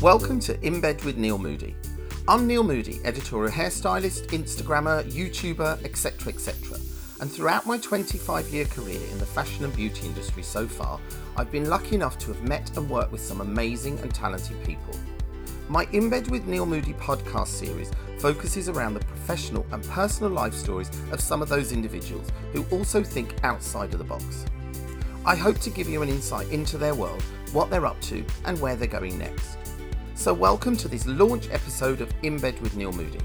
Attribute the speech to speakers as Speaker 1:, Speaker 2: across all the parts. Speaker 1: Welcome to In Bed with Neil Moody. I'm Neil Moody, editorial hairstylist, Instagrammer, YouTuber, etc. etc. And throughout my 25 year career in the fashion and beauty industry so far, I've been lucky enough to have met and worked with some amazing and talented people. My In Bed with Neil Moody podcast series focuses around the professional and personal life stories of some of those individuals who also think outside of the box. I hope to give you an insight into their world, what they're up to, and where they're going next. So, welcome to this launch episode of In Bed with Neil Moody.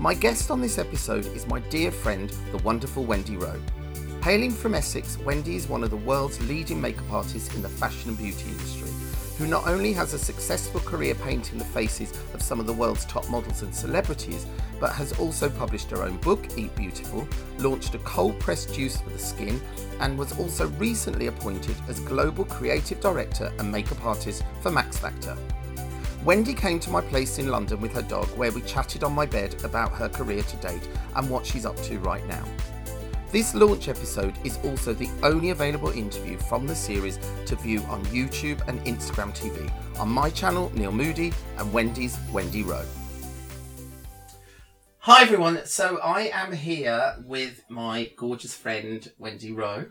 Speaker 1: My guest on this episode is my dear friend, the wonderful Wendy Rowe. Hailing from Essex, Wendy is one of the world's leading makeup artists in the fashion and beauty industry, who not only has a successful career painting the faces of some of the world's top models and celebrities, but has also published her own book, Eat Beautiful, launched a cold pressed juice for the skin, and was also recently appointed as Global Creative Director and Makeup Artist for Max Factor. Wendy came to my place in London with her dog, where we chatted on my bed about her career to date and what she's up to right now. This launch episode is also the only available interview from the series to view on YouTube and Instagram TV on my channel, Neil Moody, and Wendy's Wendy Rowe. Hi, everyone. So I am here with my gorgeous friend, Wendy Rowe.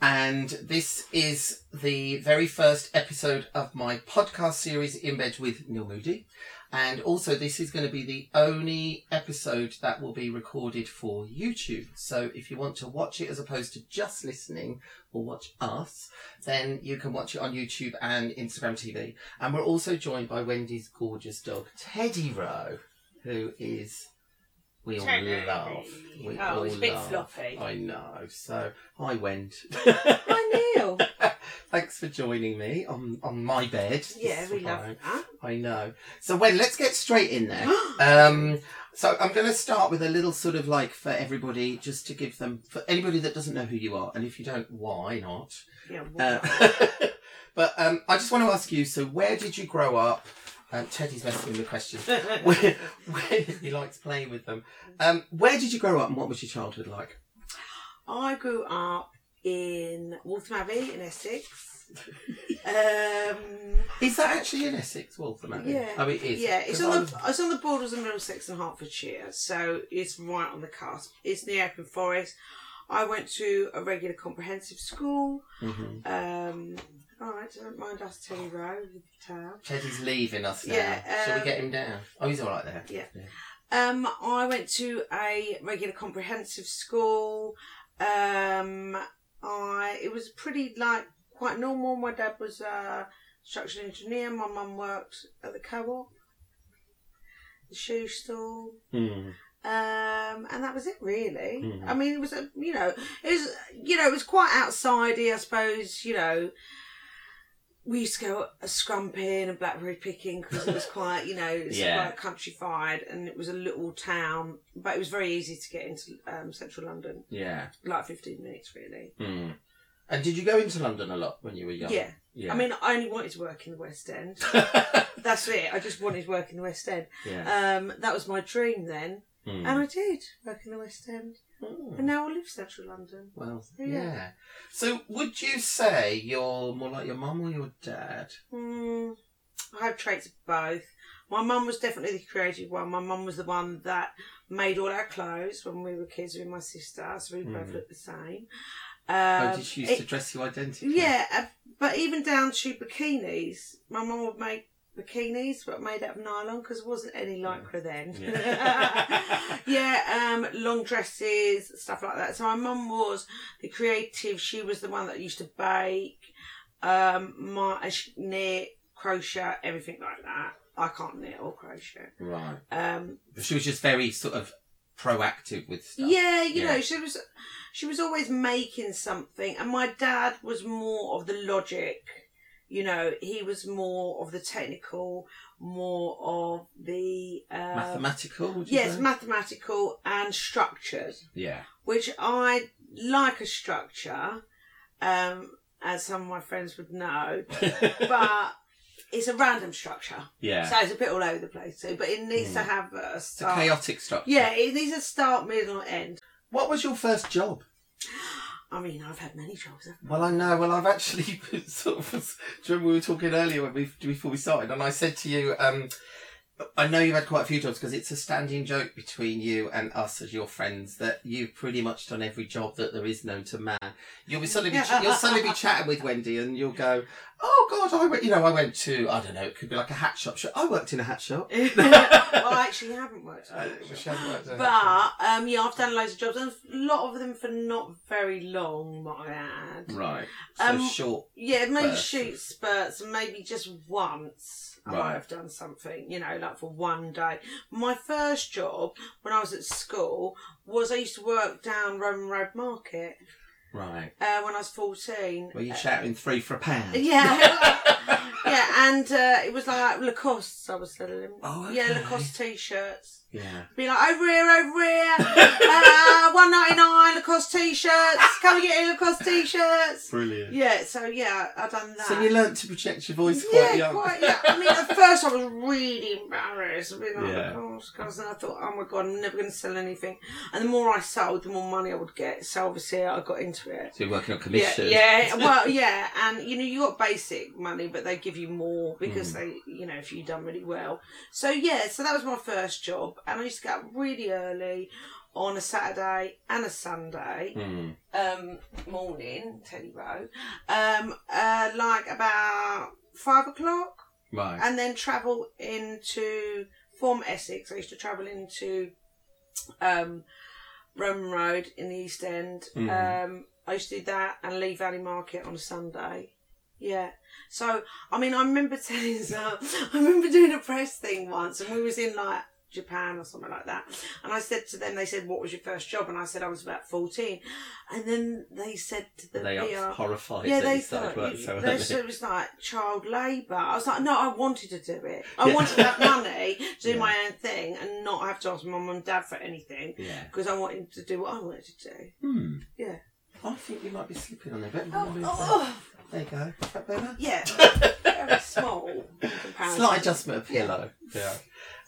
Speaker 1: And this is the very first episode of my podcast series, In Bed with Neil Moody. And also, this is going to be the only episode that will be recorded for YouTube. So, if you want to watch it as opposed to just listening or watch us, then you can watch it on YouTube and Instagram TV. And we're also joined by Wendy's gorgeous dog, Teddy Rowe, who is. We all
Speaker 2: Teddy.
Speaker 1: love. We
Speaker 2: Oh,
Speaker 1: all
Speaker 2: it's a bit
Speaker 1: love.
Speaker 2: sloppy.
Speaker 1: I know. So, hi, Wend.
Speaker 2: Hi Neil.
Speaker 1: Thanks for joining me on, on my bed.
Speaker 2: yeah,
Speaker 1: This
Speaker 2: we
Speaker 1: is
Speaker 2: love that.
Speaker 1: fine. I know. So, when let's get straight in there. Um, so, I'm going to start with a little sort of like for everybody, just to give them, for anybody that doesn't know who you are, and if you don't, why not?
Speaker 2: yeah, well,
Speaker 1: Uh, but um, I just want to ask you so, where did you grow up? Um, Teddy's messing with the questions. where, where, he likes playing with them. Um, where did you grow up and what was your childhood like? Uh,
Speaker 2: I grew up in Waltham Abbey in Essex. Um,
Speaker 1: Is that actually in Essex, Waltham Abbey?
Speaker 2: yeah,
Speaker 1: Oh, it is.
Speaker 2: Yeah, it's
Speaker 1: 'Cause
Speaker 2: on
Speaker 1: I
Speaker 2: the it's on the borders of Middlesex and Hertfordshire, so it's right on the cusp. It's near Open Forest. I went to a regular comprehensive school.
Speaker 1: Mhm.
Speaker 2: Um, all right, don't mind us, Teddy Rowe, with the tab.
Speaker 1: Teddy's leaving us now.
Speaker 2: Yeah,
Speaker 1: Shall we
Speaker 2: um,
Speaker 1: get him down? Oh, he's all right there.
Speaker 2: Yeah. Um, I went to a regular comprehensive school. Um, I it was pretty like quite normal. My dad was a structural engineer. My mum worked at the co-op, the shoe store.
Speaker 1: Mm.
Speaker 2: Um, and that was it really.
Speaker 1: Mhm.
Speaker 2: I mean, it was a you know it was you know it was quite outsidey, I suppose. You know, we used to go a scrumping and blackberry picking because it was quite you know it's
Speaker 1: Yeah.
Speaker 2: quite countrified and it was a little town, but it was very easy to get into um, central London,
Speaker 1: Yeah.
Speaker 2: like fifteen minutes really.
Speaker 1: Mm. And did you go into London a lot when you were
Speaker 2: Yeah.
Speaker 1: young? Yeah.
Speaker 2: I mean, I only wanted to work in the West End. That's it. I just wanted to work in the West End.
Speaker 1: yeah.
Speaker 2: Um, that was my dream then,
Speaker 1: Mm.
Speaker 2: and I did work in the West End,
Speaker 1: Mm.
Speaker 2: and now I live central London.
Speaker 1: well, yeah.
Speaker 2: Yeah.
Speaker 1: So, would you say you're more like your mum or your dad?
Speaker 2: Mm, I have traits of both. My mum was definitely the creative one. My mum was the one that made all our clothes when we were kids with my sister, so we
Speaker 1: Mhm.
Speaker 2: both looked the same.
Speaker 1: oh,
Speaker 2: Um,
Speaker 1: did she used to
Speaker 2: it-
Speaker 1: dress you identically?
Speaker 2: yeah, uh, but even down to bikinis, my mum would make bikinis but made out of nylon because there wasn't any lycra then.
Speaker 1: Yeah.
Speaker 2: Yeah, um, long dresses, stuff like that. So my mum was the creative. She was the one that used to bake, um, my and she knit, crochet, everything like that. I can't knit or crochet.
Speaker 1: Right.
Speaker 2: Um,
Speaker 1: She was just very sort of proactive with stuff.
Speaker 2: yeah, you
Speaker 1: Yeah.
Speaker 2: know, she was she was always making something, and my dad was more of the logic. You know, he was more of the technical, more of the um,
Speaker 1: Mathematical? Would you
Speaker 2: yes,
Speaker 1: say?
Speaker 2: mathematical and structured.
Speaker 1: yeah.
Speaker 2: which I like a structure, um, as some of my friends would know, but it's a random structure,
Speaker 1: yeah.
Speaker 2: so it's a bit all over the place. So, but it needs to
Speaker 1: Mm.
Speaker 2: have a
Speaker 1: it's a
Speaker 2: start.
Speaker 1: chaotic structure.
Speaker 2: yeah, it needs a start, middle, and end.
Speaker 3: What was your first job?
Speaker 2: I mean, I've had many jobs. haven't
Speaker 3: Well, I know. Well, I've actually sort of. Do you remember we were talking earlier when we before we started, and I said to you, um, I know you've had quite a few jobs because it's a standing joke between you and us as your friends that you've pretty much done every job that there is known to man. You'll be suddenly be, you'll suddenly be chatting with Wendy, and you'll go, "Oh God, I went. You know, I went to I don't know. It could be like a hat shop. Sure, I worked in a hat shop.
Speaker 2: I? well, I actually haven't worked. on
Speaker 3: I
Speaker 2: that
Speaker 3: wish
Speaker 2: job.
Speaker 3: I hadn't worked on that
Speaker 2: but um, yeah, I've done loads of jobs, and a lot of them for not very long. Might I add.
Speaker 3: Right. So
Speaker 2: Um,
Speaker 3: short.
Speaker 2: Yeah, maybe
Speaker 3: Mm. Spurts.
Speaker 2: shoot spurts, and maybe just once I
Speaker 3: Right.
Speaker 2: might have done something, you know, like for one day. My first job when I was at school was I used to work down Roman Road Market
Speaker 3: Right.
Speaker 2: uh, when I was 14.
Speaker 3: Were you
Speaker 2: Uh,
Speaker 3: shouting three for a pound?
Speaker 2: Yeah. yeah, and uh, it was like Lacoste's I was selling.
Speaker 3: Oh,
Speaker 2: Yeah,
Speaker 3: okay.
Speaker 2: Lacoste t shirts.
Speaker 3: yeah.
Speaker 2: Be like, over here, over here. uh, 199 Lacoste t shirts. Come and get your Lacoste t shirts.
Speaker 3: Brilliant.
Speaker 2: Yeah, so yeah, i done that.
Speaker 3: So you learnt to project your voice quite
Speaker 2: yeah,
Speaker 3: young.
Speaker 2: quite young. I mean, at first I was really embarrassed. I mean, like,
Speaker 3: Yeah.
Speaker 2: oh, because I thought, oh my god, I'm never going to sell anything. And the more I sold, the more money I would get. So obviously, I got into it.
Speaker 3: so you're working on
Speaker 2: Yeah,
Speaker 3: commission.
Speaker 2: yeah, well, yeah, and you know, you got basic money, but they give you more because they, you know, if you've done really well. So yeah, so that was my first job, and I used to get up really early on a Saturday and a Sunday
Speaker 3: Hmm.
Speaker 2: um, morning, Teddy Row, um, uh, like about five o'clock,
Speaker 3: Right.
Speaker 2: and then travel into from Essex. I used to travel into um, Roman Road in the East End.
Speaker 3: Mhm.
Speaker 2: Um, I used to do that and leave Valley Market on a Sunday. Yeah, so I mean, I remember telling, so I remember doing a press thing once, and we was in like Japan or something like that. And I said to them, they said, "What was your first job?" And I said, "I was about 14. And then they said to the
Speaker 3: they
Speaker 2: PR,
Speaker 3: are horrified
Speaker 2: yeah,
Speaker 3: that
Speaker 2: they
Speaker 3: you started
Speaker 2: thought
Speaker 3: work
Speaker 2: you-
Speaker 3: so
Speaker 2: they
Speaker 3: early.
Speaker 2: said it was like child labour. I was like, no, I wanted to do it. I
Speaker 3: Yeah.
Speaker 2: wanted to have money to do
Speaker 3: Yeah.
Speaker 2: my own thing and not have to ask my mum and dad for anything
Speaker 3: yeah.
Speaker 2: because I wanted to do what I wanted to do.
Speaker 3: Hmm.
Speaker 2: Yeah.
Speaker 3: I think you might be slipping on there. Bit
Speaker 2: Oh,
Speaker 3: more
Speaker 2: oh,
Speaker 3: There you go. Is that better?
Speaker 2: oh. yeah, very small. in comparison.
Speaker 3: Slight adjustment of pillow. Yeah.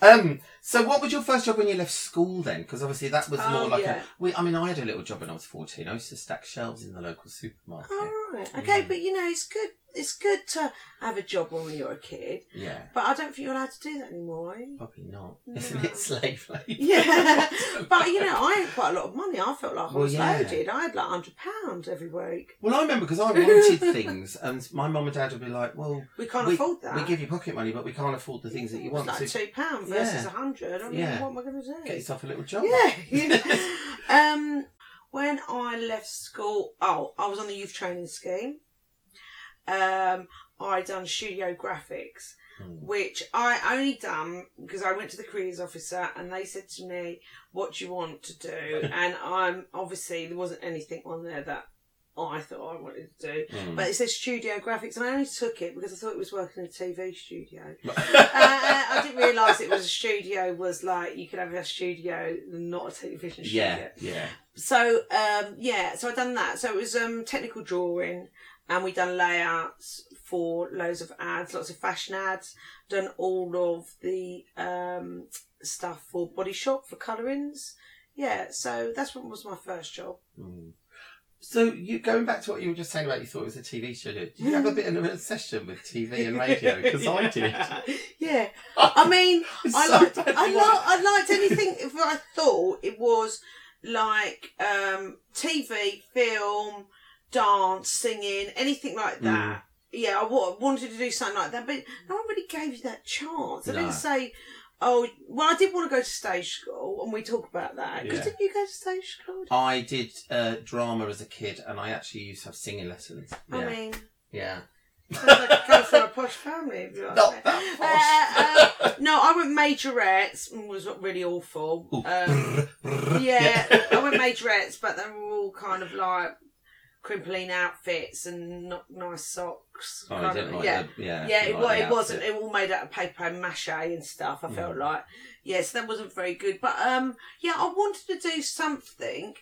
Speaker 3: Um, so what was your first job when you left school then? Because obviously that was more
Speaker 2: Oh,
Speaker 3: like
Speaker 2: yeah.
Speaker 3: a. We, I mean, I had a little job when I was 14. I used to stack shelves in the local supermarket.
Speaker 2: All right, okay,
Speaker 3: Mm.
Speaker 2: but you know, it's good. It's good to have a job when you're a kid,
Speaker 3: Yeah.
Speaker 2: but I don't think you're allowed to do that anymore. Are you?
Speaker 3: Probably not.
Speaker 2: No.
Speaker 3: Isn't it slave labor?
Speaker 2: Yeah, but you know, I had quite a lot of money. I felt like I
Speaker 3: Well,
Speaker 2: was
Speaker 3: yeah.
Speaker 2: loaded. I had like hundred pounds every week.
Speaker 3: Well, I remember because I wanted things, and my mum and dad would be like, "Well,
Speaker 2: We can't
Speaker 3: we,
Speaker 2: afford that.
Speaker 3: we give you pocket money, but we can't afford the things that you
Speaker 2: It's
Speaker 3: want.
Speaker 2: Like
Speaker 3: so
Speaker 2: two pound versus
Speaker 3: Yeah.
Speaker 2: a hundred. I mean,
Speaker 3: Yeah.
Speaker 2: what am I going to do?
Speaker 3: get yourself a little job."
Speaker 2: yeah. um, when I left school, oh, I was on the youth training scheme. Um, I done studio graphics,
Speaker 3: Hmm.
Speaker 2: which I only done because I went to the careers officer and they said to me, "What do you want to do?" and I'm obviously there wasn't anything on there that I thought I wanted to do.
Speaker 3: Hmm.
Speaker 2: But it says studio graphics, and I only took it because I thought it was working in a TV studio uh, I didn't realise it was a studio was like you could have a studio and not a television studio.
Speaker 3: yeah, yeah.
Speaker 2: So um, yeah, so I done that. So it was um, technical drawing, and we done layouts for loads of ads, lots of fashion ads. Done all of the um, stuff for Body Shop for colourings. Yeah, so that's what was my first job.
Speaker 3: Hmm. So you going back to what you were just saying about you thought it was a TV show. Did you have a bit of an obsession with TV and radio? Because I did.
Speaker 2: Yeah, I mean.
Speaker 3: It's
Speaker 2: I
Speaker 3: so
Speaker 2: liked,
Speaker 3: bad
Speaker 2: I,
Speaker 3: for
Speaker 2: li-
Speaker 3: my-
Speaker 2: I liked anything if I thought it was like um, TV, film, dance, singing, anything like
Speaker 3: Mm.
Speaker 2: that. Yeah, I wa- wanted to do something like that, but no one really gave you that chance. I
Speaker 3: No.
Speaker 2: didn't say, oh, well, I did want to go to stage school, and we talk about that. Because
Speaker 3: Yeah.
Speaker 2: didn't you go to stage school?
Speaker 3: I did uh, drama as a kid, and I actually used to have singing lessons. Yeah,
Speaker 2: I mean,
Speaker 3: yeah.
Speaker 2: sounds like you come from a posh family. If you like
Speaker 3: Not that
Speaker 2: Uh, uh, no, I went majorettes and was really awful.
Speaker 3: Ooh,
Speaker 2: Um,
Speaker 3: brr, brr.
Speaker 2: yeah, I went majorettes, but they were all kind of like crimpling outfits and not nice socks.
Speaker 3: Oh, I
Speaker 2: kind
Speaker 3: didn't
Speaker 2: of-
Speaker 3: like
Speaker 2: yeah.
Speaker 3: the, yeah.
Speaker 2: yeah,
Speaker 3: didn't like
Speaker 2: it, wa-
Speaker 3: the
Speaker 2: it wasn't.
Speaker 3: outfit.
Speaker 2: It all made out of paper mache and stuff. I felt
Speaker 3: Mm.
Speaker 2: like, yes, that wasn't very good. But um, yeah, I wanted to do something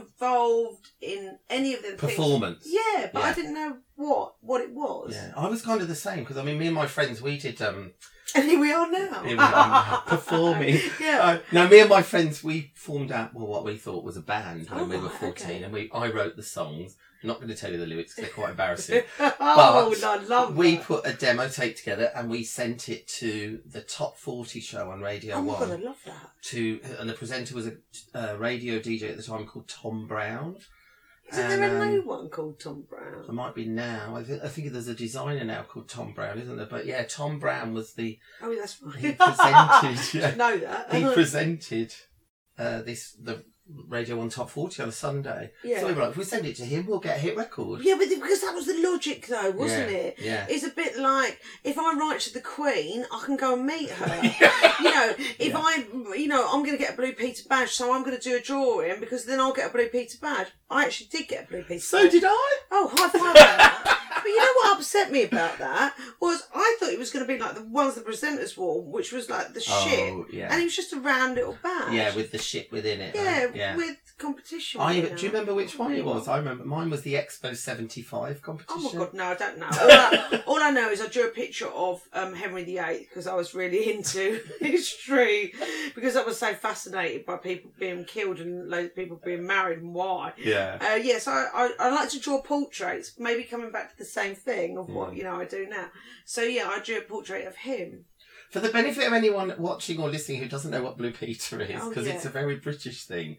Speaker 2: involved in any of the things.
Speaker 3: Performance.
Speaker 2: Yeah, but
Speaker 3: Yeah.
Speaker 2: I didn't know what what it was.
Speaker 3: Yeah, I was kind of the same because I mean, me and my friends, we did um,
Speaker 2: And here we are now.
Speaker 3: Here we are, performing.
Speaker 2: Yeah.
Speaker 3: Uh, now, me and my friends, we formed out well what we thought was a band when
Speaker 2: Oh,
Speaker 3: we were
Speaker 2: right,
Speaker 3: fourteen,
Speaker 2: okay.
Speaker 3: and we I wrote the songs. I'm not going to tell you the lyrics; 'cause they're quite embarrassing.
Speaker 2: oh,
Speaker 3: But
Speaker 2: I love
Speaker 3: we
Speaker 2: that.
Speaker 3: put a demo tape together and we sent it to the top forty show on Radio
Speaker 2: Oh
Speaker 3: One.
Speaker 2: my god, I love that.
Speaker 3: To and the presenter was a, uh radio DJ at the time called Tom Brown.
Speaker 2: Isn't there
Speaker 3: And,
Speaker 2: a
Speaker 3: um,
Speaker 2: new one called Tom
Speaker 3: There
Speaker 2: Brown?
Speaker 3: might be now. I, th- I think there's a designer now called Tom Brown, isn't there? But yeah, Tom Brown was the
Speaker 2: Oh, that's right.
Speaker 3: he presented. yeah.
Speaker 2: Should know that.
Speaker 3: he presented uh, this the Radio One Top Forty on a Sunday.
Speaker 2: Yeah.
Speaker 3: So we were like, if we send it to him, we'll get a hit record.
Speaker 2: yeah, but because that was the logic, though, wasn't
Speaker 3: Yeah,
Speaker 2: it?
Speaker 3: yeah.
Speaker 2: It's a bit like if I write to the Queen, I can go and meet her. you know, if
Speaker 3: Yeah.
Speaker 2: I, you know, I'm going to get a blue Peter badge, so I'm going to do a drawing because then I'll get a blue Peter badge. I actually did get a blue Peter.
Speaker 3: So
Speaker 2: badge.
Speaker 3: did I.
Speaker 2: Oh, high five! on that. but you know what upset me about that was I thought it was going to be like the ones the presenters wore, which was like the shit,
Speaker 3: Oh
Speaker 2: and
Speaker 3: yeah.
Speaker 2: it was just a round little badge.
Speaker 3: Yeah, with the shit within it.
Speaker 2: yeah,
Speaker 3: right? yeah.
Speaker 2: with competition.
Speaker 3: I,
Speaker 2: you
Speaker 3: do
Speaker 2: know.
Speaker 3: you remember which one it was? I remember mine was the Expo seventy five
Speaker 2: Oh
Speaker 3: competition.
Speaker 2: my god, no, I don't know. All I, all I know is I drew a picture of um, Henry VIII because I was really into history because I was so fascinated by people being killed and loads of people being married and why.
Speaker 3: Yeah.
Speaker 2: Uh, yes, I, I, I like to draw portraits, maybe coming back to the same thing of what,
Speaker 3: Mm.
Speaker 2: you know, I do now. So yeah, I drew a portrait of him.
Speaker 3: For the benefit of anyone watching or listening who doesn't know what Blue Peter is,
Speaker 2: Oh,
Speaker 3: because
Speaker 2: yeah.
Speaker 3: it's a very British thing,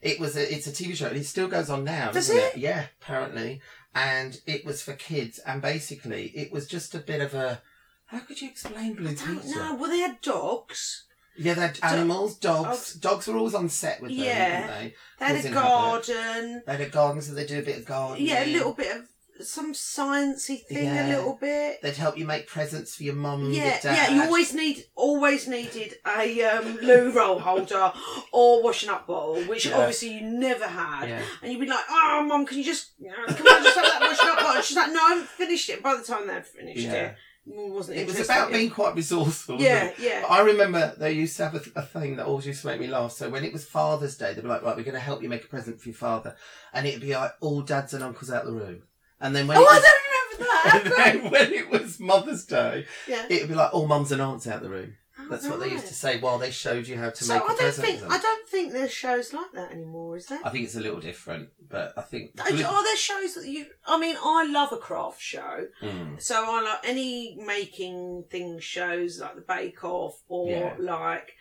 Speaker 3: it was a, it's a TV show and it still goes on now,
Speaker 2: Does
Speaker 3: doesn't it? Yeah, apparently. And it was for kids, and basically it was just a bit of a how could you explain Blue
Speaker 2: I don't know.
Speaker 3: Peter?
Speaker 2: Well, they had dogs.
Speaker 3: Yeah, they had animals, dogs. Dogs were always on set with them,
Speaker 2: oh. Yeah.
Speaker 3: weren't they?
Speaker 2: They had
Speaker 3: Was
Speaker 2: a
Speaker 3: in Habit.
Speaker 2: garden.
Speaker 3: They had a garden, so they do a bit of gardening.
Speaker 2: Yeah, a little bit of some sciencey thing,
Speaker 3: Yeah.
Speaker 2: a little bit.
Speaker 3: They'd help you make presents for your mum, Mm, your
Speaker 2: Yeah,
Speaker 3: dad.
Speaker 2: yeah. You always need, always needed a um, loo roll holder or washing up bottle, which
Speaker 3: Yeah.
Speaker 2: obviously you never had.
Speaker 3: Yeah.
Speaker 2: And you'd be like, "Oh, mum, can you just, you know, can I just have that washing up bottle?" And she's like, "No, I haven't finished it." By the time they'd finished
Speaker 3: Yeah.
Speaker 2: it, mum wasn't
Speaker 3: It was
Speaker 2: interested
Speaker 3: about
Speaker 2: in
Speaker 3: being quite resourceful. wasn't it?
Speaker 2: Yeah, yeah.
Speaker 3: I remember they used to have a, a thing that always used to make me laugh. So when it was Father's Day, they'd be like, "Right, we're going to help you make a present for your father," and it'd be like all dads and uncles out the room. And then when
Speaker 2: oh,
Speaker 3: it was,
Speaker 2: I don't remember that.
Speaker 3: and then when it was Mother's Day,
Speaker 2: yeah.
Speaker 3: it'd be like all mums and aunts out the room. That's what they
Speaker 2: Alright.
Speaker 3: used to say while they showed you how to
Speaker 2: So
Speaker 3: make a
Speaker 2: I don't
Speaker 3: present.
Speaker 2: think
Speaker 3: or
Speaker 2: I
Speaker 3: something.
Speaker 2: don't think there's shows like that anymore, is there? Uh,
Speaker 3: I think it's a little different, but I think
Speaker 2: Are there shows that you? I mean, I love a craft show.
Speaker 3: Mm,
Speaker 2: So I like any making thing shows like the Bake Off or
Speaker 3: Yeah.
Speaker 2: like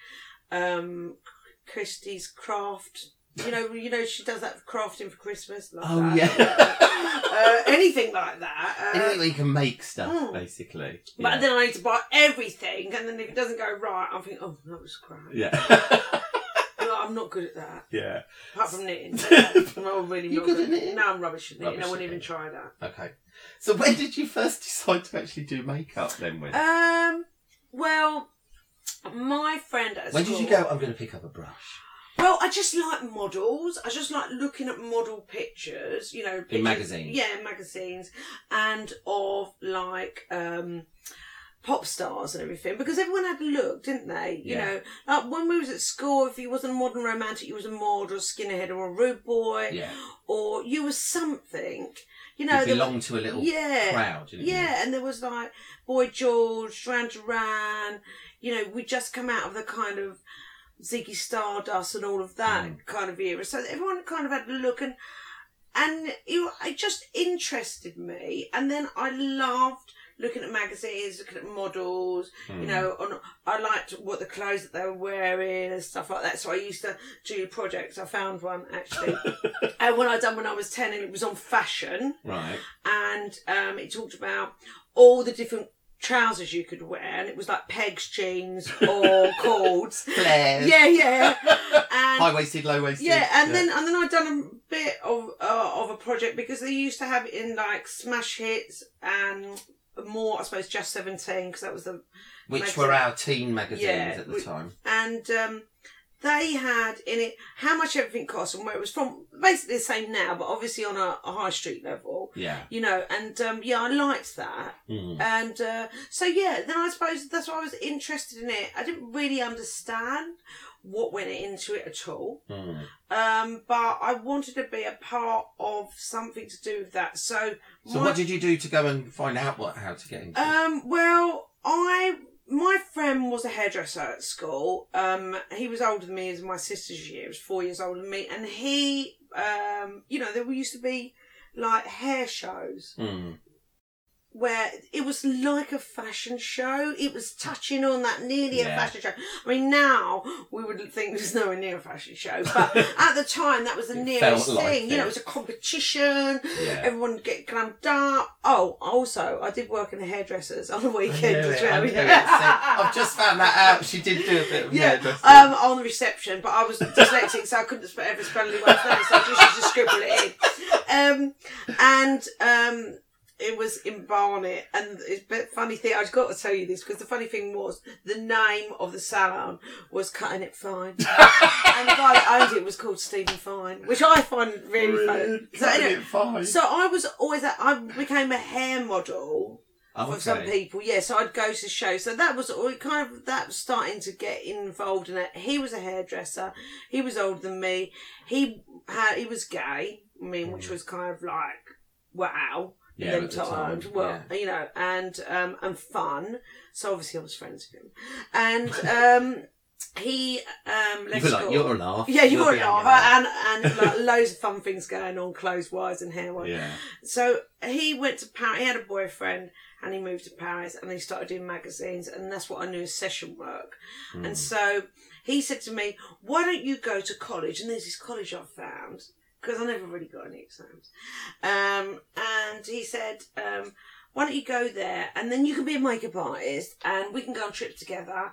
Speaker 2: um Christie's craft. You know, you know she does that crafting for Christmas. Love
Speaker 3: Oh,
Speaker 2: that.
Speaker 3: yeah.
Speaker 2: uh, anything like that. Uh,
Speaker 3: anything where you can make stuff,
Speaker 2: Mm.
Speaker 3: basically.
Speaker 2: But
Speaker 3: Yeah.
Speaker 2: then I need to buy everything, and then if it doesn't go right, I'm thinking, oh, that was crap.
Speaker 3: yeah,
Speaker 2: Like, I'm not good at that.
Speaker 3: yeah.
Speaker 2: Apart from knitting, I'm not really
Speaker 3: You're
Speaker 2: not
Speaker 3: good at knitting?
Speaker 2: No, I'm rubbish at knitting.
Speaker 3: Rubbish
Speaker 2: I
Speaker 3: at
Speaker 2: wouldn't even
Speaker 3: knitting.
Speaker 2: try that.
Speaker 3: Okay. So when did you first decide to actually do makeup? Then when?
Speaker 2: Um, well, my friend at
Speaker 3: when did you
Speaker 2: school-
Speaker 3: go? I'm going to pick up a brush
Speaker 2: Well, I just like models. I just like looking at model pictures, you know, pictures-
Speaker 3: magazines?
Speaker 2: Yeah, in magazines, and of like um, pop stars and everything because everyone had a look, didn't they? You
Speaker 3: Yeah.
Speaker 2: know, like when we was at school, if you wasn't a modern romantic, you was a mod or a skinhead or a rude boy,
Speaker 3: Yeah,
Speaker 2: or you was something. You know,
Speaker 3: you
Speaker 2: there-
Speaker 3: belong to a little
Speaker 2: yeah,
Speaker 3: crowd. Didn't
Speaker 2: yeah, and there was like Boy George, Duran Duran, you know, we just come out of the kind of Ziggy Stardust and all of that kind of era. So everyone kind of had a look and and it, it just interested me. And then I loved looking at magazines, looking at models,
Speaker 3: you?
Speaker 2: you know, on, I liked what the clothes that they were wearing and stuff like that. So I used to do projects. I found one actually, and one I done when I was ten, and it was on fashion
Speaker 3: right?
Speaker 2: and um, it talked about all the different trousers you could wear, and it was like pegs, jeans, or cords.
Speaker 3: Flares.
Speaker 2: Yeah, yeah. And
Speaker 3: High waisted, low waisted.
Speaker 2: yeah, and then and then I'd done a bit of uh, of a project because they used to have it in like smash hits and more, I suppose, just seventeen because that was the
Speaker 3: which
Speaker 2: magazine.
Speaker 3: were our teen magazines
Speaker 2: Yeah,
Speaker 3: at the
Speaker 2: we-
Speaker 3: time.
Speaker 2: and um, they had in it how much everything cost and where it was from. Basically the same now, but obviously on a, a high street level,
Speaker 3: Yeah.
Speaker 2: you know. And um, yeah, I liked that.
Speaker 1: Mm-hmm.
Speaker 3: Mm.
Speaker 2: And uh, so, yeah, then I suppose that's why I was interested in it. I didn't really understand what went into it at all,
Speaker 3: Mm.
Speaker 2: um, but I wanted to be a part of something to do with that. So, Uh,
Speaker 3: So what did you do to go and find out what how to get into? it?
Speaker 2: um, well, I my friend was a hairdresser at school. Um, he was older than me, as my sister's year, he was four years older than me, and he, um, you know, there used to be like hair shows
Speaker 1: Mm.
Speaker 2: where it was like a fashion show. It was touching on that nearly a
Speaker 1: Yeah.
Speaker 2: fashion show. I mean, now we wouldn't think there's nowhere near a fashion show, but at the time that was the
Speaker 1: It
Speaker 2: nearest
Speaker 1: felt like
Speaker 2: thing. You know,
Speaker 1: it.
Speaker 2: it was a competition.
Speaker 1: Yeah.
Speaker 2: Everyone would get glammed up. Oh, also, I did work in the hairdressers on the weekend
Speaker 1: I knew
Speaker 2: as
Speaker 1: it, I
Speaker 2: well.
Speaker 1: knew it. See, I've just found that out. She did do a bit of
Speaker 2: Yeah,
Speaker 1: hairdressing.
Speaker 2: um, on the reception, but I was dyslexic, so I couldn't spe- ever spell any words down, so I just used to scribble it in. Um, and um, it was in Barnet, and it's a bit funny thing. I've got to tell you this because the funny thing was the name of the salon was Cutting It Fine, and the guy that owned it was called Stephen Fine, which I find really funny.
Speaker 1: Brilliant.
Speaker 2: So,
Speaker 1: Mm, Cutting
Speaker 2: anyway,
Speaker 1: it fine.
Speaker 2: so I was always a, I became a hair model
Speaker 1: Oh,
Speaker 2: for some
Speaker 1: okay.
Speaker 2: people. Yeah, so I'd go to shows. So that was all it kind of that was starting to get involved in it. He was a hairdresser. He was older than me. He had he was gay. I mean, which was kind of like
Speaker 1: Mm.
Speaker 2: wow.
Speaker 1: Yeah,
Speaker 2: them
Speaker 1: at the time,
Speaker 2: times. Well,
Speaker 1: yeah.
Speaker 2: you know, and um and fun. So obviously I was friends with him, and um he um
Speaker 1: You
Speaker 2: left
Speaker 1: were like,
Speaker 2: school.
Speaker 1: you're a laugh.
Speaker 2: yeah, you were a
Speaker 1: the only
Speaker 2: laugh, and and like, loads of fun things going on, clothes wise and hair wise.
Speaker 1: Yeah.
Speaker 2: So he went to Paris. He had a boyfriend, and he moved to Paris, and he started doing magazines, and that's what I knew as session work. And so he said to me, "Why don't you go to college?" And there's this college I found because I never really got any exams. Um, and he said, um, "Why don't you go there, and then you can be a makeup artist, and we can go on trips together."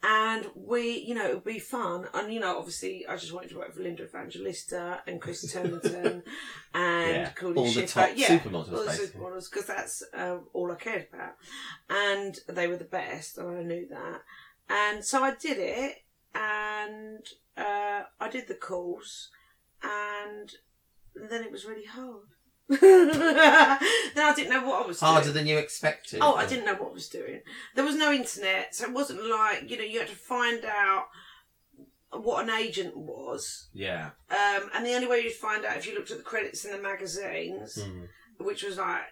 Speaker 2: And we, you know, it would be fun. And, you know, obviously, I just wanted to work for Linda Evangelista and Chris Turlington and
Speaker 1: Yeah,
Speaker 2: Claudia
Speaker 1: all the
Speaker 2: Schiffer.
Speaker 1: top
Speaker 2: yeah,
Speaker 1: supermodels,
Speaker 2: all the
Speaker 1: basically.
Speaker 2: supermodels, because that's uh, all I cared about. And they were the best, and I knew that. And so I did it, and uh, I did the course, and then it was really hard. then I didn't know what I was doing.
Speaker 1: Harder than you expected.
Speaker 2: Oh, I didn't know what I was doing. There was no internet, so it wasn't like, you know, you had to find out what an agent was.
Speaker 1: Yeah.
Speaker 2: Um, and the only way you'd find out if you looked at the credits in the magazines,
Speaker 1: Mm.
Speaker 2: which was like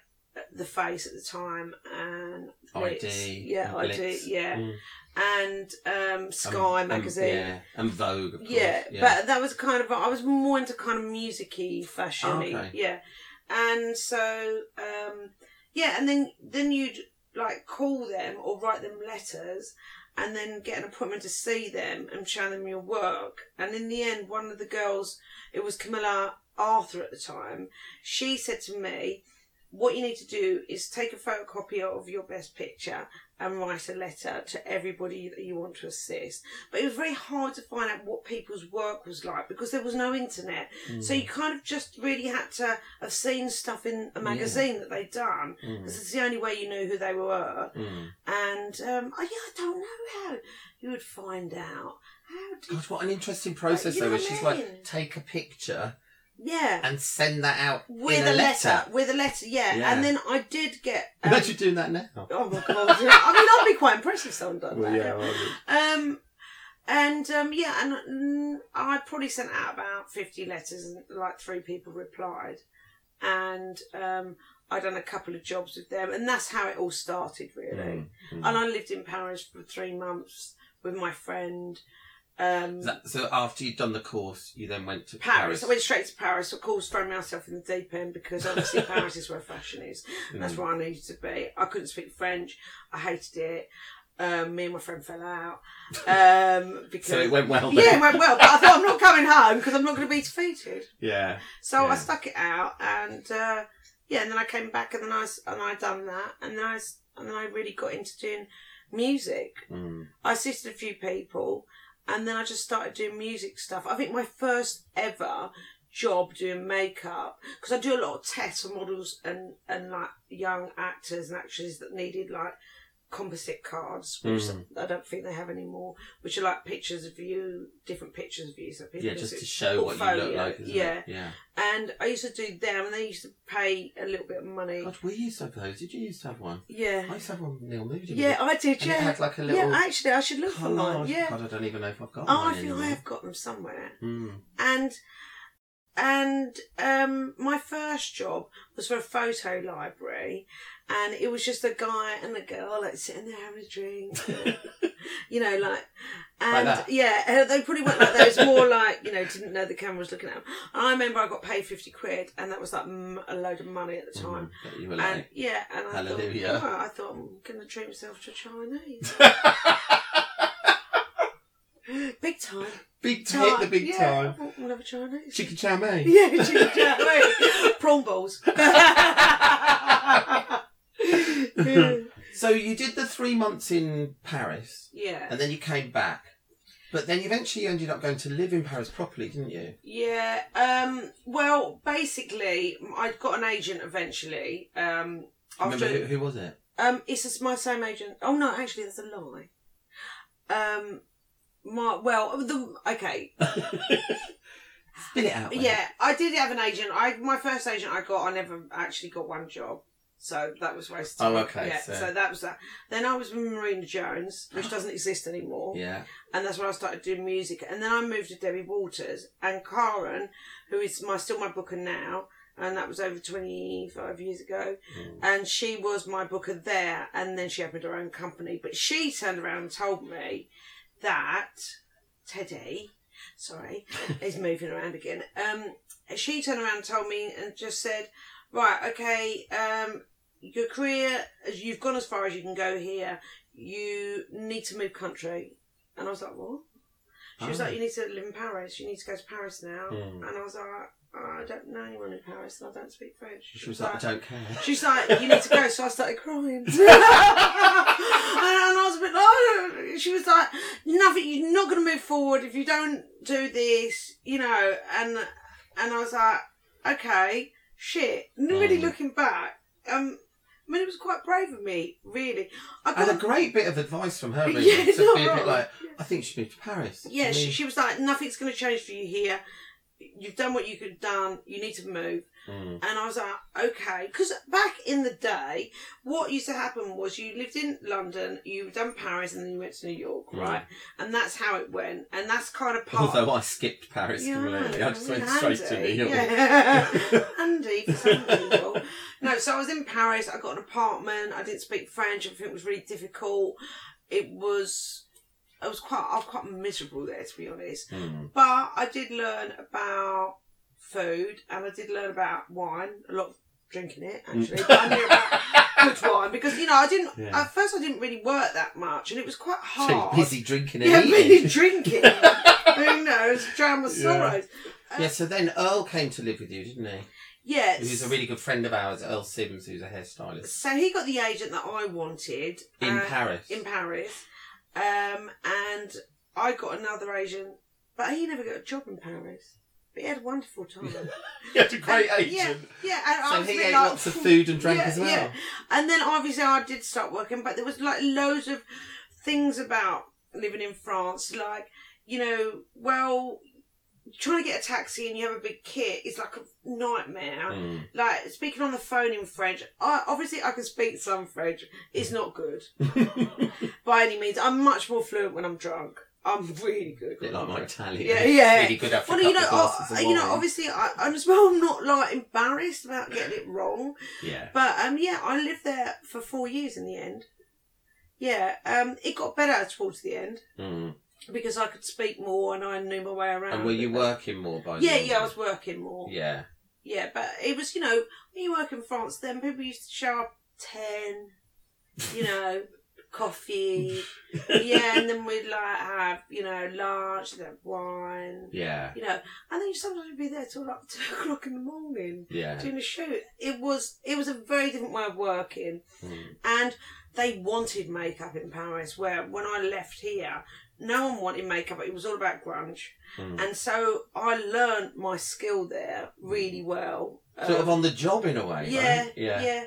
Speaker 2: the face at the time and Blitz.
Speaker 1: ID.
Speaker 2: Mm. Yeah,
Speaker 1: Blitz.
Speaker 2: ID, yeah.
Speaker 1: Mm.
Speaker 2: And um, Sky
Speaker 1: Um, um,
Speaker 2: magazine.
Speaker 1: yeah. And Vogue, of course.
Speaker 2: Yeah, but that was kind of I was more into kind of musicy fashion
Speaker 1: Oh, Okay.
Speaker 2: yeah. And so um yeah, and then then you'd like call them or write them letters and then get an appointment to see them and show them your work. And in the end one of the girls it was Camilla Arthur at the time, she said to me, What you need to do is take a photocopy of your best picture and write a letter to everybody that you want to assist. But it was very hard to find out what people's work was like because there was no internet. So
Speaker 1: Mm.
Speaker 2: you kind of just really had to have seen stuff in a magazine that they'd done.
Speaker 1: Mm.
Speaker 2: Because it's the only way you knew who they were.
Speaker 1: Mm.
Speaker 2: And um, oh, yeah, I don't know how you would find out. How did.
Speaker 1: God, what an interesting process
Speaker 2: You know
Speaker 1: though. where
Speaker 2: what I
Speaker 1: She's
Speaker 2: mean?
Speaker 1: like, take a picture
Speaker 2: Yeah.
Speaker 1: and send that out
Speaker 2: with
Speaker 1: in a, letter.
Speaker 2: With a letter, yeah.
Speaker 1: Yeah.
Speaker 2: And then I did get. um,
Speaker 1: Imagine doing that now.
Speaker 2: oh my god! I mean, I'd be quite impressed if someone done that. Um, and um, yeah, and mm, I probably sent out about fifty letters, and like three people replied, and um, I done a couple of jobs with them, and that's how it all started,
Speaker 3: Mm.
Speaker 2: really.
Speaker 1: Mm.
Speaker 2: And I lived in Paris for three months with my friend. Um,
Speaker 1: That- so after you'd done the course, you then went to
Speaker 2: Paris.
Speaker 1: Paris.
Speaker 2: I went straight to Paris, of course, throwing myself in the deep end because obviously Paris is where fashion is. And
Speaker 1: Mm.
Speaker 2: That's where I needed to be. I couldn't speak French. I hated it. Um, me and my friend fell out um, because
Speaker 1: so it went well. Then.
Speaker 2: yeah, it went well. But I thought I'm not coming home because I'm not going to be defeated.
Speaker 1: Yeah.
Speaker 2: So
Speaker 1: Yeah.
Speaker 2: I stuck it out, and uh, yeah, and then I came back, and then I s- and I done that, and then I s- and then I really got into doing music.
Speaker 1: Mm.
Speaker 2: I assisted a few people, and then I just started doing music stuff. I think my first ever job doing makeup because I do a lot of tests for models and and like young actors and actresses that needed like composite cards, which
Speaker 1: Mm.
Speaker 2: I don't think they have anymore, which are like pictures of you, different pictures of you, so people
Speaker 1: Yeah,
Speaker 2: can
Speaker 1: just
Speaker 2: see-
Speaker 1: to show what you look
Speaker 2: portfolio,
Speaker 1: like. isn't it?
Speaker 2: yeah.
Speaker 1: Yeah.
Speaker 2: And I used to do them, and they used to pay a little bit of money.
Speaker 1: God, we used to have those. Did you used to have one? I
Speaker 2: Yeah,
Speaker 1: used to have one with Neil Moody.
Speaker 2: yeah, I did.
Speaker 1: And it
Speaker 2: Yeah,
Speaker 1: had like a little
Speaker 2: yeah. Actually, I should look for
Speaker 1: collage.
Speaker 2: mine. Yeah.
Speaker 1: God, I don't even know if I've got
Speaker 2: Oh,
Speaker 1: mine
Speaker 2: I think
Speaker 1: anymore.
Speaker 3: Mm.
Speaker 2: I have got them somewhere.
Speaker 1: Mm.
Speaker 2: And and um, my first job was for a photo library, and it was just a guy and a girl like sitting there having a drink, you know, like and
Speaker 3: that?
Speaker 2: yeah, uh, they probably weren't like that. It was more like you know, didn't know the camera was looking at them. And I remember I got paid fifty quid, and that was like mm, a load of money at the time.
Speaker 3: Bet you were
Speaker 2: And
Speaker 3: like,
Speaker 2: yeah, and I
Speaker 3: Hallelujah.
Speaker 2: thought, well, I thought I'm gonna treat myself to Chinese, big time,
Speaker 3: big
Speaker 2: time,
Speaker 3: hit the big
Speaker 2: yeah, I
Speaker 3: time.
Speaker 2: thought, We'll have a Chinese.
Speaker 3: Chicken chow mein.
Speaker 2: Yeah, chicken chow mein. Prawn balls. yeah.
Speaker 1: So you did the three months in Paris, and then you came back, but then eventually you ended up going to live in Paris properly, didn't you?
Speaker 2: Yeah. Um, well, basically, I got an agent eventually. Um,
Speaker 1: Remember who,
Speaker 2: after,
Speaker 1: who was it?
Speaker 2: um, it's just my same agent. Oh, no, actually, that's a lie. Um, my, well, the, okay,
Speaker 1: Spit it out. Wayne.
Speaker 2: yeah, I did have an agent. I my first agent I got, I never actually got one job, so that was wasted.
Speaker 1: Oh, okay,
Speaker 2: Yeah,
Speaker 1: so-
Speaker 2: so. that was that. Then I was with Marina Jones, which doesn't exist anymore,
Speaker 1: Yeah.
Speaker 2: and that's when I started doing music. And then I moved to Debbie Waters and Karen, who is my still my booker now, and that was over twenty five years ago. And she was my booker there, and then she opened her own company. But she turned around and told me that Teddy, sorry, is moving around again. Um, she turned around and told me and just said, "Right, okay, um, your career, as you've gone as far as you can go here. You need to move country." And I was like, "What?" She was
Speaker 1: Oh.
Speaker 2: like, "You need to live in Paris. You need to go to Paris now."
Speaker 1: Hmm.
Speaker 2: And I was like, "Oh, "I don't know anyone in Paris, and I don't speak French."
Speaker 1: She was like, I don't care.
Speaker 2: She's like, you need to go. So I started crying. and I was a bit like, oh. she was like, nothing, you're not going to move forward if you don't do this, you know. And and I was like, okay, shit. And really
Speaker 1: Mm.
Speaker 2: looking back, um, I mean, it was quite brave of me, really. I
Speaker 1: And a
Speaker 2: got,
Speaker 1: great bit of advice from her, really,
Speaker 2: Yeah,
Speaker 1: to
Speaker 2: not
Speaker 1: be a bit
Speaker 2: wrong.
Speaker 1: like, I think she moved to Paris.
Speaker 2: yeah,
Speaker 1: I
Speaker 2: she,
Speaker 1: mean,
Speaker 2: she was like, nothing's going to change for you here. You've done what you could have done. You need to move.
Speaker 1: Mm.
Speaker 2: And I was like, okay, because back in the day, what used to happen was you lived in London, you done Paris, and then you went to New York, right?
Speaker 1: Right.
Speaker 2: And that's how it went, and that's kind of part.
Speaker 1: Although I skipped Paris
Speaker 2: Oh. Yeah,
Speaker 1: completely, I just went straight to New
Speaker 2: Andy,
Speaker 1: York.
Speaker 2: Yeah. Andy, for some people. No, so I was in Paris. I got an apartment. I didn't speak French. Everything was really difficult. It was, I was quite, I was quite miserable there, to be honest.
Speaker 1: Mm.
Speaker 2: But I did learn about food and I did learn about wine, a lot of drinking it actually. but I knew about good wine because, you know, I didn't,
Speaker 1: Mm. Yeah.
Speaker 2: at first I didn't really work that much and it was quite
Speaker 1: Too
Speaker 2: hard.
Speaker 1: busy Oh, drinking and
Speaker 2: Yeah,
Speaker 1: eating.
Speaker 2: busy drinking. Who knows? Drown my
Speaker 1: Yeah.
Speaker 2: sorrows.
Speaker 1: Yeah, so then Earl came to live with you, didn't he?
Speaker 2: Yes.
Speaker 1: Who's a really good friend of ours, Earl Sims, who's a hairstylist
Speaker 2: so he got the agent that I wanted
Speaker 1: in
Speaker 2: uh,
Speaker 1: Paris.
Speaker 2: in Paris, um, and I got another agent, but he never got a job in Paris. But he had a wonderful time.
Speaker 3: He had a great
Speaker 1: Um,
Speaker 2: And-
Speaker 3: agent.
Speaker 2: Yeah, yeah. And I
Speaker 1: so
Speaker 2: was
Speaker 1: he
Speaker 2: a bit
Speaker 1: ate
Speaker 2: like,
Speaker 1: lots of food and drank
Speaker 2: Yeah,
Speaker 1: as well.
Speaker 2: yeah. And then obviously I did start working, but there was like loads of things about living in France, like you know, well, trying to get a taxi and you have a big kit is like a nightmare.
Speaker 1: Mm.
Speaker 2: Like speaking on the phone in French, I, obviously I can speak some French. It's not good
Speaker 1: Mm.
Speaker 2: by any means. I'm much more fluent when I'm drunk. I'm really good.
Speaker 1: bit like my Italian.
Speaker 2: Yeah, yeah.
Speaker 1: Really good after
Speaker 2: Well,
Speaker 1: a
Speaker 2: you
Speaker 1: couple
Speaker 2: know,
Speaker 1: of
Speaker 2: I,
Speaker 1: glasses of
Speaker 2: you know,
Speaker 1: wine.
Speaker 2: obviously, I, I'm as well not like embarrassed about getting it wrong.
Speaker 1: Yeah.
Speaker 2: But um, yeah, I lived there for four years in the end. Yeah, um, it got better towards the end
Speaker 1: Mm.
Speaker 2: because I could speak more and I knew my way around.
Speaker 1: And were you
Speaker 2: But-
Speaker 1: working more by
Speaker 2: Yeah,
Speaker 1: then?
Speaker 2: yeah, I was working more. Yeah.
Speaker 1: Yeah.
Speaker 2: but it was you know when you work in France, then people used to show up ten, you know, coffee. Yeah, and then we'd like have you know lunch, then have wine.
Speaker 1: Yeah.
Speaker 2: You know, and then you sometimes would be there till like two o'clock in the morning
Speaker 1: Yeah.
Speaker 2: doing a shoot. It was it was a very different way of working.
Speaker 1: Mm.
Speaker 2: and they wanted makeup in Paris. Where when I left here, no one wanted makeup. It was all about grunge,
Speaker 1: Mm.
Speaker 2: and so I learned my skill there really well.
Speaker 1: Hmm. Sort of
Speaker 2: Um,
Speaker 1: on the job in a way.
Speaker 2: yeah,
Speaker 1: right?
Speaker 2: yeah,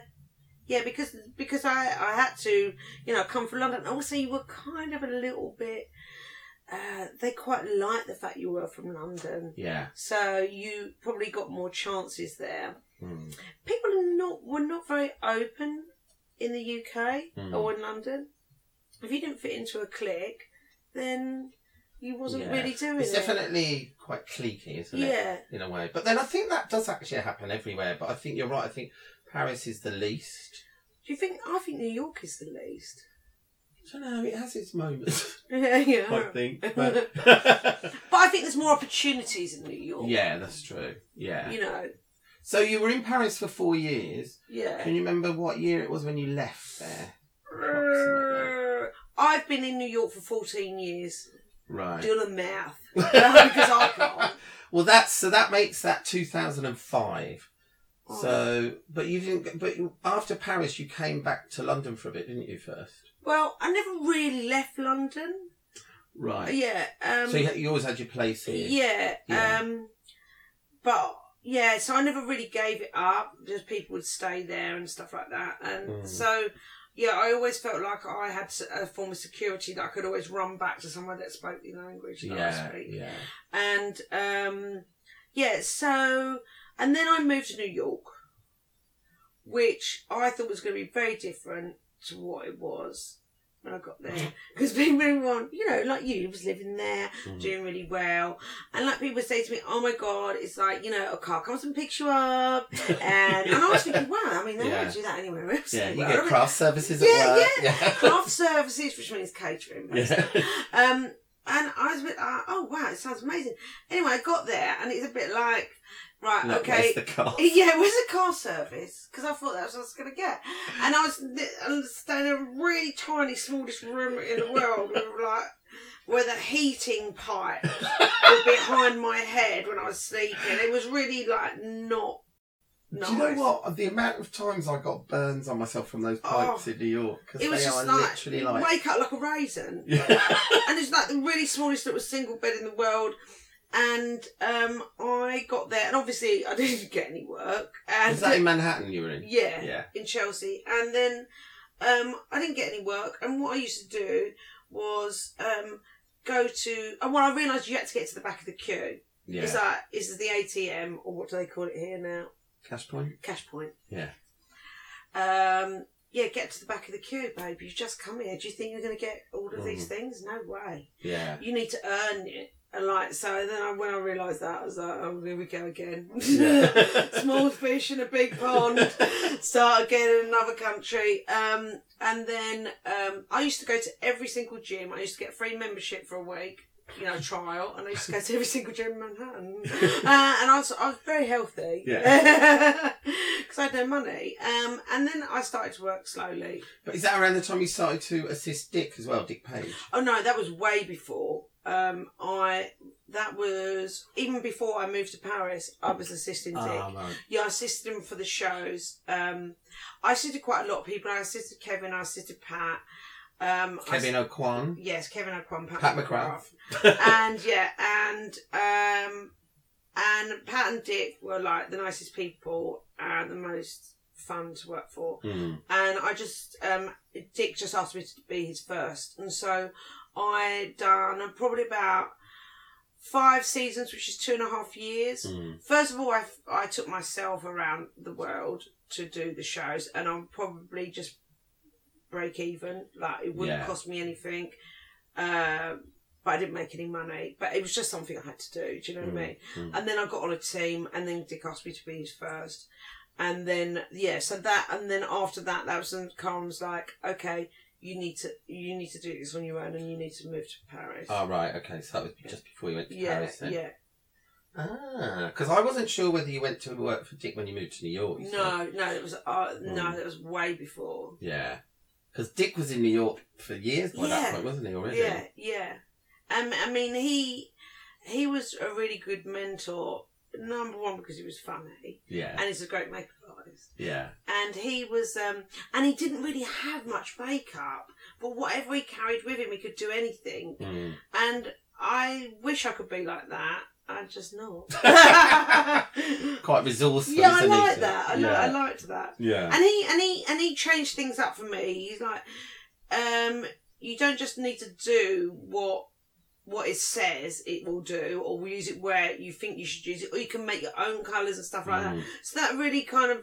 Speaker 2: yeah, because because I I had to you know come from London. Also, you were kind of a little bit. Uh, they quite liked the fact you were from London,
Speaker 1: Yeah.
Speaker 2: so you probably got more chances there
Speaker 1: Mm.
Speaker 2: people are not were not very open in the UK
Speaker 1: Mm.
Speaker 3: Hmm.
Speaker 2: or in London. If you didn't fit into a clique, then you wasn't
Speaker 3: Yeah.
Speaker 2: really doing
Speaker 3: It's
Speaker 2: it.
Speaker 3: definitely quite cliquey, isn't it?
Speaker 2: Yeah.
Speaker 3: In a way. But then I think that does actually happen everywhere. But I think you're right. I think Paris is the least.
Speaker 2: Do you think? I think New York is the least.
Speaker 3: I don't know. It has its moments.
Speaker 2: yeah, yeah.
Speaker 4: I think. But
Speaker 2: But I think there's more opportunities in New York.
Speaker 3: yeah, that's true. Yeah.
Speaker 2: You know.
Speaker 3: So you were in Paris for four years.
Speaker 2: Yeah.
Speaker 3: Can you remember what year it was when you left there? approximately.
Speaker 2: I've been in New York for 14 years.
Speaker 3: Right.
Speaker 2: Do the math. Because I can't.
Speaker 3: well, that's so that makes that 2005.
Speaker 2: Oh,
Speaker 3: So, but you didn't. But you- after Paris, you came back to London for a bit, didn't you? First,
Speaker 2: Well, I never really left London.
Speaker 3: right?
Speaker 2: Yeah. Um,
Speaker 3: so you, you always had your place here.
Speaker 2: yeah.
Speaker 3: Yeah.
Speaker 2: Um, but yeah, so I never really gave it up. Just people would stay there and stuff like that. And
Speaker 3: Mm.
Speaker 2: so, yeah, I always felt like I had s- a form of security that I could always run back to somewhere that spoke the language that I
Speaker 3: Yeah,
Speaker 2: speak.
Speaker 3: yeah.
Speaker 2: and um yeah so and then i moved to new york which i thought was going to be very different to what it was when i got there because people everyone you know like you was living there
Speaker 3: Mm.
Speaker 2: doing really well and like people say to me oh my god it's like you know a car comes and picks you up and, and i was thinking wow i mean they
Speaker 3: Yeah.
Speaker 2: don't do that anywhere else
Speaker 3: Yeah, you
Speaker 2: anywhere.
Speaker 3: get
Speaker 2: I mean,
Speaker 3: craft services
Speaker 2: Yeah,
Speaker 3: at work. Yeah,
Speaker 2: craft services which means catering basically.
Speaker 3: yeah.
Speaker 2: Um, and I was a bit like, oh wow, it sounds amazing. Anyway, I got there and it's a bit like, right,
Speaker 3: Like,
Speaker 2: okay.
Speaker 3: where's the car?
Speaker 2: yeah, where's the car service? Because I thought that's what I was going to get. And I was I was staying in a really tiny, smallest room in the world with like, with a heating pipe was behind my head when I was sleeping. It was really like not nice.
Speaker 3: Do you know what? The amount of times I got burns on myself from those pipes
Speaker 2: Oh.
Speaker 3: in New York because
Speaker 2: It was
Speaker 3: they
Speaker 2: just
Speaker 3: are
Speaker 2: like,
Speaker 3: literally like.
Speaker 2: wake up like a raisin. and it's like the really smallest little single bed in the world. And um, I got there, and obviously I didn't get any work. And
Speaker 3: Is that in Manhattan you were in?
Speaker 2: yeah,
Speaker 3: Yeah.
Speaker 2: in Chelsea. And then um, I didn't get any work. And what I used to do was um, go to. And when I realised you had to get to the back of the queue,
Speaker 3: Yeah.
Speaker 2: it's like is the ATM or what do they call it here now?
Speaker 3: Cash point?
Speaker 2: Cash point.
Speaker 3: Yeah.
Speaker 2: Um, yeah, get to the back of the queue, babe. You've just come here. Do you think you're going to get all of these
Speaker 3: Mhm.
Speaker 2: things? No way
Speaker 3: Yeah.
Speaker 2: you need to earn it. And like so, then I, when I realised that, I was like, "Oh, here we go again."
Speaker 3: Yeah.
Speaker 2: Small fish in a big pond. Start again in another country. Um, and then um, I used to go to every single gym. I used to get free membership for a week, you know, trial, and I used to go to every single gym in Manhattan. Uh, and I was, I was very healthy. Because I had no money. Um, and then I started to work slowly.
Speaker 3: But is that around the time you started to assist Dick as well, Dick Page?
Speaker 2: Oh no, that was way before. Um, I that was even before I moved to Paris. I was assisting Dick.
Speaker 3: Ah, right.
Speaker 2: yeah, I assisted him for the shows. Um, I assisted quite a lot of people. I assisted Kevin. I assisted Pat. Um, I
Speaker 3: Kevin
Speaker 2: ass-
Speaker 3: O'Quan.
Speaker 2: yes, Kevin O'Quan, Pat,
Speaker 3: Pat
Speaker 2: McGrath. and yeah, and um, and Pat and Dick were like the nicest people and the most fun to work for
Speaker 3: Mm.
Speaker 2: and I just um, Dick just asked me to be his first, and so I done probably about five seasons, which is two and a half years.
Speaker 3: Mm.
Speaker 2: First of all, I, I took myself around the world to do the shows, and I'll probably just break even. Like it wouldn't
Speaker 3: Yeah.
Speaker 2: cost me anything, uh, but I didn't make any money. But it was just something I had to do. Do you know what I mean?
Speaker 3: Mm.
Speaker 2: And then I got on a team, and then Dick asked me to be his first. And then yeah, so that and then after that, that was when Carm's like, okay, you need to you need to do this on your own, and you need to move to Paris.
Speaker 3: Oh, right, okay. So that was just before you went to
Speaker 2: yeah,
Speaker 3: Paris then?
Speaker 2: yeah.
Speaker 3: Ah, because I wasn't sure whether you went to work for Dick when you moved to New York. you see.
Speaker 2: No, no, it was uh, no,
Speaker 3: Mm.
Speaker 2: that was way before.
Speaker 3: Yeah. Because Dick was in New York for years by
Speaker 2: Yeah.
Speaker 3: that point, wasn't he already?
Speaker 2: Yeah, yeah. Um, I mean, he he was a really good mentor. Number one because he was funny,
Speaker 3: Yeah.
Speaker 2: and he's a great makeup artist.
Speaker 3: Yeah.
Speaker 2: And he was, um, and he didn't really have much makeup, but whatever he carried with him, he could do anything.
Speaker 3: Mm.
Speaker 2: And I wish I could be like that. I'm just not.
Speaker 3: Quite resourceful.
Speaker 2: yeah, I
Speaker 3: isn't he,
Speaker 2: like
Speaker 3: Dick?
Speaker 2: that. I, li-
Speaker 3: yeah.
Speaker 2: I liked that.
Speaker 3: yeah.
Speaker 2: and he and he and he changed things up for me. He's like, um, you don't just need to do what what it says it will do, or use it where you think you should use it, or you can make your own colours and stuff like that.
Speaker 3: Mm.
Speaker 2: So that really kind of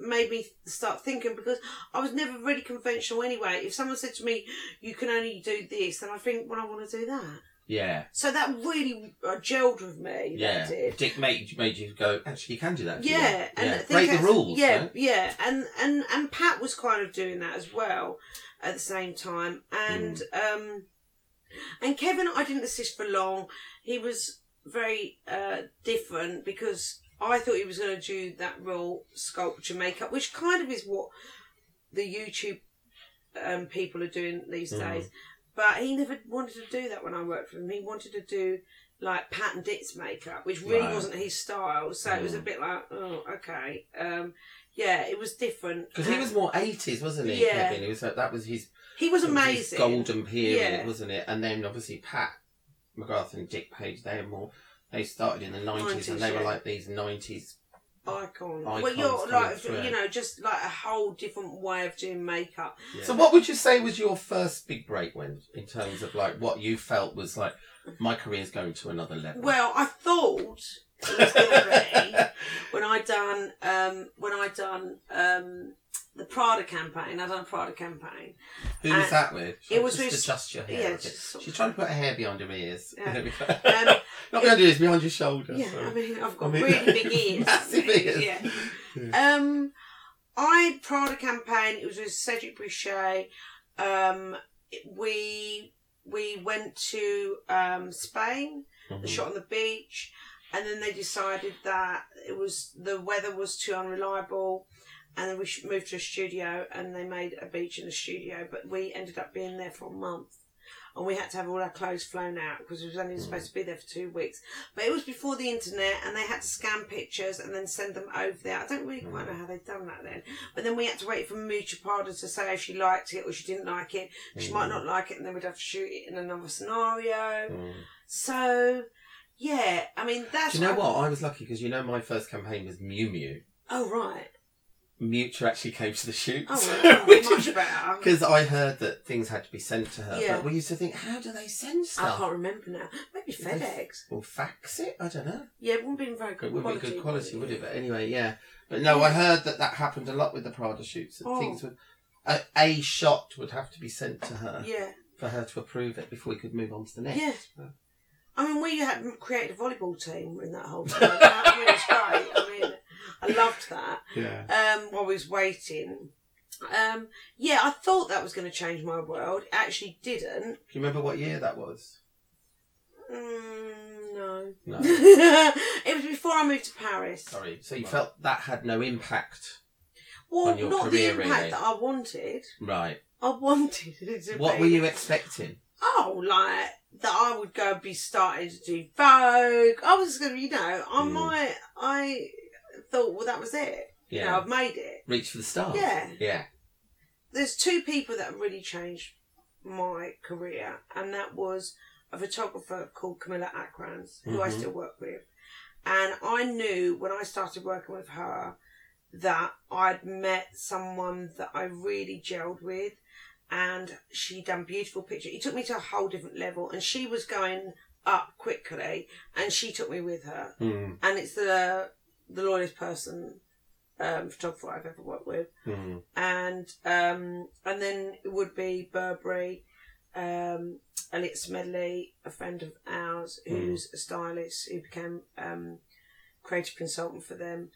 Speaker 2: made me start thinking because I was never really conventional anyway. If someone said to me, "You can only do this," then I think, "Well, I want to do that."
Speaker 3: Yeah.
Speaker 2: So that really uh, gelled with me.
Speaker 3: Yeah.
Speaker 2: That did.
Speaker 3: Dick made, made you go, actually, you can do that. if you
Speaker 2: Yeah,
Speaker 3: want."
Speaker 2: and I
Speaker 3: yeah.
Speaker 2: think
Speaker 3: Break the
Speaker 2: that's-
Speaker 3: rules.
Speaker 2: Yeah,
Speaker 3: though.
Speaker 2: yeah, and and and Pat was kind of doing that as well at the same time, and
Speaker 3: Hmm.
Speaker 2: um, and Kevin, I didn't assist for long. He was very uh different because I thought he was going to do that role sculpture makeup, which kind of is what the YouTube um people are doing these
Speaker 3: Mhm.
Speaker 2: days. But he never wanted to do that when I worked for him. He wanted to do like Pat and Ditz makeup, which really
Speaker 3: Right.
Speaker 2: wasn't his style. So it was a
Speaker 3: Mm.
Speaker 2: bit like, oh, okay. Um, yeah, it was different.
Speaker 3: Because he was more 80s, wasn't he?
Speaker 2: Yeah.
Speaker 3: Kevin? He was, like- that was his,
Speaker 2: He was
Speaker 3: that was his
Speaker 2: amazing.
Speaker 3: golden period,
Speaker 2: Yeah.
Speaker 3: wasn't it? And then obviously Pat McGrath and Dick Page, they were more, they started in the 90s,
Speaker 2: 90s,
Speaker 3: and they
Speaker 2: yeah.
Speaker 3: were like these 90s.
Speaker 2: Icon. well,
Speaker 3: Icons
Speaker 2: you're
Speaker 3: coming
Speaker 2: like,
Speaker 3: through.
Speaker 2: you know, just like a whole different way of doing makeup.
Speaker 3: Yeah. So what would you say was your first big break when, in terms of like what you felt was like, my career's going to another level?
Speaker 2: Well, I thought it was going to be when I done um, when I done um, the Prada campaign. I done a Prada campaign.
Speaker 3: Who was that with?
Speaker 2: it was
Speaker 3: just
Speaker 2: with-
Speaker 3: adjust your hair.
Speaker 2: yeah,
Speaker 3: a bit.
Speaker 2: just sort
Speaker 3: She's
Speaker 2: of-
Speaker 3: trying to put her hair behind her ears.
Speaker 2: Yeah.
Speaker 3: There we go.
Speaker 2: Um,
Speaker 3: Not behind your ears, behind your shoulder.
Speaker 2: Yeah,
Speaker 3: sorry.
Speaker 2: I mean, I've got
Speaker 3: I mean,
Speaker 2: really big ears.
Speaker 3: massive ears.
Speaker 2: Yeah. Um, I Prada campaign. It was with Cedric Brichet. Um, it- we we went to um, Spain.
Speaker 3: Mhm.
Speaker 2: The shot on the beach, and then they decided that it was the weather was too unreliable, and then we sh- moved to a studio, and they made a beach in the studio. But we ended up being there for a month. And we had to have all our clothes flown out because we was only supposed to be there for two weeks. But it was before the internet, and they had to scan pictures and then send them over there. I don't really quite know how they'd done that then. But then we had to wait for Mucha Parda to say if she liked it or she didn't like it. She might not like it, and then we'd have to shoot it in another scenario.
Speaker 3: Mm.
Speaker 2: So, yeah, I mean that's.
Speaker 3: Do you know what? I was lucky because you know my first campaign was Mew Mew.
Speaker 2: Oh right.
Speaker 3: Mutra actually came to the shoots.
Speaker 2: Oh, well,
Speaker 3: which
Speaker 2: much
Speaker 3: is-
Speaker 2: better.
Speaker 3: Because I heard that things had to be sent to her,
Speaker 2: Yeah.
Speaker 3: but we used to think, how do they send
Speaker 2: I
Speaker 3: stuff?
Speaker 2: can't remember now. Maybe
Speaker 3: Did they-
Speaker 2: FedEx.
Speaker 3: Or fax it? I don't know.
Speaker 2: Yeah, it wouldn't be in very
Speaker 3: It
Speaker 2: good
Speaker 3: wouldn't
Speaker 2: quality.
Speaker 3: be good quality, would it? But anyway, yeah. But no, I heard that that happened a lot with the Prada shoots. That
Speaker 2: Oh.
Speaker 3: things would, a, a shot would have to be sent to her
Speaker 2: Yeah,
Speaker 3: for her to approve it before we could move on to the next.
Speaker 2: Yeah.
Speaker 3: But-
Speaker 2: I mean we had created a volleyball team in that whole time. that really was great. I mean, I loved that.
Speaker 3: yeah.
Speaker 2: um, while we was waiting. Um, yeah, I thought that was going to change my world. It actually didn't.
Speaker 3: Do you remember what year that was?
Speaker 2: Mm, no.
Speaker 3: No.
Speaker 2: it was before I moved to Paris.
Speaker 3: Sorry. So you felt that had no impact,
Speaker 2: Well,
Speaker 3: On your
Speaker 2: not
Speaker 3: career,
Speaker 2: the impact
Speaker 3: really.
Speaker 2: that I wanted.
Speaker 3: right?
Speaker 2: I wanted it to
Speaker 3: What
Speaker 2: be-
Speaker 3: were you expecting?
Speaker 2: Oh, like that I would go be starting to do Vogue. I was going to, you know, I
Speaker 3: Mm.
Speaker 2: might, I thought, well, that was it. You know,
Speaker 3: Yeah.
Speaker 2: I've made it.
Speaker 3: Reach for the stars.
Speaker 2: Yeah.
Speaker 3: Yeah.
Speaker 2: there's two people that really changed my career, and that was a photographer called Camilla Akrans, who I
Speaker 3: Mhm.
Speaker 2: still work with. And I knew when I started working with her that I'd met someone that I really gelled with, and she done beautiful pictures. It took me to a whole different level, and she was going up quickly, and she took me with her
Speaker 3: Mm,
Speaker 2: and it's the the loyalest person um, photographer I've ever worked with,
Speaker 3: mm,
Speaker 2: and um, and then it would be Burberry, um, Elliot Smedley, a friend of ours
Speaker 3: Hmm.
Speaker 2: who's a stylist who became um, creative consultant for them,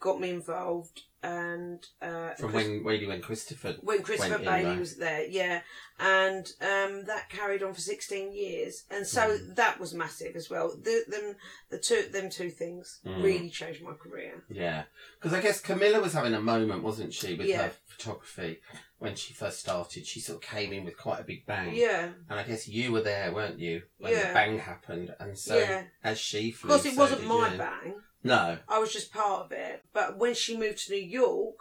Speaker 2: got me involved, and uh,
Speaker 3: From
Speaker 2: Chris-
Speaker 3: when Wady when Christopher.
Speaker 2: when Christopher
Speaker 3: went in
Speaker 2: Bailey
Speaker 3: there.
Speaker 2: was there, yeah, and um, that carried on for sixteen years, and so
Speaker 3: Hmm.
Speaker 2: that was massive as well. The, them, the two, them two things
Speaker 3: Mm.
Speaker 2: really changed my career.
Speaker 3: Yeah. Because I guess Camilla was having a moment, wasn't she, with
Speaker 2: Yeah.
Speaker 3: her photography when she first started? She sort of came in with quite a big bang.
Speaker 2: Yeah,
Speaker 3: And I guess you were there, weren't you, when
Speaker 2: Yeah.
Speaker 3: the bang happened? And so
Speaker 2: Yeah.
Speaker 3: as she
Speaker 2: of
Speaker 3: flew.
Speaker 2: course, it
Speaker 3: so
Speaker 2: wasn't
Speaker 3: did
Speaker 2: my
Speaker 3: you.
Speaker 2: bang;
Speaker 3: No.
Speaker 2: I was just part of it. But when she moved to New York,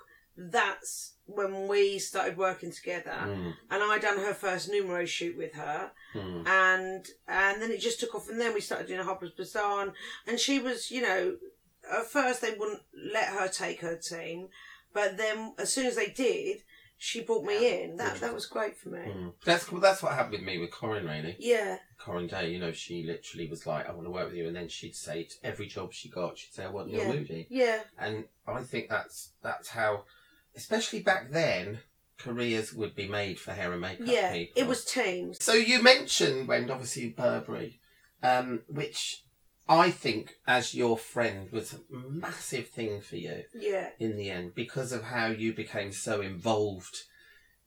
Speaker 2: that's when we started working together,
Speaker 3: Mm,
Speaker 2: and I done her first numero shoot with her.
Speaker 3: mm,
Speaker 2: and and then it just took off and then we started doing Harper's Bazaar and, and she was you know at first they wouldn't let her take her team but then as soon as they did she brought me in that that was great for me
Speaker 3: mm. That's well, that's what happened with me with Corin, really.
Speaker 2: yeah
Speaker 3: Corin Day, you know, she literally was like, "I want to work with you," and then she'd say to every job she got, she'd say, "I want Neil
Speaker 2: Yeah.
Speaker 3: Moody,"
Speaker 2: yeah
Speaker 3: and I think that's that's how, especially back then, careers would be made for hair and makeup
Speaker 2: yeah,
Speaker 3: people.
Speaker 2: it was teams.
Speaker 3: So you mentioned when obviously Burberry, um, which I think as your friend was a massive thing for you
Speaker 2: Yeah,
Speaker 3: in the end because of how you became so involved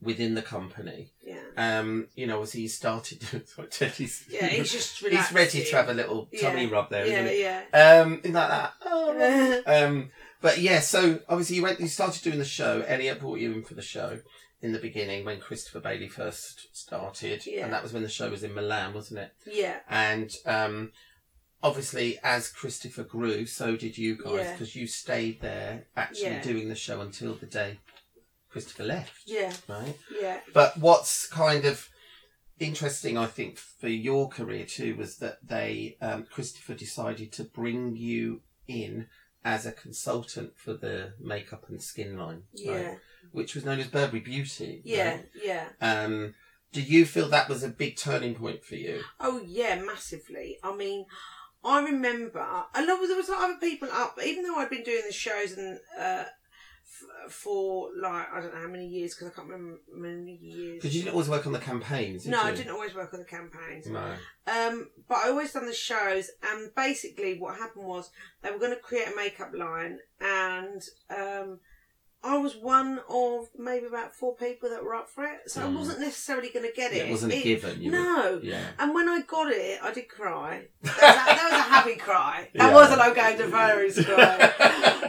Speaker 3: within the company.
Speaker 2: yeah.
Speaker 3: Um, you know, obviously you started doing what Teddy's
Speaker 2: Yeah, he's just
Speaker 3: he's ready to have a
Speaker 2: relaxing.
Speaker 3: little
Speaker 2: Yeah.
Speaker 3: tummy rub there,
Speaker 2: Yeah,
Speaker 3: not he?
Speaker 2: yeah.
Speaker 3: Um, things like that. Oh, um, but yeah, so obviously you went, you started doing the show. Elliot brought you in for the show in the beginning when Christopher Bailey first started,
Speaker 2: Yeah.
Speaker 3: and that was when the show was in Milan, wasn't it?
Speaker 2: yeah,
Speaker 3: And um, obviously, as Christopher grew, so did you guys
Speaker 2: Yeah.
Speaker 3: because you stayed there actually
Speaker 2: Yeah.
Speaker 3: doing the show until the day Christopher left,
Speaker 2: yeah,
Speaker 3: right?
Speaker 2: yeah.
Speaker 3: But what's kind of interesting, I think, for your career too, was that they um, Christopher decided to bring you in as a consultant for the makeup and skin line,
Speaker 2: Yeah,
Speaker 3: right? which was known as Burberry Beauty.
Speaker 2: yeah,
Speaker 3: right?
Speaker 2: yeah.
Speaker 3: Um, do you feel that was a big turning point for you?
Speaker 2: Oh yeah, massively. I mean, I remember I love there was other people up, even though I'd been doing the shows and uh, f- for like I don't know how many years because I can't remember how many years.
Speaker 3: Because you didn't always work on the campaigns. Did
Speaker 2: no,
Speaker 3: you?
Speaker 2: I didn't always work on the campaigns.
Speaker 3: No.
Speaker 2: Um, but I always done the shows, and basically what happened was they were going to create a makeup line, and um, I was one of maybe about four people that were up for it, so I
Speaker 3: Mm.
Speaker 2: wasn't necessarily going to get it.
Speaker 3: It wasn't a given. You
Speaker 2: No.
Speaker 3: Were, yeah.
Speaker 2: And when I got it, I did cry. That was a, that was a happy cry. That
Speaker 3: Yeah.
Speaker 2: wasn't I'm going to virus cry.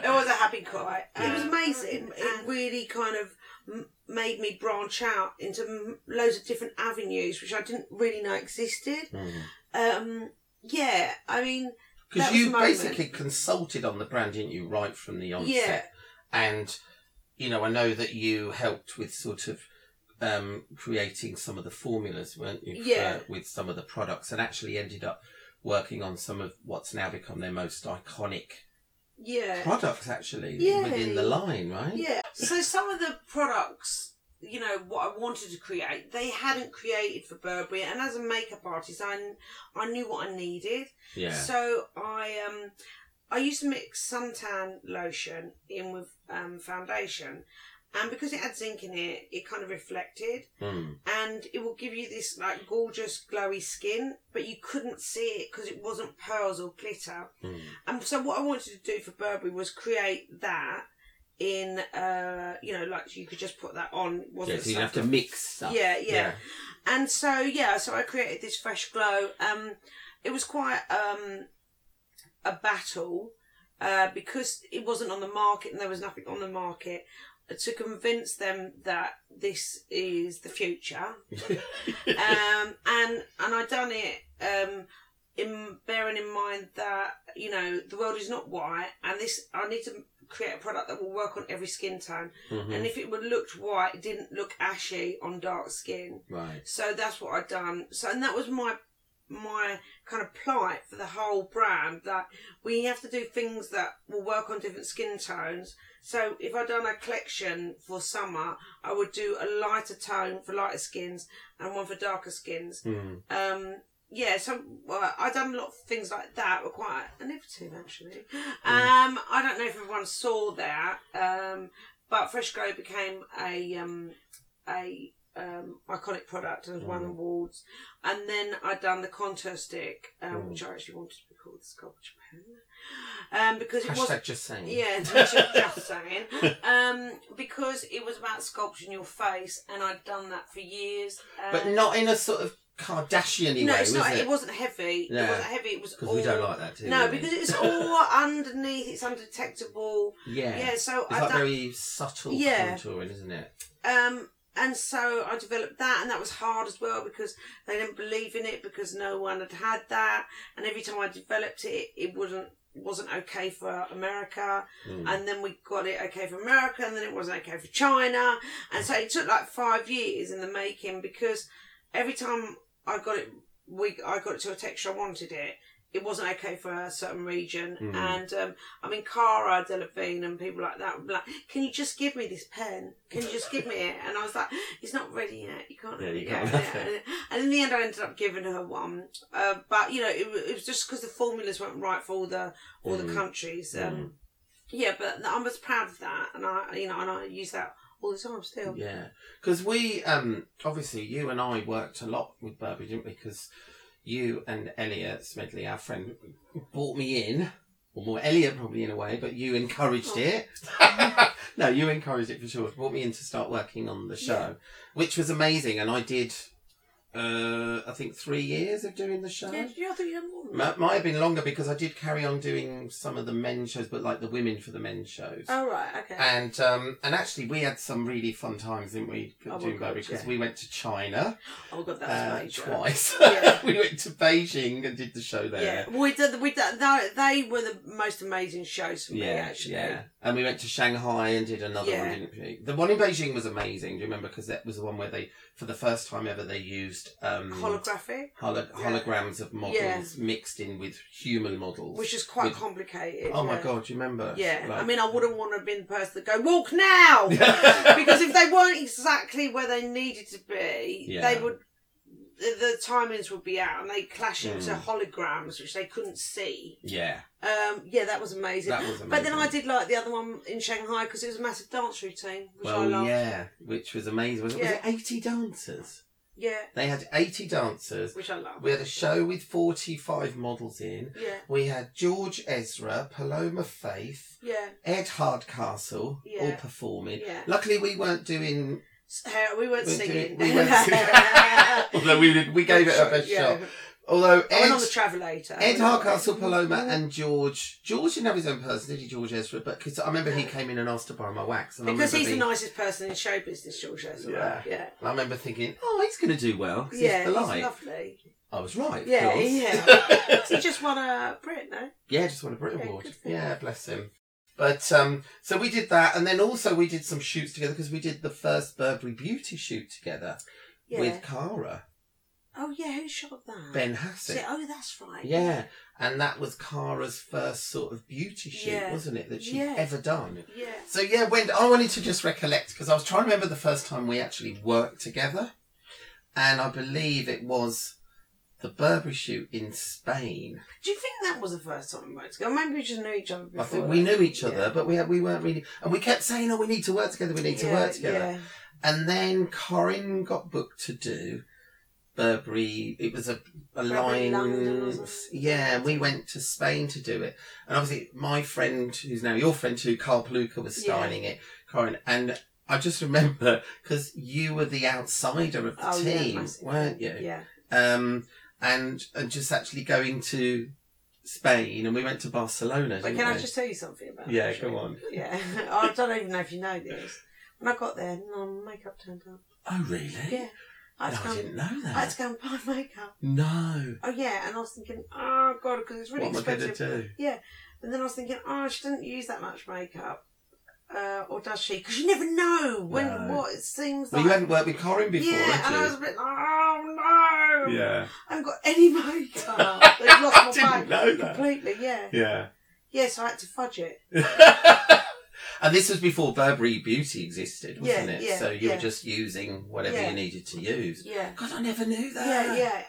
Speaker 2: it was a happy cry. And It was
Speaker 3: Yeah.
Speaker 2: amazing. It really kind of m- made me branch out into m- loads of different avenues, which I didn't really know existed.
Speaker 3: Hmm.
Speaker 2: Um, yeah, I mean,
Speaker 3: Because
Speaker 2: That was
Speaker 3: you
Speaker 2: the moment.
Speaker 3: basically consulted on the brand, didn't you, right from the onset?
Speaker 2: Yeah.
Speaker 3: And, you know, I know that you helped with sort of um, creating some of the formulas, weren't you? for-
Speaker 2: Yeah.
Speaker 3: with some of the products and actually ended up working on some of what's now become their most iconic
Speaker 2: yeah.
Speaker 3: products, actually,
Speaker 2: Yay.
Speaker 3: within the line, right?
Speaker 2: Uh, Yeah. So some of the products, you know, what I wanted to create, they hadn't created for Burberry, and as a makeup artist, I, I knew what I needed.
Speaker 3: Yeah.
Speaker 2: So I um I used to mix suntan lotion in with um, foundation, and because it had zinc in it, it kind of reflected,
Speaker 3: Mm.
Speaker 2: and it will give you this like gorgeous glowy skin, but you couldn't see it because it wasn't pearls or glitter.
Speaker 3: Mm.
Speaker 2: And so what I wanted to do for Burberry was create that in uh you know like you could just put that on. It
Speaker 3: Yeah,
Speaker 2: wasn't
Speaker 3: so you have to
Speaker 2: suntan.
Speaker 3: mix stuff.
Speaker 2: Yeah, yeah. And so yeah, so I created this fresh glow. Um, it was quite um, a battle uh, because it wasn't on the market and there was nothing on the market uh, to convince them that this is the future. um, and and I done it. Um, in bearing in mind that you know the world is not white, and this I need to create a product that will work on every skin tone.
Speaker 3: Mhm.
Speaker 2: And if it would looked white, it didn't look ashy on dark skin.
Speaker 3: Mm-hmm. Right.
Speaker 2: So that's what I'd done. So and that was my my kind of plight for the whole brand that we have to do things that will work on different skin tones. So if I'd done a collection for summer, I would do a lighter tone for lighter skins and one for darker skins.
Speaker 3: Mm.
Speaker 2: Um yeah, so well, I've done a lot of things like that. Were quite innovative, actually. Um, I don't know if everyone saw that, um, but Fresh Glow became a um, a um, iconic product and has won
Speaker 3: Mm.
Speaker 2: awards. And then I'd done the contour stick, um,
Speaker 3: Mm.
Speaker 2: which I actually wanted to be called the sculpture pen, um, because it was
Speaker 3: Hashtag just saying.
Speaker 2: yeah, Tasha just saying. Um, because it was about sculpting your face, and I'd done that for years. Um,
Speaker 3: But not in a sort of Kardashian way,
Speaker 2: no, it's
Speaker 3: was
Speaker 2: not. It?
Speaker 3: it?
Speaker 2: wasn't heavy.
Speaker 3: No.
Speaker 2: It wasn't heavy. It was
Speaker 3: Because we don't
Speaker 2: all-
Speaker 3: like that, do
Speaker 2: no,
Speaker 3: we?
Speaker 2: because it's all underneath. It's undetectable.
Speaker 3: yeah.
Speaker 2: Yeah. so
Speaker 3: It's
Speaker 2: I
Speaker 3: like
Speaker 2: done-
Speaker 3: very subtle
Speaker 2: Yeah.
Speaker 3: contouring, isn't it?
Speaker 2: um, and so I developed that, and that was hard as well because they didn't believe in it because no one had had that, and every time I developed it, it wouldn't wasn't okay for America,
Speaker 3: Mm.
Speaker 2: and then we got it okay for America, and then it wasn't okay for China, and so it took like five years in the making because every time I got it, we I got it to a texture I wanted it. It wasn't okay for a certain region,
Speaker 3: Mm.
Speaker 2: and um, I mean Cara Delevingne and people like that. Were like, can you just give me this pen? Can you just give me it? And I was like, it's not ready yet. You can't.
Speaker 3: Yeah,
Speaker 2: have
Speaker 3: you
Speaker 2: it
Speaker 3: can't
Speaker 2: yet."
Speaker 3: have it.
Speaker 2: And in the end, I ended up giving her one. Uh, but you know, it, wa- it was just because the formulas weren't right for all the all
Speaker 3: Mm.
Speaker 2: the countries. Um,
Speaker 3: Mm.
Speaker 2: Yeah, but I was proud of that, and I you know, and I use that all the time still.
Speaker 3: Mm. Yeah, because we um obviously you and I worked a lot with Burberry, didn't we? Because you and Elliot Smedley, our friend, brought me in, or more Elliot probably in a way, but you encouraged
Speaker 2: Oh.
Speaker 3: it. no, you encouraged it for sure. Brought me in to start working on the show, which was amazing, and I did. Uh, I think three years of doing the show.
Speaker 2: Yeah, yeah I thought you had more than that.
Speaker 3: M- Might have been longer because I did carry on doing some of the men's shows, but like the women for the men's shows.
Speaker 2: Oh, right, okay.
Speaker 3: And um, and actually, we had some really fun times, didn't we?
Speaker 2: Oh, my
Speaker 3: doing
Speaker 2: God,
Speaker 3: Burberry because
Speaker 2: yeah.
Speaker 3: we went to China
Speaker 2: oh, God,
Speaker 3: uh,
Speaker 2: that's major.
Speaker 3: twice.
Speaker 2: Yeah.
Speaker 3: we went to Beijing and did the show there.
Speaker 2: Yeah, we did. We did. They, they were the most amazing shows for me, actually.
Speaker 3: yeah. And we went to Shanghai and did another
Speaker 2: Yeah.
Speaker 3: one, didn't we? The one in Beijing was amazing. Do you remember? Because that was the one where they, for the first time ever, they used um,
Speaker 2: Holographic,
Speaker 3: holo- holograms of models
Speaker 2: Yeah.
Speaker 3: mixed in with human models.
Speaker 2: which is quite
Speaker 3: With-
Speaker 2: complicated.
Speaker 3: Oh my
Speaker 2: yeah.
Speaker 3: god! Do you remember?
Speaker 2: Yeah, I
Speaker 3: Like- Mm.
Speaker 2: mean, I wouldn't want to have been the person that go walk now because if they weren't exactly where they needed to be,
Speaker 3: Yeah.
Speaker 2: they would the, the timings would be out and they clash into
Speaker 3: Mm.
Speaker 2: holograms which they couldn't see.
Speaker 3: Yeah,
Speaker 2: Um, yeah, that was amazing.
Speaker 3: that was amazing.
Speaker 2: But then I did like the other one in Shanghai because it was a massive dance routine, which I
Speaker 3: Well,
Speaker 2: loved. Yeah.
Speaker 3: yeah, which was amazing. Was it, was
Speaker 2: Yeah.
Speaker 3: it 80 dancers? They had 80 dancers.
Speaker 2: which I loved.
Speaker 3: We had a show with 45 models in.
Speaker 2: Yeah,
Speaker 3: We had George Ezra, Paloma Faith,
Speaker 2: yeah,
Speaker 3: Ed Hardcastle all
Speaker 2: Yeah.
Speaker 3: performing.
Speaker 2: yeah.
Speaker 3: Luckily, we weren't doing.
Speaker 2: S- hair- we weren't
Speaker 3: we weren't
Speaker 2: singing.
Speaker 3: doing- we weren't singing. Although we did, we gave it our best
Speaker 2: Yeah.
Speaker 3: shot. Although
Speaker 2: I went on
Speaker 3: Ed,
Speaker 2: the travelator.
Speaker 3: Ed Hardcastle, Paloma, and George. George didn't have his own person, did he? George Ezra, but because I remember he came in and asked to borrow my wax, and I
Speaker 2: Because
Speaker 3: remember
Speaker 2: he's the
Speaker 3: being-
Speaker 2: nicest person in show business, George Ezra.
Speaker 3: Yeah.
Speaker 2: Yeah. Yeah.
Speaker 3: And I remember thinking, oh, he's going to do well because
Speaker 2: Yeah,
Speaker 3: he's
Speaker 2: he's
Speaker 3: polite.
Speaker 2: lovely.
Speaker 3: I was right. of
Speaker 2: Yeah,
Speaker 3: course.
Speaker 2: yeah. he just won a Brit, no?
Speaker 3: yeah, just won a Brit
Speaker 2: Yeah,
Speaker 3: Award.
Speaker 2: good for
Speaker 3: Yeah, bless him. But um, so we did that, and then also we did some shoots together because we did the first Burberry beauty shoot together
Speaker 2: Yeah.
Speaker 3: with Cara
Speaker 2: oh yeah, who shot that?
Speaker 3: Ben
Speaker 2: Is
Speaker 3: Hassett.
Speaker 2: it- Oh, that's right.
Speaker 3: Yeah, and that was Cara's first sort of beauty shoot,
Speaker 2: Yeah.
Speaker 3: wasn't it, that she'd
Speaker 2: Yeah.
Speaker 3: ever done?
Speaker 2: Yeah.
Speaker 3: So yeah, when I wanted to just recollect because I was trying to remember the first time we actually worked together, and I believe it was the Burberry shoot in Spain.
Speaker 2: Do you think that was the first time we worked together? Maybe we just knew each other before.
Speaker 3: I think we knew each
Speaker 2: Yeah.
Speaker 3: other, but we had, we weren't really, and we kept saying, "Oh, we need to work together. We need to
Speaker 2: Yeah,
Speaker 3: work together."
Speaker 2: Yeah.
Speaker 3: And then Corin got booked to do Burberry. It was a, a
Speaker 2: Burberry London or
Speaker 3: line.
Speaker 2: something.
Speaker 3: Yeah, and we went to Spain to do it. And obviously, my friend, who's now your friend too, Carl Paluca, was
Speaker 2: Yeah.
Speaker 3: styling it, Corin. And I just remember because you were the outsider of the
Speaker 2: Oh, yeah,
Speaker 3: team,
Speaker 2: massive.
Speaker 3: weren't you?
Speaker 2: Yeah.
Speaker 3: Um, and, and just actually going to Spain, and we went to Barcelona.
Speaker 2: But
Speaker 3: didn't
Speaker 2: can I
Speaker 3: we?
Speaker 2: just tell you something about
Speaker 3: Yeah,
Speaker 2: that?
Speaker 3: go on.
Speaker 2: Yeah. I don't even know if you know this. When I got there, no makeup turned up.
Speaker 3: Oh, really?
Speaker 2: Yeah. I had,
Speaker 3: No,
Speaker 2: to go
Speaker 3: I
Speaker 2: and,
Speaker 3: didn't know
Speaker 2: I
Speaker 3: that.
Speaker 2: had to go and buy makeup.
Speaker 3: No.
Speaker 2: Oh yeah, and I was thinking, oh god, because it's really
Speaker 3: what am I
Speaker 2: expensive.
Speaker 3: going to do?
Speaker 2: And then I was thinking, oh, she doesn't use that much makeup. Uh, or does she? Because you never know when
Speaker 3: No.
Speaker 2: what it seems
Speaker 3: Well,
Speaker 2: like.
Speaker 3: you hadn't worked with Corin before,
Speaker 2: yeah, and I was
Speaker 3: had
Speaker 2: a bit like, oh
Speaker 3: you?
Speaker 2: no,
Speaker 3: Yeah.
Speaker 2: I haven't got any makeup. They've
Speaker 3: I
Speaker 2: lost my
Speaker 3: didn't
Speaker 2: bag
Speaker 3: know that.
Speaker 2: completely. Yeah,
Speaker 3: Yeah.
Speaker 2: yeah. So I had to fudge it.
Speaker 3: and this was before Burberry Beauty existed, wasn't
Speaker 2: Yeah,
Speaker 3: it?
Speaker 2: yeah,
Speaker 3: so you
Speaker 2: yeah.
Speaker 3: were just using whatever
Speaker 2: Yeah.
Speaker 3: you needed to use.
Speaker 2: Yeah,
Speaker 3: God, I never knew that.
Speaker 2: yeah, yeah.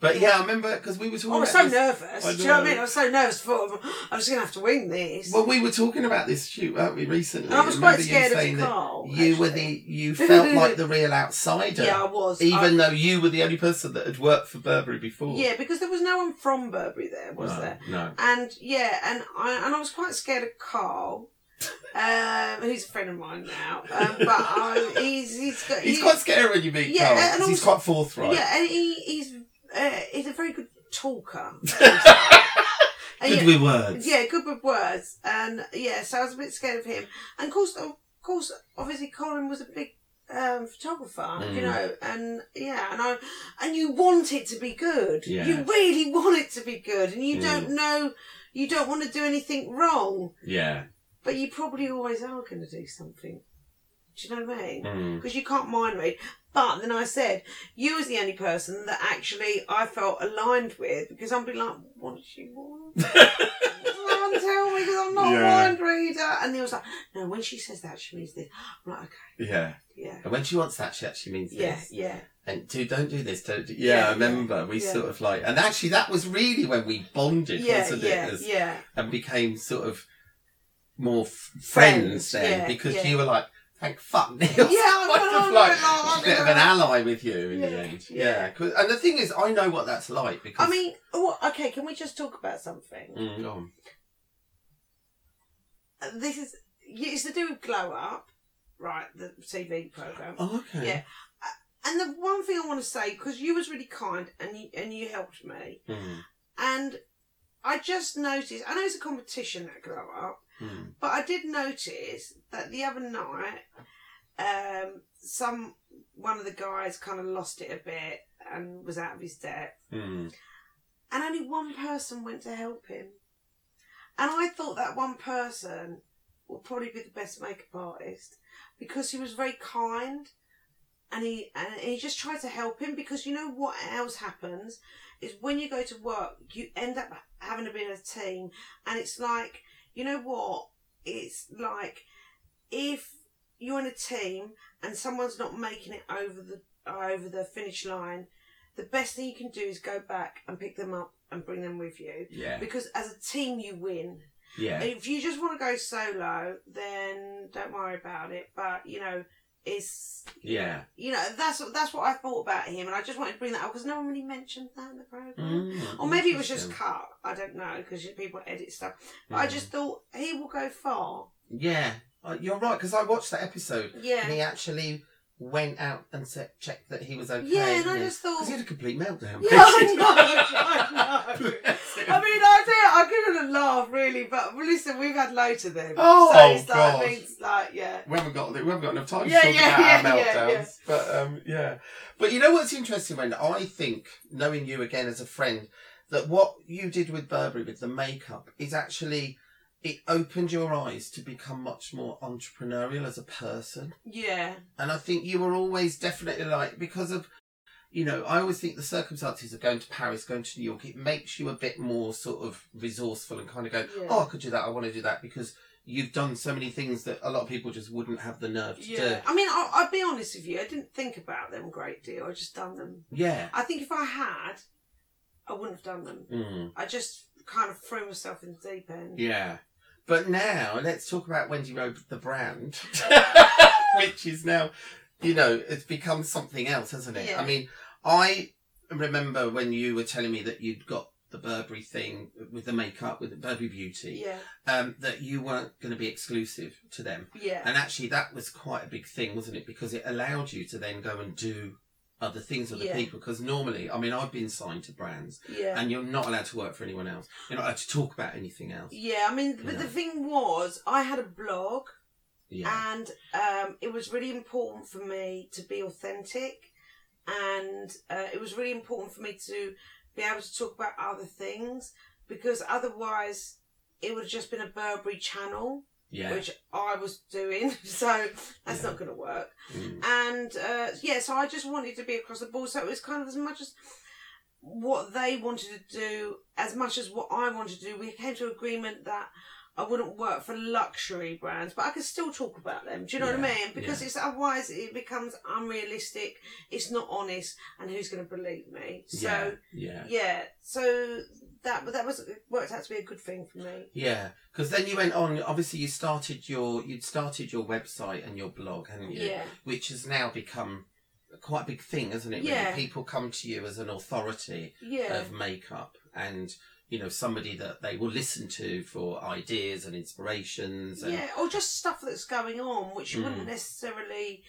Speaker 3: But yeah, I remember because we were talking
Speaker 2: I was so
Speaker 3: about this-
Speaker 2: nervous.
Speaker 3: I
Speaker 2: Do you know what I
Speaker 3: know.
Speaker 2: mean? I was so nervous. For I'm just gonna have to wing this.
Speaker 3: Well, we were talking about this shoot, weren't we, recently?
Speaker 2: and I was
Speaker 3: And
Speaker 2: quite
Speaker 3: remember you
Speaker 2: scared
Speaker 3: saying
Speaker 2: of
Speaker 3: that
Speaker 2: Carl.
Speaker 3: You were
Speaker 2: actually.
Speaker 3: the you felt like the real outsider,
Speaker 2: Yeah, I was. I-
Speaker 3: even though you were the only person that had worked for Burberry before.
Speaker 2: yeah, because there was no one from Burberry there, was
Speaker 3: no,
Speaker 2: there?
Speaker 3: No.
Speaker 2: And yeah, and I and I was quite scared of Carl, um, who's a friend of mine now. Um, but I, he's he's got
Speaker 3: He's
Speaker 2: he-
Speaker 3: quite scary when you meet
Speaker 2: Yeah,
Speaker 3: Carl.
Speaker 2: and
Speaker 3: 'cause he's
Speaker 2: also-
Speaker 3: quite forthright.
Speaker 2: yeah, and he, he's uh, he's a very good talker. And
Speaker 3: Good
Speaker 2: yeah,
Speaker 3: with words.
Speaker 2: yeah, good with words, and yeah, so I was a bit scared of him. And of course, of course, obviously, Colin was a big um, photographer,
Speaker 3: Mm.
Speaker 2: you know, and yeah, and I and you want it to be good.
Speaker 3: Yeah.
Speaker 2: You really want it to be good, and you
Speaker 3: Mm.
Speaker 2: don't know, you don't want to do anything wrong.
Speaker 3: Yeah.
Speaker 2: But you probably always are going to do something. Do you know what I mean?
Speaker 3: Hmm.
Speaker 2: Because you can't mind read. But then I said, you was the only person that actually I felt aligned with because I'm be like, what does she want? Someone tell me because I'm not
Speaker 3: Yeah.
Speaker 2: a mind reader. And he was like, no, when she says that, she means this. I'm like, okay,
Speaker 3: Yeah.
Speaker 2: yeah.
Speaker 3: And when she wants that, she actually means
Speaker 2: Yeah,
Speaker 3: this.
Speaker 2: yeah.
Speaker 3: And dude, don't do this. Don't. Do... Yeah,
Speaker 2: Yeah,
Speaker 3: I remember we
Speaker 2: yeah.
Speaker 3: sort of like, and actually that was really when we bonded,
Speaker 2: Yeah,
Speaker 3: wasn't
Speaker 2: yeah,
Speaker 3: it? As-
Speaker 2: yeah.
Speaker 3: And became sort of more f- friends
Speaker 2: Friends,
Speaker 3: then
Speaker 2: yeah,
Speaker 3: because
Speaker 2: yeah.
Speaker 3: you were like, Thank fuck Neil.
Speaker 2: I know,
Speaker 3: kind of
Speaker 2: I'm
Speaker 3: like
Speaker 2: like,
Speaker 3: a bit of an ally with you in the
Speaker 2: Yeah.
Speaker 3: end.
Speaker 2: Yeah.
Speaker 3: Yeah. 'cause- and the thing is, I know what that's like because.
Speaker 2: I mean, oh, okay, can we just talk about something?
Speaker 3: Mm, go on.
Speaker 2: Uh, This is it's to do with Glow Up, right? The TV program.
Speaker 3: Oh, okay.
Speaker 2: Yeah. And the one thing I want to say, because you was really kind and you, and you helped me,
Speaker 3: Mm,
Speaker 2: and I just noticed. I know it's a competition that Glow Up,
Speaker 3: mm.
Speaker 2: but I did notice that the other night, um, some one of the guys kind of lost it a bit and was out of his depth.
Speaker 3: Mm.
Speaker 2: and only one person went to help him. And I thought that one person would probably be the best makeup artist because he was very kind and he and he just tried to help him because you know what else happens is when you go to work you end up having to be in a team and it's like you know what it's like if you're in a team and someone's not making it over the over the finish line the best thing you can do is go back and pick them up and bring them with you
Speaker 3: Yeah.
Speaker 2: because as a team you win
Speaker 3: Yeah.
Speaker 2: if you just want to go solo then don't worry about it but you know it's
Speaker 3: Yeah.
Speaker 2: you know that's that's what I thought about him, and I just wanted to bring that up because no one really mentioned that in the program,
Speaker 3: Mm,
Speaker 2: or maybe it was just
Speaker 3: interesting.
Speaker 2: cut. I don't know because people edit stuff. But I
Speaker 3: Mm.
Speaker 2: just thought he will go far.
Speaker 3: Yeah. Uh, You're right because I watched that episode and
Speaker 2: Yeah,
Speaker 3: he actually went out and se- checked that he was okay.
Speaker 2: yeah, and I just
Speaker 3: Because
Speaker 2: thought.
Speaker 3: he had a complete meltdown.
Speaker 2: Yeah, I know, I know.
Speaker 3: Bless him.
Speaker 2: I mean, I do. I give it a laugh, really, but listen, we've had loads of them.
Speaker 3: Oh,
Speaker 2: so it's like,
Speaker 3: God.
Speaker 2: I mean, it's like, yeah,
Speaker 3: we haven't got we haven't got enough time
Speaker 2: Yeah,
Speaker 3: to talk
Speaker 2: yeah,
Speaker 3: about
Speaker 2: yeah,
Speaker 3: our meltdowns.
Speaker 2: yeah, yeah.
Speaker 3: But um, yeah. But you know what's interesting, Brenda? I think knowing you again as a friend, that what you did with Burberry with the makeup is actually it opened your eyes to become much more entrepreneurial as a person.
Speaker 2: yeah,
Speaker 3: And I think you were always definitely like because of you know, I always think the circumstances of going to Paris, going to New York, it makes you a bit more sort of resourceful and kind of go,
Speaker 2: Yeah.
Speaker 3: Oh, I could do that, I want to do that because you've done so many things that a lot of people just wouldn't have the nerve to
Speaker 2: yeah. I mean, I'll, I'll be honest with you. I didn't think about them a great deal. I just done them.
Speaker 3: do. Yeah.
Speaker 2: I think if I had, I wouldn't have done them.
Speaker 3: Mm.
Speaker 2: I just kind of threw myself in the deep end.
Speaker 3: Yeah. But now let's talk about Wendy Road the brand. Which is now you know, it's become something else, hasn't it?
Speaker 2: Yeah.
Speaker 3: I mean, I remember when you were telling me that you'd got the Burberry thing with the makeup, with the Burberry Beauty.
Speaker 2: Yeah,
Speaker 3: um, that you weren't going to be exclusive to them.
Speaker 2: yeah,
Speaker 3: And actually, that was quite a big thing, wasn't it? Because it allowed you to then go and do other things with other
Speaker 2: Yeah.
Speaker 3: people. Because normally, I mean, I've been signed to brands,
Speaker 2: yeah.
Speaker 3: and you're not allowed to work for anyone else. You're not allowed to talk about anything else.
Speaker 2: Yeah, I mean, but
Speaker 3: Yeah.
Speaker 2: the thing was, I had a blog,
Speaker 3: Yeah.
Speaker 2: and um, it was really important for me to be authentic, and uh, it was really important for me to be able to talk about other things because otherwise, it would have just been a Burberry channel,
Speaker 3: Yeah.
Speaker 2: which I was doing, so that's
Speaker 3: Yeah.
Speaker 2: not going to work.
Speaker 3: Mm.
Speaker 2: and uh, yeah, so I just wanted to be across the board. So it was kind of as much as what they wanted to do, as much as what I wanted to do. We came to an agreement that I wouldn't work for luxury brands, but I could still talk about them. Do you know what
Speaker 3: Yeah,
Speaker 2: I mean? Because
Speaker 3: yeah.
Speaker 2: it's otherwise it becomes unrealistic. It's not honest, and who's going to believe me? So
Speaker 3: yeah.
Speaker 2: yeah,
Speaker 3: Yeah.
Speaker 2: so that but that was it worked out to be a good thing for me.
Speaker 3: Yeah, because then you went on. Obviously, you started your you'd started your website and your blog, hadn't you?
Speaker 2: Yeah.
Speaker 3: Which has now become quite a big thing, isn't it? really?
Speaker 2: Yeah.
Speaker 3: People come to you as an authority,
Speaker 2: Yeah,
Speaker 3: of makeup and you know somebody that they will listen to for ideas and inspirations and
Speaker 2: yeah, or just stuff that's going on, which you
Speaker 3: Mm.
Speaker 2: wouldn't necessarily,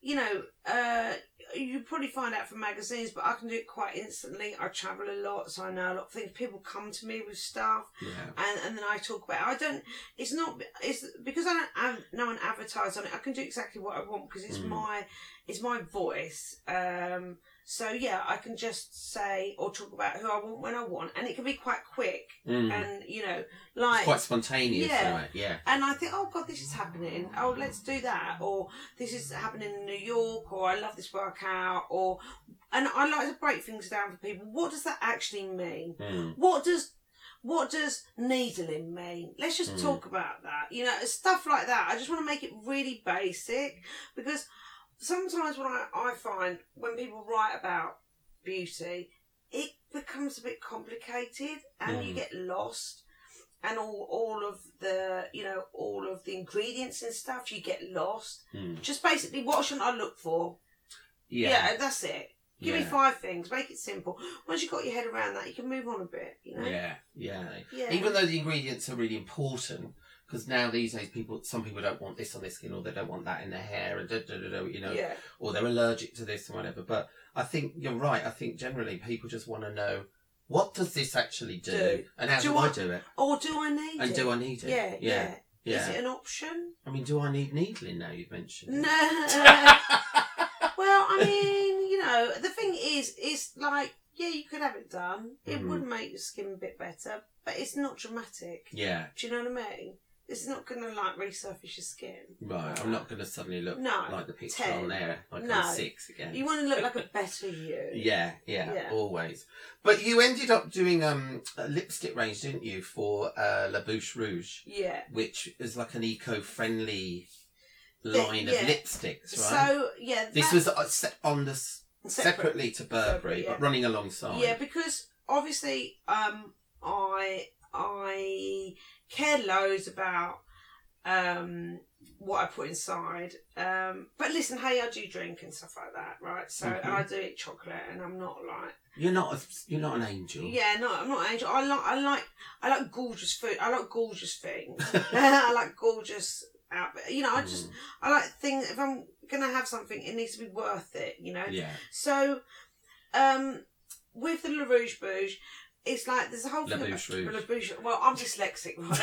Speaker 2: you know, uh, you probably find out from magazines, but I can do it quite instantly. I travel a lot, so I know a lot of things. People come to me with stuff,
Speaker 3: yeah
Speaker 2: and, and then I talk about. It. I don't. It's not. It's because I don't have no one advertise on it. I can do exactly what I want because it's
Speaker 3: Mm.
Speaker 2: my it's my voice. Um, so yeah, I can just say or talk about who I want when I want, and it can be quite quick.
Speaker 3: Mm.
Speaker 2: And you know,
Speaker 3: it's
Speaker 2: like
Speaker 3: quite spontaneous
Speaker 2: Yeah.
Speaker 3: anyway yeah
Speaker 2: and I think, oh God, this is happening. Oh, let's do that. Or this is happening in New York. Or I love this workout. Or and I like to break things down for people. What does that actually mean?
Speaker 3: Mm.
Speaker 2: What does what does needling mean? Let's just
Speaker 3: Mm.
Speaker 2: talk about that. You know, stuff like that. I just want to make it really basic because sometimes when I, I find when people write about beauty, it becomes a bit complicated and you
Speaker 3: Mm.
Speaker 2: get lost. and all all of the you know all of the ingredients and stuff. You get lost.
Speaker 3: Mm.
Speaker 2: Just basically, what shouldn't I look for?
Speaker 3: Yeah.
Speaker 2: that's it. Give me
Speaker 3: Yeah.
Speaker 2: five things. Make it simple. Once you've got your head around that, you can move on a bit. You know.
Speaker 3: Yeah, yeah.
Speaker 2: Yeah.
Speaker 3: Even though the ingredients are really important, because now these days people, some people don't want this on their skin, or they don't want that in their hair, and da da da, da you know,
Speaker 2: Yeah.
Speaker 3: or they're allergic to this and whatever. But I think you're right. I think generally people just want to know what does this actually do,
Speaker 2: Do.
Speaker 3: and how
Speaker 2: Do
Speaker 3: do,
Speaker 2: I-
Speaker 3: I do it,
Speaker 2: Or do I need
Speaker 3: and
Speaker 2: it?
Speaker 3: do I need it?
Speaker 2: Yeah, yeah.
Speaker 3: yeah,
Speaker 2: Is
Speaker 3: yeah.
Speaker 2: it an option?
Speaker 3: I mean, do I need needling now? You've mentioned. it?
Speaker 2: No. Well, I mean, you know, the thing is, is like, yeah, you could have it done. It
Speaker 3: Mhm.
Speaker 2: would make your skin a bit better, but it's not dramatic.
Speaker 3: yeah.
Speaker 2: Do you know what I mean? It's not going to like resurface your skin.
Speaker 3: Right, I'm not going to suddenly look
Speaker 2: No,
Speaker 3: like the picture
Speaker 2: ten.
Speaker 3: on there, like
Speaker 2: No.
Speaker 3: I'm six again.
Speaker 2: You want to look like a better you.
Speaker 3: Yeah, yeah,
Speaker 2: Yeah.
Speaker 3: always. But you ended up doing um, a lipstick range, didn't you, for uh, La Bouche Rouge,
Speaker 2: Yeah.
Speaker 3: which is like an eco-friendly
Speaker 2: The-
Speaker 3: line
Speaker 2: yeah.
Speaker 3: of lipsticks, right?
Speaker 2: So yeah,
Speaker 3: this
Speaker 2: that-
Speaker 3: was uh, set on the s- separately to Burberry,
Speaker 2: Separate, yeah.
Speaker 3: but running alongside.
Speaker 2: Yeah, because obviously, um, I I care loads about um what I put inside. Um, but listen, hey, I do drink and stuff like that, right? So and I do eat chocolate, and I'm not like
Speaker 3: You're not a, you're not an angel.
Speaker 2: yeah, no, I'm not angel. I like I like I like gorgeous food. I like gorgeous things. I like gorgeous outfit. You know,
Speaker 3: Mm.
Speaker 2: I just I like things. If I'm gonna have something, it needs to be worth it. You know.
Speaker 3: Mm, yeah.
Speaker 2: So, um, with the La Rouge Bouge, it's like there's a whole
Speaker 3: La
Speaker 2: thing.
Speaker 3: Bouche
Speaker 2: about-
Speaker 3: Rouge.
Speaker 2: La Bouche. Well, I'm dyslexic, right? So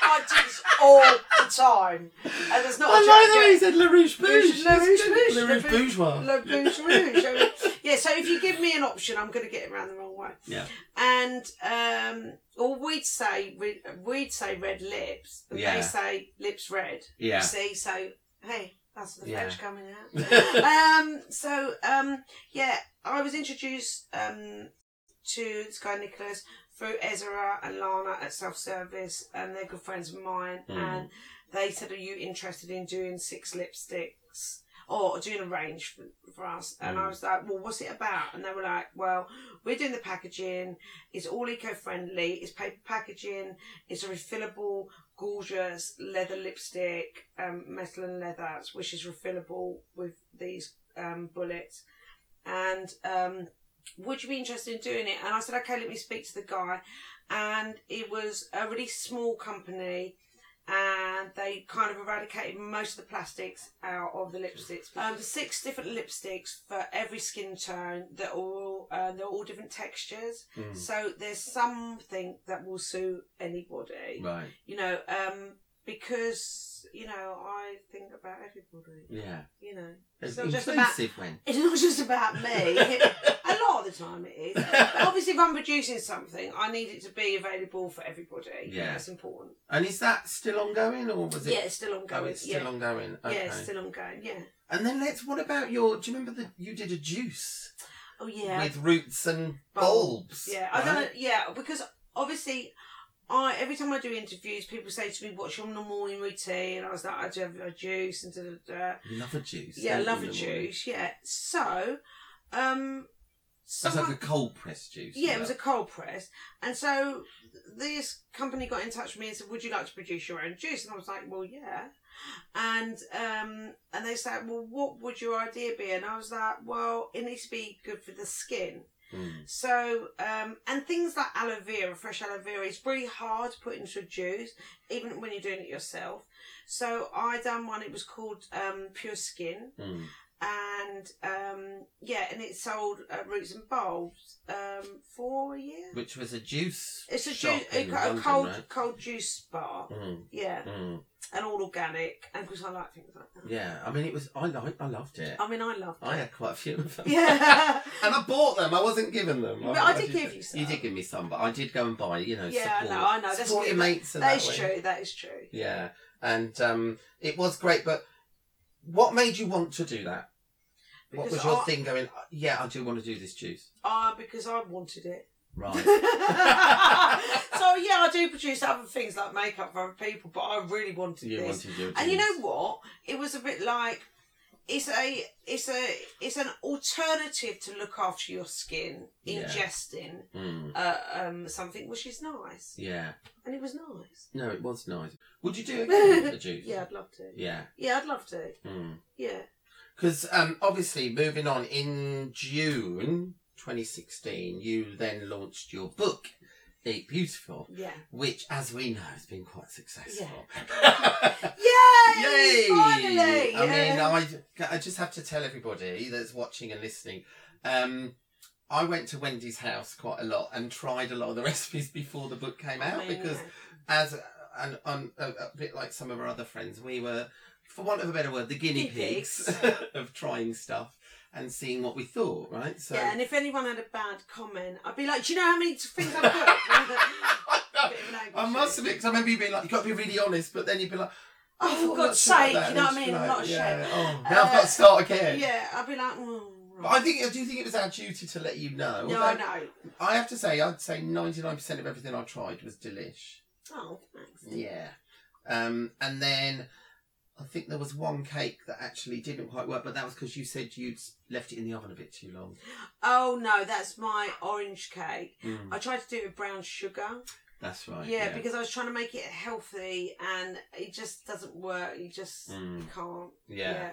Speaker 2: I, I do this all the time, and there's not. a joke-
Speaker 3: said La Rouge
Speaker 2: Bouge. La Rouge Bouge.
Speaker 3: La Rouge Bourgeois.
Speaker 2: La Bouche Rouge. I mean, yeah. So if you give me an option, I'm going to get it around the wrong way.
Speaker 3: Yeah.
Speaker 2: And um, or we'd say we'd, we'd say red lips, and they
Speaker 3: Yeah.
Speaker 2: say lips red.
Speaker 3: Yeah.
Speaker 2: See, so hey, that's the
Speaker 3: Yeah.
Speaker 2: French coming out. um, so um, yeah, I was introduced um to this guy Nicholas through Ezra and Lana at Self Service, and they're good friends of mine.
Speaker 3: Mm.
Speaker 2: And they said, "Are you interested in doing six lipsticks?" Or doing a range for, for us, and I
Speaker 3: Mm.
Speaker 2: was like, "Well, what's it about?" And they were like, "Well, we're doing the packaging. It's all eco-friendly. It's paper packaging. It's a refillable gorgeous leather lipstick, um, metal and leather, which is refillable with these um, bullets. And um, would you be interested in doing it? And I said, okay, let me speak to the guy. And it was a really small company. And they kind of eradicated most of the plastics out of the lipsticks. Um, six different lipsticks for every skin tone. They're all uh, they're all different textures.
Speaker 3: Mm,
Speaker 2: So there's something that will suit anybody
Speaker 3: Right.
Speaker 2: you know, um, because you know, I think about everybody.
Speaker 3: Yeah.
Speaker 2: You know,
Speaker 3: It's
Speaker 2: not just
Speaker 3: inclusive
Speaker 2: about-
Speaker 3: when.
Speaker 2: it's not just about me. a lot of the time it is. But obviously, if I'm producing something, I need it to be available for everybody. You know,
Speaker 3: Yeah.
Speaker 2: it's important.
Speaker 3: And is that still ongoing, or was it?
Speaker 2: yeah, it's still
Speaker 3: Oh,
Speaker 2: ongoing.
Speaker 3: it's still
Speaker 2: yeah.
Speaker 3: ongoing.
Speaker 2: Yeah,
Speaker 3: Okay.
Speaker 2: it's still ongoing. Yeah.
Speaker 3: And then let's. What about your? Do you remember that you did a juice
Speaker 2: Oh yeah.
Speaker 3: with roots and
Speaker 2: Bulbs.
Speaker 3: bulbs?
Speaker 2: yeah, I
Speaker 3: right?
Speaker 2: don't. Yeah, because obviously. I, every time I do interviews, people say to me, "What's your morning routine?" And I was like, "I do have a juice and da da da."
Speaker 3: You Love a juice.
Speaker 2: Yeah,
Speaker 3: don't you,
Speaker 2: love a
Speaker 3: in the morning?
Speaker 2: juice. Yeah. So, um,
Speaker 3: That's
Speaker 2: someone,
Speaker 3: like a cold pressed juice.
Speaker 2: yeah, it was a cold press, and so this company got in touch with me and said, "Would you like to produce your own juice?" And I was like, "Well, yeah." And um, and they said, "Well, what would your idea be?" And I was like, "Well, it needs to be good for the skin."
Speaker 3: Mm,
Speaker 2: So, um, and things like aloe vera, fresh aloe vera, it's really hard to put into a juice, even when you're doing it yourself. So I done one. It was called um, Pure Skin
Speaker 3: mm.
Speaker 2: and um, yeah, and it sold at Roots and Bulbs um, for a year.
Speaker 3: Which was a juice.
Speaker 2: It's a,
Speaker 3: shop
Speaker 2: ju- a,
Speaker 3: in
Speaker 2: co- a
Speaker 3: London,
Speaker 2: cold
Speaker 3: right?
Speaker 2: cold juice bar,
Speaker 3: Mm,
Speaker 2: yeah,
Speaker 3: mm.
Speaker 2: and all organic, and because I like things like that.
Speaker 3: Yeah, I mean, it was. I liked. I loved it.
Speaker 2: I mean, I love.
Speaker 3: I had quite a few of them.
Speaker 2: Oh. yeah,
Speaker 3: And I bought them. I wasn't given them.
Speaker 2: But I did give you some.
Speaker 3: You did give me some, but I did go and buy. You know.
Speaker 2: yeah, I
Speaker 3: support,
Speaker 2: know, I know. That's
Speaker 3: Support
Speaker 2: good.
Speaker 3: your mates. in
Speaker 2: that
Speaker 3: way.
Speaker 2: is true. That is true.
Speaker 3: Yeah, and um, it was great. But what made you want to do that? What
Speaker 2: Because
Speaker 3: was your
Speaker 2: I-
Speaker 3: thing going? "Uh, Yeah, I do want to do this juice.
Speaker 2: Ah, because I wanted it.
Speaker 3: Right.
Speaker 2: so yeah, I do produce other things like makeup for other people, but I really wanted
Speaker 3: you
Speaker 2: this.
Speaker 3: wanted your
Speaker 2: And you
Speaker 3: juice.
Speaker 2: know what? It was a bit like it's a it's a it's an alternative to look after your skin
Speaker 3: Yeah.
Speaker 2: ingesting
Speaker 3: Mm.
Speaker 2: uh, um something which is nice
Speaker 3: Yeah.
Speaker 2: and it was nice
Speaker 3: No, it was nice. Would you do it again, the juice?
Speaker 2: yeah i'd love to
Speaker 3: Yeah.
Speaker 2: yeah i'd love to
Speaker 3: Mm.
Speaker 2: yeah
Speaker 3: Because um, obviously, moving on in June 2016, you then launched your book, Eat Beautiful,
Speaker 2: yeah
Speaker 3: which, as we know, has been quite successful.
Speaker 2: yay,
Speaker 3: Yay!
Speaker 2: finally
Speaker 3: I mean,
Speaker 2: yeah.
Speaker 3: I, I just have to tell everybody that's watching and listening. Um, I went to Wendy's house quite a lot and tried a lot of the recipes before the book came out
Speaker 2: mean,
Speaker 3: because
Speaker 2: Oh, yeah.
Speaker 3: as and on a, a bit like some of our other friends, we were, for want of a better word, the guinea
Speaker 2: Guinea pigs.
Speaker 3: pigs of trying stuff and seeing what we thought, right? So
Speaker 2: yeah, and if anyone had a bad comment, I'd be like, "Do you know how many things I've cooked?" Bit of an open
Speaker 3: I must
Speaker 2: shame.
Speaker 3: admit, because I remember you being like, you've got to be really honest, but then you'd be like, I
Speaker 2: Oh, for
Speaker 3: thought
Speaker 2: God's
Speaker 3: lots about
Speaker 2: sake,
Speaker 3: that,"
Speaker 2: you know what I
Speaker 3: and
Speaker 2: mean?
Speaker 3: it's
Speaker 2: Not a
Speaker 3: yeah,
Speaker 2: shame.
Speaker 3: Oh, now I've
Speaker 2: Uh,
Speaker 3: got to start again.
Speaker 2: yeah, I'd be like, "Mm,
Speaker 3: But I
Speaker 2: right."
Speaker 3: think I do think it was our duty to let you know.
Speaker 2: no, I
Speaker 3: although
Speaker 2: know.
Speaker 3: I have to say, I'd say ninety nine percent of everything I tried was delish.
Speaker 2: Oh, thanks.
Speaker 3: Yeah. Um, and then I think there was one cake that actually didn't quite work, but that was because you said you'd left it in the oven a bit too long.
Speaker 2: Oh no, that's my orange cake. I tried to do it with brown sugar.
Speaker 3: Mm, that's right.
Speaker 2: yeah, because I was trying to make it healthy, and it just doesn't work. You just
Speaker 3: Mm.
Speaker 2: you can't.
Speaker 3: Yeah.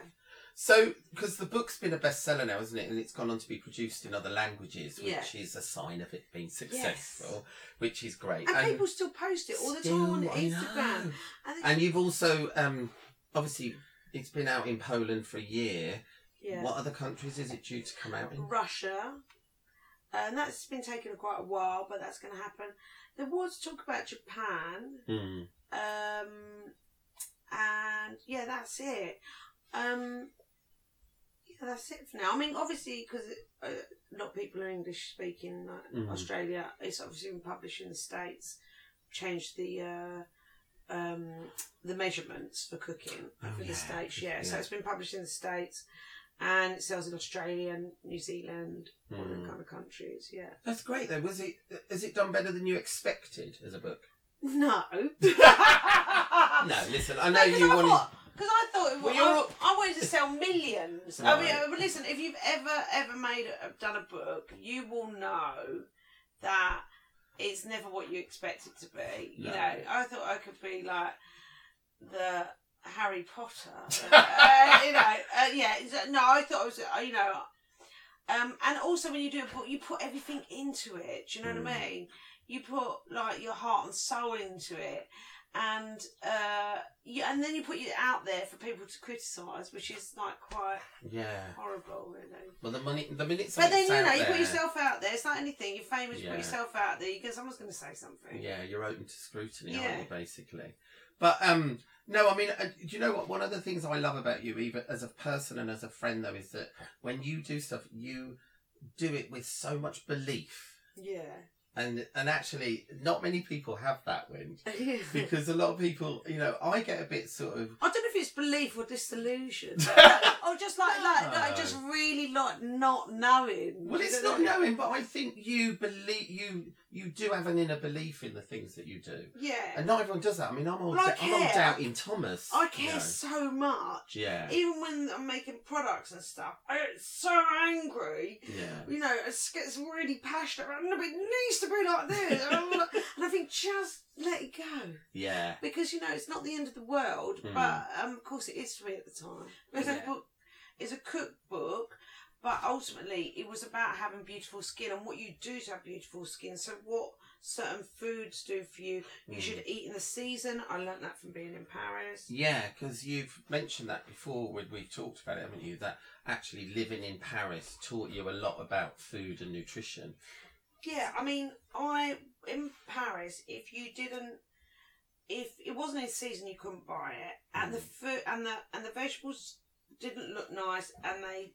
Speaker 3: So, because the book's been a bestseller now, isn't it? And it's gone on to be produced in other languages, which
Speaker 2: Yeah.
Speaker 3: is a sign of it being successful, which is great.
Speaker 2: And, people still post it all the
Speaker 3: still,
Speaker 2: time on
Speaker 3: I
Speaker 2: Instagram.
Speaker 3: know.
Speaker 2: And, they-
Speaker 3: And you've also, um, obviously, it's been out in Poland for a year.
Speaker 2: yeah.
Speaker 3: What other countries is it due to come out in?
Speaker 2: Russia. And that's been taking quite a while, but that's going to happen. There was talk about Japan,
Speaker 3: Mm.
Speaker 2: um, and yeah, that's it. Um, yeah, that's it for now. I mean, obviously, because uh, a lot of people are English speaking, like
Speaker 3: Mhm.
Speaker 2: Australia, it's obviously been published in the States, changed the. Uh, um, the measurements for cooking
Speaker 3: Oh,
Speaker 2: for
Speaker 3: yeah.
Speaker 2: the states, yeah. So
Speaker 3: Yeah.
Speaker 2: it's been published in the states, and it sells in Australia, and New Zealand, all
Speaker 3: Mm.
Speaker 2: the kind of countries, yeah.
Speaker 3: That's great though. Was it? Has it done better than you expected as a book?
Speaker 2: No,
Speaker 3: No, listen. I know
Speaker 2: Because
Speaker 3: you
Speaker 2: Oh. I
Speaker 3: wanted.
Speaker 2: thought, because I thought it
Speaker 3: Well,
Speaker 2: was,
Speaker 3: you're-
Speaker 2: I, I wanted to sell millions. I mean,
Speaker 3: Right.
Speaker 2: uh, listen, if you've ever ever made a, done a book, you will know that it's never what you expect it to be. You
Speaker 3: No.
Speaker 2: know, I thought I could be like the Harry Potter. uh, you know, uh, yeah. it's- No, I thought I was, uh, you know. Um, and also, when you do a book, you put everything into it. Do you know what
Speaker 3: Mm.
Speaker 2: I mean? You put like your heart and soul into it and uh, yeah, and then you put it out there for people to criticise, which is like quite
Speaker 3: Yeah.
Speaker 2: horrible, really.
Speaker 3: Well, the money. The minute.
Speaker 2: But then
Speaker 3: something's
Speaker 2: you know,
Speaker 3: out
Speaker 2: you put
Speaker 3: there-
Speaker 2: yourself out there. It's like anything. You're famous. You
Speaker 3: Yeah.
Speaker 2: put yourself out there. You go, someone's going to say something.
Speaker 3: Yeah, you're open to scrutiny, aren't
Speaker 2: Yeah.
Speaker 3: you? Basically. But um, no. I mean, uh, do you know what? One of the things I love about you, even as a person and as a friend, though, is that when you do stuff, you do it with so much belief,
Speaker 2: Yeah.
Speaker 3: and and actually, not many people have that wind.
Speaker 2: I
Speaker 3: Because a lot of people, you know, I get a bit sort of
Speaker 2: don't know if it's belief or disillusion, or just like, like, like
Speaker 3: No.
Speaker 2: just really like not knowing.
Speaker 3: Well, it's not knowing, but I think you believe you you do have an inner belief in the things that you do,
Speaker 2: Yeah,
Speaker 3: and not everyone does that. I mean, I'm old.
Speaker 2: Well, I
Speaker 3: I'm old
Speaker 2: care.
Speaker 3: doubting Thomas.
Speaker 2: I
Speaker 3: you
Speaker 2: care
Speaker 3: know.
Speaker 2: so much.
Speaker 3: Yeah,
Speaker 2: Even when I'm making products and stuff, I get so angry.
Speaker 3: yeah.
Speaker 2: you know, it gets really passionate around, no, but it needs to be like this. and I think just let it go.
Speaker 3: Yeah.
Speaker 2: Because, you know, it's not the end of the world,
Speaker 3: Mm.
Speaker 2: but um, of course it is for me at the time. It's,
Speaker 3: Yeah.
Speaker 2: a book, it's a cookbook, but ultimately it was about having beautiful skin and what you do to have beautiful skin. So, what certain foods do for you, you
Speaker 3: Mm.
Speaker 2: should eat in the season. I learnt that from being in Paris.
Speaker 3: Yeah, because you've mentioned that before when we've talked about it, haven't you? That actually living in Paris taught you a lot about food and nutrition.
Speaker 2: Yeah, I mean, I in Paris, if you didn't, if it wasn't in season, you couldn't buy it, and the
Speaker 3: Mm.
Speaker 2: food and the and the vegetables didn't look nice, and they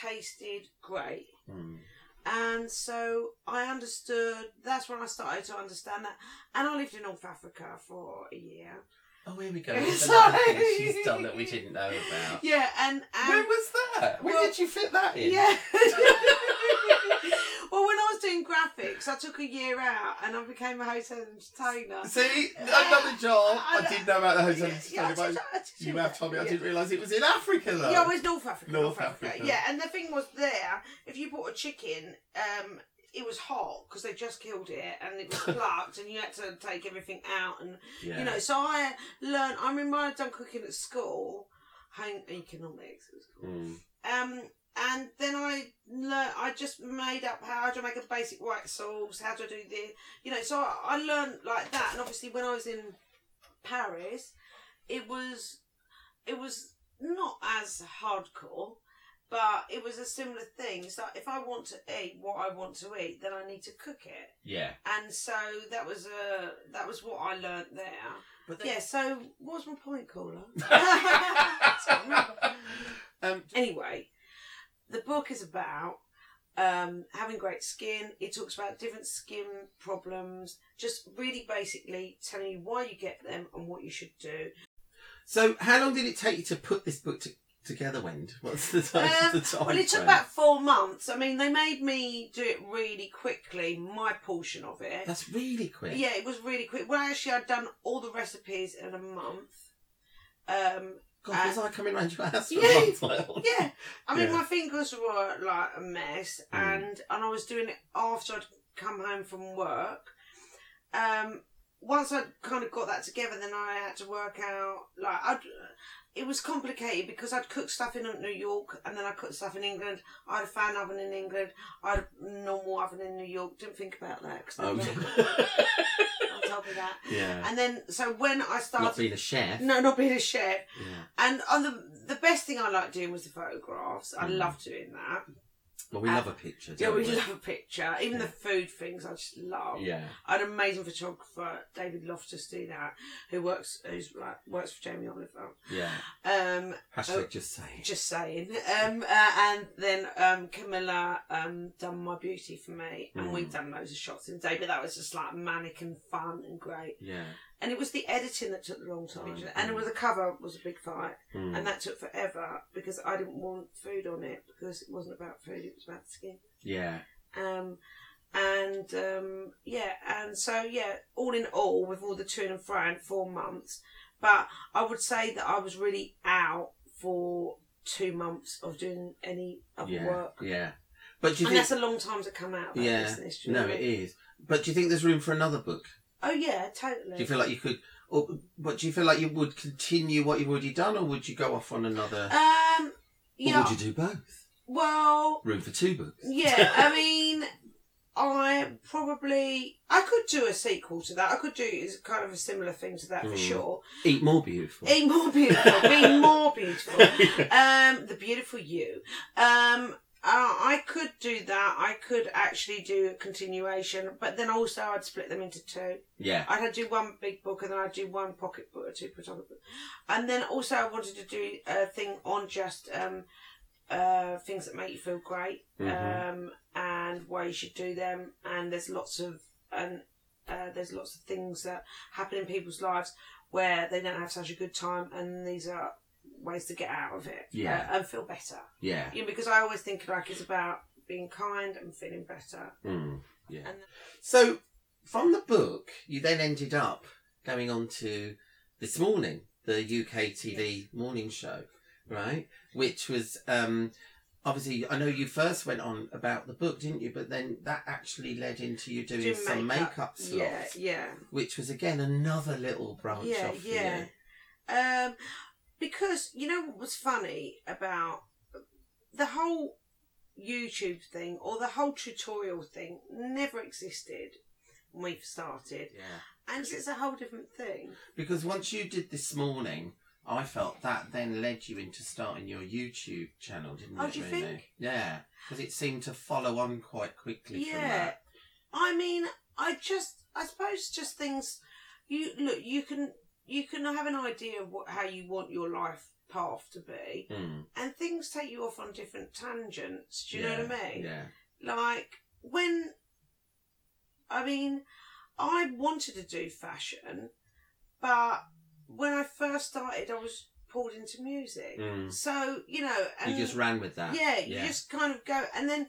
Speaker 2: tasted great.
Speaker 3: Mm.
Speaker 2: And so I understood. That's when I started to understand that. And I lived in North Africa for a year.
Speaker 3: Oh, here we go.
Speaker 2: Yeah,
Speaker 3: There's another thing
Speaker 2: sorry.
Speaker 3: she's done that we didn't know about.
Speaker 2: Yeah, and, and
Speaker 3: Where was that? Where
Speaker 2: Well,
Speaker 3: did you fit that in?
Speaker 2: Yeah. well, when I was doing graphics. I took a year out and I became a hotel entertainer.
Speaker 3: See, another job. I, didn't know about the hotel
Speaker 2: Yeah,
Speaker 3: yeah,
Speaker 2: I did- I did do
Speaker 3: You have
Speaker 2: that.
Speaker 3: told me. I
Speaker 2: Yeah.
Speaker 3: didn't realise it was in Africa though.
Speaker 2: Yeah, it was North Africa.
Speaker 3: North
Speaker 2: North, Africa.
Speaker 3: Africa.
Speaker 2: Yeah, and the thing was there, if you bought a chicken, um, it was hot because they just killed it and it was plucked and you had to take everything out and
Speaker 3: Yeah.
Speaker 2: you know. So I learned. I remember I'd done cooking at school, home economics. It was called.
Speaker 3: Mm.
Speaker 2: Um, and then I learned, I just made up how to make a basic white sauce, how to do this, you know. So I, I learned like that, and obviously when I was in Paris, it was, it was not as hardcore, but it was a similar thing. So if I want to eat what I want to eat, then I need to cook it,
Speaker 3: Yeah.
Speaker 2: and so that was a that was what I learned there.
Speaker 3: But
Speaker 2: Yeah. So what's my point, caller?
Speaker 3: um,
Speaker 2: anyway, the book is about um, having great skin. It talks about different skin problems, just really basically telling you why you get them and what you should do.
Speaker 3: so, how long did it take you to put this book to, together, Wend? What's the time?
Speaker 2: Um,
Speaker 3: the time
Speaker 2: well, it took
Speaker 3: frame?
Speaker 2: about four months. I mean, they made me do it really quickly, my portion of it.
Speaker 3: That's really quick.
Speaker 2: Yeah, it was really quick. Well, actually, I'd done all the recipes in a month. Um,
Speaker 3: God, was I coming round your house for
Speaker 2: Yeah.
Speaker 3: a month? Like,
Speaker 2: yeah, I mean,
Speaker 3: Yeah.
Speaker 2: my fingers were like a mess,
Speaker 3: Mm.
Speaker 2: and and I was doing it after I'd come home from work. Um, once I'd kind of got that together, then I had to work out like I'd. It was complicated because I'd cook stuff in New York and then I cooked stuff in England. I had a fan oven in England. I had a normal oven in New York. Didn't think about that because
Speaker 3: Um,
Speaker 2: I told me that.
Speaker 3: yeah.
Speaker 2: And then, so when I
Speaker 3: Not
Speaker 2: started,
Speaker 3: being a chef.
Speaker 2: no, not being a chef,
Speaker 3: Yeah.
Speaker 2: and on the the best thing I liked doing was the photographs. I
Speaker 3: Mm.
Speaker 2: love doing that.
Speaker 3: Well, we
Speaker 2: Uh,
Speaker 3: love a picture.
Speaker 2: Yeah,
Speaker 3: don't
Speaker 2: we love a picture. Even the food things, I just love.
Speaker 3: Yeah.
Speaker 2: I had an amazing photographer, David Loftus, do that, who works who's like works for Jamie Oliver.
Speaker 3: Yeah.
Speaker 2: Um,
Speaker 3: Hashtag
Speaker 2: Oh.
Speaker 3: just say.
Speaker 2: just saying. Um, uh, and then um, Camilla um done my beauty for me, and
Speaker 3: Mm.
Speaker 2: we've done loads of shots in the day, but that was just like manic and fun and great.
Speaker 3: Yeah.
Speaker 2: And it was the editing that took the long time,
Speaker 3: Right,
Speaker 2: and it
Speaker 3: mm.
Speaker 2: was the cover was a big fight.
Speaker 3: Mm.
Speaker 2: and that took forever because I didn't want food on it because it wasn't about food, it was about skin.
Speaker 3: Yeah.
Speaker 2: Um, and um, yeah, and so yeah, all in all, with all the to and fro, and four months. But I would say that I was really out for two months of doing any other
Speaker 3: Yeah.
Speaker 2: work,
Speaker 3: Yeah. But do you
Speaker 2: and
Speaker 3: think?
Speaker 2: that's a long time to come out of that
Speaker 3: Yeah.
Speaker 2: business. do you know
Speaker 3: No,
Speaker 2: what I
Speaker 3: it
Speaker 2: mean?
Speaker 3: is. But do you think there's room for another book?
Speaker 2: Oh yeah, totally.
Speaker 3: Do you feel like you could, or but do you feel like you would continue what you've already done, or would you go off on another?
Speaker 2: um,
Speaker 3: Or
Speaker 2: yeah.
Speaker 3: would you do both?
Speaker 2: well,
Speaker 3: Room for two books.
Speaker 2: Yeah, I mean, I probably I could do a sequel to that. I could do is kind of a similar thing to that for
Speaker 3: Mm.
Speaker 2: sure.
Speaker 3: Eat more beautiful.
Speaker 2: Be more beautiful. Be more beautiful. Um, the beautiful you. Um. Uh, I could do that. I could actually do a continuation, but then also I'd split them into two.
Speaker 3: yeah.
Speaker 2: I'd do one big book and then I'd do one pocket book or two pocket book. And then also I wanted to do a thing on just um, uh, things that make you feel great
Speaker 3: Mhm.
Speaker 2: um, and why you should do them. And there's lots of and uh, there's lots of things that happen in people's lives where they don't have such a good time, and these are ways to get out of it
Speaker 3: Yeah.
Speaker 2: uh, and feel better.
Speaker 3: Yeah.
Speaker 2: You know, because I always think like it's about being kind and feeling better.
Speaker 3: Mm. Yeah.
Speaker 2: And
Speaker 3: So from the book, you then ended up going on to this morning, the UK TV morning show, right? Which was um, obviously I know you first went on about the book, didn't you? But then that actually led into you doing,
Speaker 2: doing
Speaker 3: some makeup, slots.
Speaker 2: yeah, yeah.
Speaker 3: which was again another little branch
Speaker 2: yeah,
Speaker 3: off.
Speaker 2: yeah.
Speaker 3: Yeah,
Speaker 2: Um, because you know what was funny about the whole YouTube thing or the whole tutorial thing never existed when we started,
Speaker 3: yeah.
Speaker 2: and it's a whole different thing.
Speaker 3: Because once you did this morning, I felt that then led you into starting your YouTube channel, didn't
Speaker 2: Oh,
Speaker 3: it?
Speaker 2: do you
Speaker 3: really?
Speaker 2: think?
Speaker 3: Yeah, because it seemed to follow on quite quickly from
Speaker 2: Yeah,
Speaker 3: that.
Speaker 2: I mean, I just, I suppose, just things. You look, you can, you can have an idea of what, how you want your life path to be,
Speaker 3: Mm,
Speaker 2: and things take you off on different tangents. Do you know what I
Speaker 3: yeah,
Speaker 2: mean?
Speaker 3: Yeah,
Speaker 2: like when i mean i wanted to do fashion but when i first started i was pulled into music
Speaker 3: Mm.
Speaker 2: so you know and
Speaker 3: you just ran with that.
Speaker 2: yeah you
Speaker 3: yeah.
Speaker 2: just kind of go and then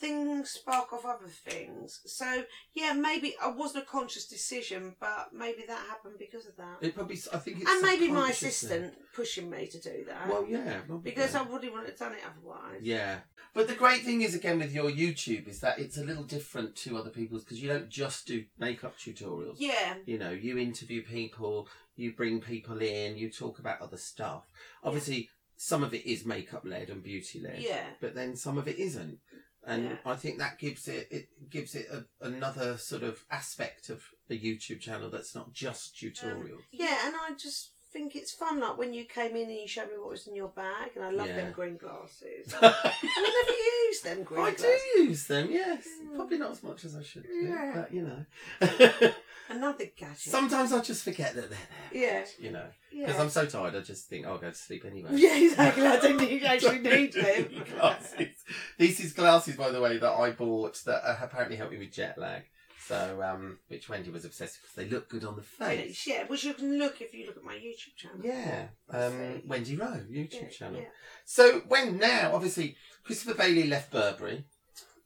Speaker 2: things spark off other things. So yeah, maybe it wasn't a conscious decision, but maybe that happened because of that.
Speaker 3: It probably, I think it's
Speaker 2: and maybe my
Speaker 3: subconscious then.
Speaker 2: assistant pushing me to do that.
Speaker 3: Well, yeah, probably.
Speaker 2: because I wouldn't want to have done it otherwise.
Speaker 3: Yeah. But the great thing is, again, with your YouTube, is that it's a little different to other people's because you don't just do makeup tutorials.
Speaker 2: Yeah.
Speaker 3: You know, you interview people, you bring people in, you talk about other stuff. Obviously, some of it is makeup led and beauty led,
Speaker 2: Yeah.
Speaker 3: but then some of it isn't. And
Speaker 2: Yeah.
Speaker 3: I think that gives it it gives it a, another sort of aspect of a YouTube channel that's not just tutorial.
Speaker 2: Um, Yeah, and I just think it's fun. Like when you came in and you showed me what was in your bag, and I love
Speaker 3: Yeah.
Speaker 2: them green glasses.
Speaker 3: I
Speaker 2: I never use them green glasses.
Speaker 3: do use them, yes.
Speaker 2: Yeah.
Speaker 3: Probably not as much as I should, do,
Speaker 2: Yeah.
Speaker 3: but you know.
Speaker 2: Another gadget.
Speaker 3: Sometimes I just forget that they're there.
Speaker 2: Yeah.
Speaker 3: You know, because
Speaker 2: Yeah.
Speaker 3: I'm so tired, I just think, oh, I'll go to sleep anyway.
Speaker 2: Yeah, exactly. I don't think you actually
Speaker 3: Don't
Speaker 2: need
Speaker 3: do
Speaker 2: them.
Speaker 3: any glasses. These is glasses, by the way, that I bought that uh, apparently help me with jet lag. So, um, which Wendy was obsessed with. They look good on the face.
Speaker 2: Yeah, which you can look if you look at my YouTube channel.
Speaker 3: Yeah, um, Wendy Rowe YouTube
Speaker 2: Yeah,
Speaker 3: channel.
Speaker 2: yeah.
Speaker 3: So when now, obviously, Christopher Bailey left Burberry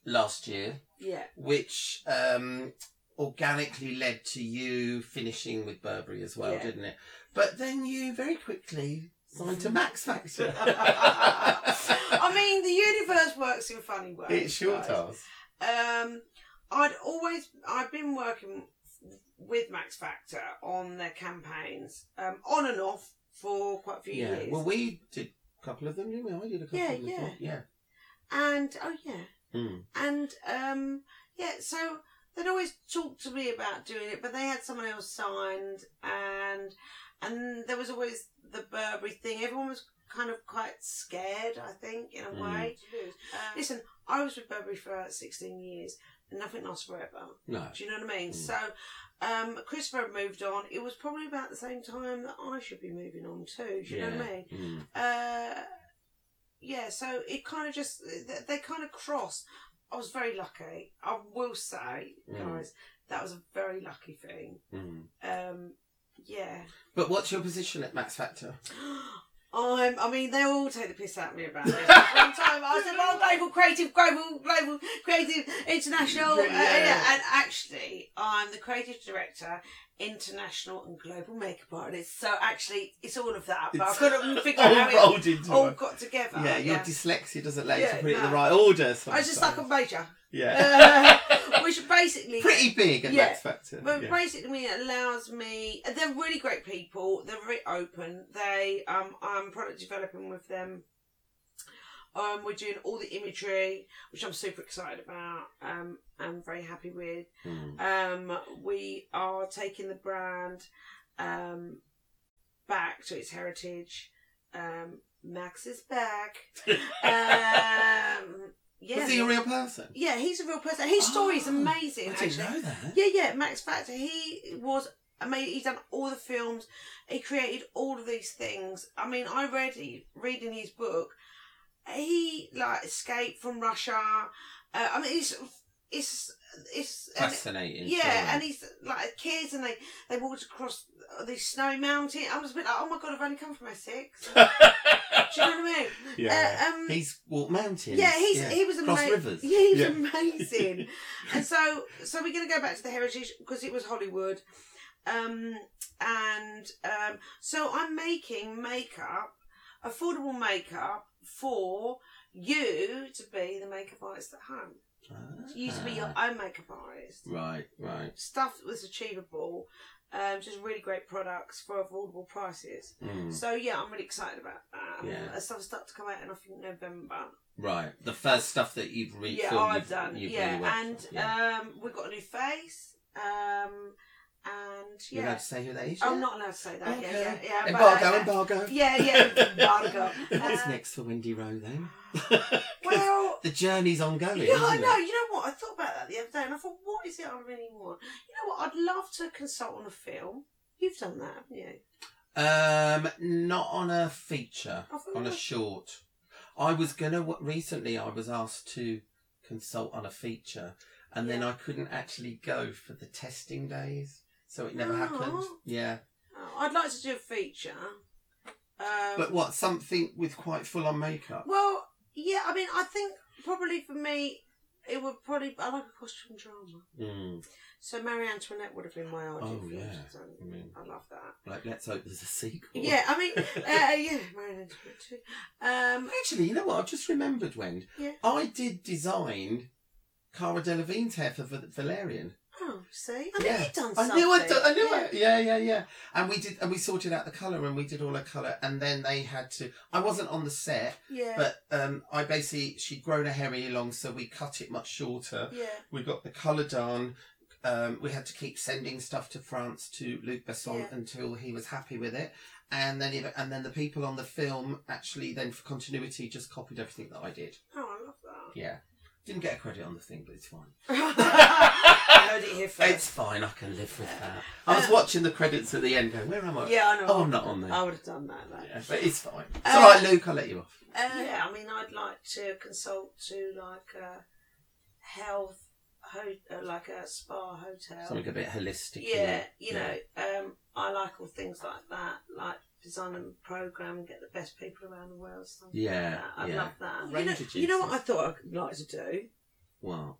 Speaker 3: last year,
Speaker 2: Yeah.
Speaker 3: which um, organically led to you finishing with Burberry as well,
Speaker 2: Yeah.
Speaker 3: didn't it? But then you very quickly signed to Max Factor.
Speaker 2: I mean, the universe works in funny ways.
Speaker 3: it sure
Speaker 2: guys.
Speaker 3: does.
Speaker 2: Um, I'd always I've been working with Max Factor on their campaigns, um, on and off for quite a few
Speaker 3: Yeah.
Speaker 2: years.
Speaker 3: Well, we did a couple of them, didn't we? I did a couple
Speaker 2: Yeah,
Speaker 3: of them.
Speaker 2: yeah.
Speaker 3: Yeah.
Speaker 2: and oh yeah,
Speaker 3: Mm.
Speaker 2: and um, yeah, so they'd always talk to me about doing it, but they had someone else signed, and and there was always the Burberry thing. Everyone was kind of quite scared, I think, in a
Speaker 3: Mm.
Speaker 2: way. Uh, Listen, I was with Burberry for sixteen years, and nothing lasts forever.
Speaker 3: No.
Speaker 2: Do you know what I mean?
Speaker 3: Mm.
Speaker 2: So, um, Christopher had moved on. It was probably about the same time that I should be moving on too. Do you know what I mean?
Speaker 3: Mm.
Speaker 2: Uh, yeah. So it kind of just they, they kind of crossed. I was very lucky. I will say,
Speaker 3: Mm.
Speaker 2: guys, that was a very lucky thing.
Speaker 3: Mm.
Speaker 2: Um, yeah.
Speaker 3: But what's your position at Max Factor?
Speaker 2: Oh, I'm, I mean, they all take the piss out of me about this. One time I said, well, global creative, global, global creative, international. uh,
Speaker 3: Yeah.
Speaker 2: yeah, and actually, I'm the creative director, international and global makeup artist. So actually, it's all of that. But I couldn't figure out how
Speaker 3: all
Speaker 2: it
Speaker 3: rolled into
Speaker 2: all
Speaker 3: one.
Speaker 2: got together.
Speaker 3: Yeah, your dyslexia doesn't let you
Speaker 2: Yeah,
Speaker 3: to put it in the
Speaker 2: no.
Speaker 3: right order.
Speaker 2: I was just like a
Speaker 3: sometimes.
Speaker 2: major, Uh,
Speaker 3: yeah,
Speaker 2: which basically
Speaker 3: pretty big at
Speaker 2: Yeah.
Speaker 3: Max Factor.
Speaker 2: But
Speaker 3: yeah.
Speaker 2: basically, it allows me. They're really great people. They're very open. They um, I'm product developing with them. Um, we're doing all the imagery, which I'm super excited about. Um, I'm very happy with.
Speaker 3: Mm.
Speaker 2: Um, we are taking the brand um, back to its heritage. Um, Max is back. Um, yeah.
Speaker 3: Was he a real person?
Speaker 2: yeah, he's a real person. His story is
Speaker 3: Oh,
Speaker 2: amazing.
Speaker 3: I
Speaker 2: actually.
Speaker 3: didn't know that.
Speaker 2: Yeah, yeah, Max Factor. He was amazing. He's done all the films. He created all of these things. I mean, I read he, reading his book. He like escaped from Russia. Uh, I mean, it's it's it's and-
Speaker 3: Fascinating.
Speaker 2: yeah, and he's like kids, and they they walked across the snowy mountain. I was a bit like, oh my god, I've only come from Essex. Do you know what I mean? Uh, um,
Speaker 3: he's walked mountains.
Speaker 2: yeah, he's he was
Speaker 3: Cross
Speaker 2: amazing.
Speaker 3: rivers.
Speaker 2: Yeah, he was
Speaker 3: Yeah.
Speaker 2: amazing. and so, so we're going to go back to the heritage because it was Hollywood, um, and um, so I'm making makeup, affordable makeup for you to be the makeup artist at home. You to be your own makeup artist.
Speaker 3: Right, right.
Speaker 2: Stuff that was achievable. Um, just really great products for affordable prices.
Speaker 3: Mm,
Speaker 2: So yeah, I'm really excited about that. Um,
Speaker 3: Yeah.
Speaker 2: Stuff starts to come out in I think November.
Speaker 3: right. The first stuff that you've re-
Speaker 2: yeah,
Speaker 3: filmed,
Speaker 2: I've
Speaker 3: you've-
Speaker 2: done.
Speaker 3: you've
Speaker 2: yeah,
Speaker 3: really worked on.
Speaker 2: and
Speaker 3: yeah.
Speaker 2: um, we've got a new face. Um, and
Speaker 3: you're allowed
Speaker 2: yeah,
Speaker 3: to say who that is.
Speaker 2: I'm
Speaker 3: yeah?
Speaker 2: not allowed to say that. Yeah, yeah,
Speaker 3: Okay.
Speaker 2: yeah. but-
Speaker 3: Embargo,
Speaker 2: uh,
Speaker 3: embargo.
Speaker 2: Yeah, yeah, embargo.
Speaker 3: What's
Speaker 2: Uh,
Speaker 3: next for Wendy Rowe then? 'Cause
Speaker 2: Well,
Speaker 3: the journey's ongoing.
Speaker 2: yeah, I
Speaker 3: isn't
Speaker 2: know.
Speaker 3: it?
Speaker 2: You know what? I thought about that the other day, and I thought, what is it I really want? You know what? I'd love to consult on a film. You've done that, haven't you?
Speaker 3: Um, not on a feature,
Speaker 2: I thought oh,
Speaker 3: on
Speaker 2: you
Speaker 3: a
Speaker 2: were-
Speaker 3: short. I was gonna w- recently. I was asked to consult on a feature, and then
Speaker 2: Yeah.
Speaker 3: I couldn't actually go for the testing days, so it never
Speaker 2: Oh.
Speaker 3: happened. Yeah,
Speaker 2: Oh, I'd like to do a feature. Um,
Speaker 3: but what something with quite full on makeup?
Speaker 2: Well, yeah, I mean, I think probably for me, It would probably. I like a costume drama.
Speaker 3: Mm.
Speaker 2: So Marie Antoinette would have been my ideal.
Speaker 3: Oh,
Speaker 2: film,
Speaker 3: yeah.
Speaker 2: so
Speaker 3: I mean-
Speaker 2: I love that.
Speaker 3: Like, let's hope there's a sequel.
Speaker 2: Yeah, I mean, uh, yeah, Marie Antoinette too. Um,
Speaker 3: Actually, you know what? I've just remembered, Wend.
Speaker 2: Yeah.
Speaker 3: I did design Cara Delevingne's hair for Val- Valerian.
Speaker 2: oh, see, I knew
Speaker 3: Yeah.
Speaker 2: you'd done
Speaker 3: I
Speaker 2: something.
Speaker 3: knew I'd done, I knew it. Yeah, yeah, yeah. And we did, and we sorted out the colour and we did all her colour. And then they had to, I wasn't on the set,
Speaker 2: Yeah,
Speaker 3: but um, I basically, she'd grown her hair really long, so we cut it much shorter.
Speaker 2: yeah,
Speaker 3: We got the colour done. Um, we had to keep sending stuff to France to Luc Besson
Speaker 2: Yeah.
Speaker 3: until he was happy with it. And then, it, and then the people on the film actually then for continuity just copied everything that I did.
Speaker 2: Oh, I love that.
Speaker 3: Yeah. Didn't get a credit on the thing, but it's fine.
Speaker 2: I heard it here first.
Speaker 3: It's fine, I can live with that. I was watching the credits at the end going, where am I?
Speaker 2: Um, yeah, I know. Um,
Speaker 3: Oh, I'm not on there.
Speaker 2: I would have done that. Like.
Speaker 3: Yeah, but it's fine. It's
Speaker 2: Uh,
Speaker 3: alright, Luke, I'll let you off.
Speaker 2: Uh, yeah, I mean, I'd like to consult to like a health, ho- uh, like a spa hotel.
Speaker 3: Something a bit holistic. you
Speaker 2: yeah, you
Speaker 3: Yeah.
Speaker 2: know, um, I like all things like that, like design and program, get the best people around the world. Stuff
Speaker 3: Yeah,
Speaker 2: like that. I'd
Speaker 3: yeah.
Speaker 2: love that. You
Speaker 3: Range
Speaker 2: know,
Speaker 3: of
Speaker 2: you know what I
Speaker 3: juices.
Speaker 2: thought I'd like to do?
Speaker 3: Wow.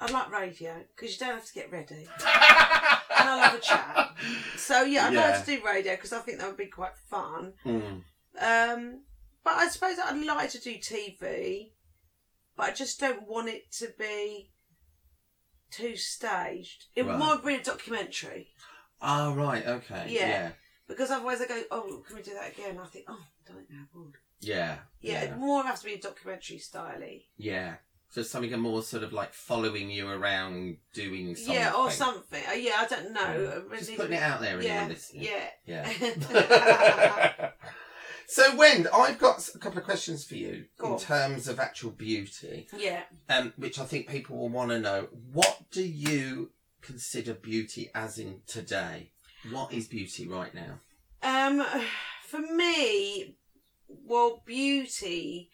Speaker 2: I'd like radio because you don't have to get ready, and I love a chat. So yeah, I'd
Speaker 3: Yeah.
Speaker 2: like to do radio because I think that would be quite fun.
Speaker 3: Mm.
Speaker 2: Um, but I suppose I'd like to do TV, but I just don't want it to be too staged. It would
Speaker 3: Right.
Speaker 2: more be a documentary
Speaker 3: Oh, right, okay.
Speaker 2: Yeah.
Speaker 3: Yeah.
Speaker 2: because otherwise I go, oh, can we do that again? I think, oh, I don't know. bored.
Speaker 3: Yeah.
Speaker 2: Yeah,
Speaker 3: Yeah.
Speaker 2: it more has to be a documentary style.
Speaker 3: Yeah. So something more sort of like following you around doing something.
Speaker 2: Yeah, or something. Uh, yeah, I don't know. Uh,
Speaker 3: Just
Speaker 2: really-
Speaker 3: putting it out there, anyone
Speaker 2: Yeah,
Speaker 3: listening.
Speaker 2: yeah.
Speaker 3: Yeah. so, Wend, I've got s- a couple of questions for you
Speaker 2: Go
Speaker 3: in
Speaker 2: on.
Speaker 3: terms of actual beauty,
Speaker 2: yeah.
Speaker 3: um, which I think people will want to know. What do you consider beauty as in today? What is beauty right now?
Speaker 2: Um, for me, well, beauty,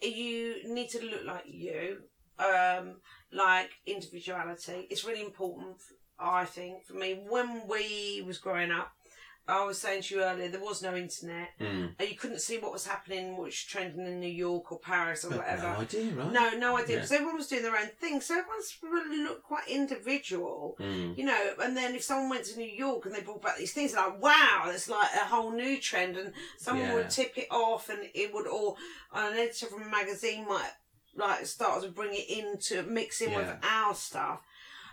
Speaker 2: you need to look like you, um, like individuality. It's really important, I think, for me. When we was growing up, I was saying to you earlier, there was no internet,
Speaker 3: Mm.
Speaker 2: and you couldn't see what was happening, what was trending in New York or Paris or
Speaker 3: But
Speaker 2: whatever.
Speaker 3: no idea, right?
Speaker 2: No, no idea.
Speaker 3: Yeah.
Speaker 2: Because everyone was doing their own thing, so everyone's really looked quite individual.
Speaker 3: Mm.
Speaker 2: You know, and then if someone went to New York and they brought back these things, like wow, it's like a whole new trend, and someone
Speaker 3: Yeah.
Speaker 2: would tip it off, and it would all an editor from a magazine might like start to bring it into mix in with
Speaker 3: Yeah.
Speaker 2: our stuff.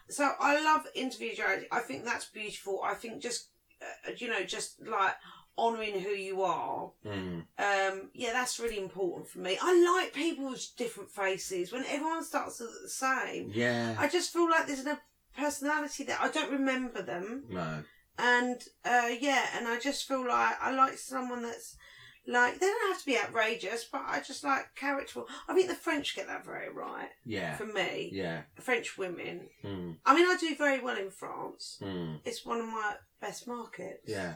Speaker 2: So I love individuality. I think that's beautiful. I think just uh, you know, just like honouring who you are
Speaker 3: Mm.
Speaker 2: um, yeah, that's really important for me. I like people's different faces. When everyone starts to look the same,
Speaker 3: Yeah.
Speaker 2: I just feel like there's no personality there. I don't remember them,
Speaker 3: No.
Speaker 2: and uh, yeah, and I just feel like I like someone that's like they don't have to be outrageous, but I just like character. I think the French get that very right
Speaker 3: Yeah.
Speaker 2: for me.
Speaker 3: Yeah.
Speaker 2: French women.
Speaker 3: Mm.
Speaker 2: I mean, I do very well in France.
Speaker 3: Mm.
Speaker 2: It's one of my best markets.
Speaker 3: Yeah.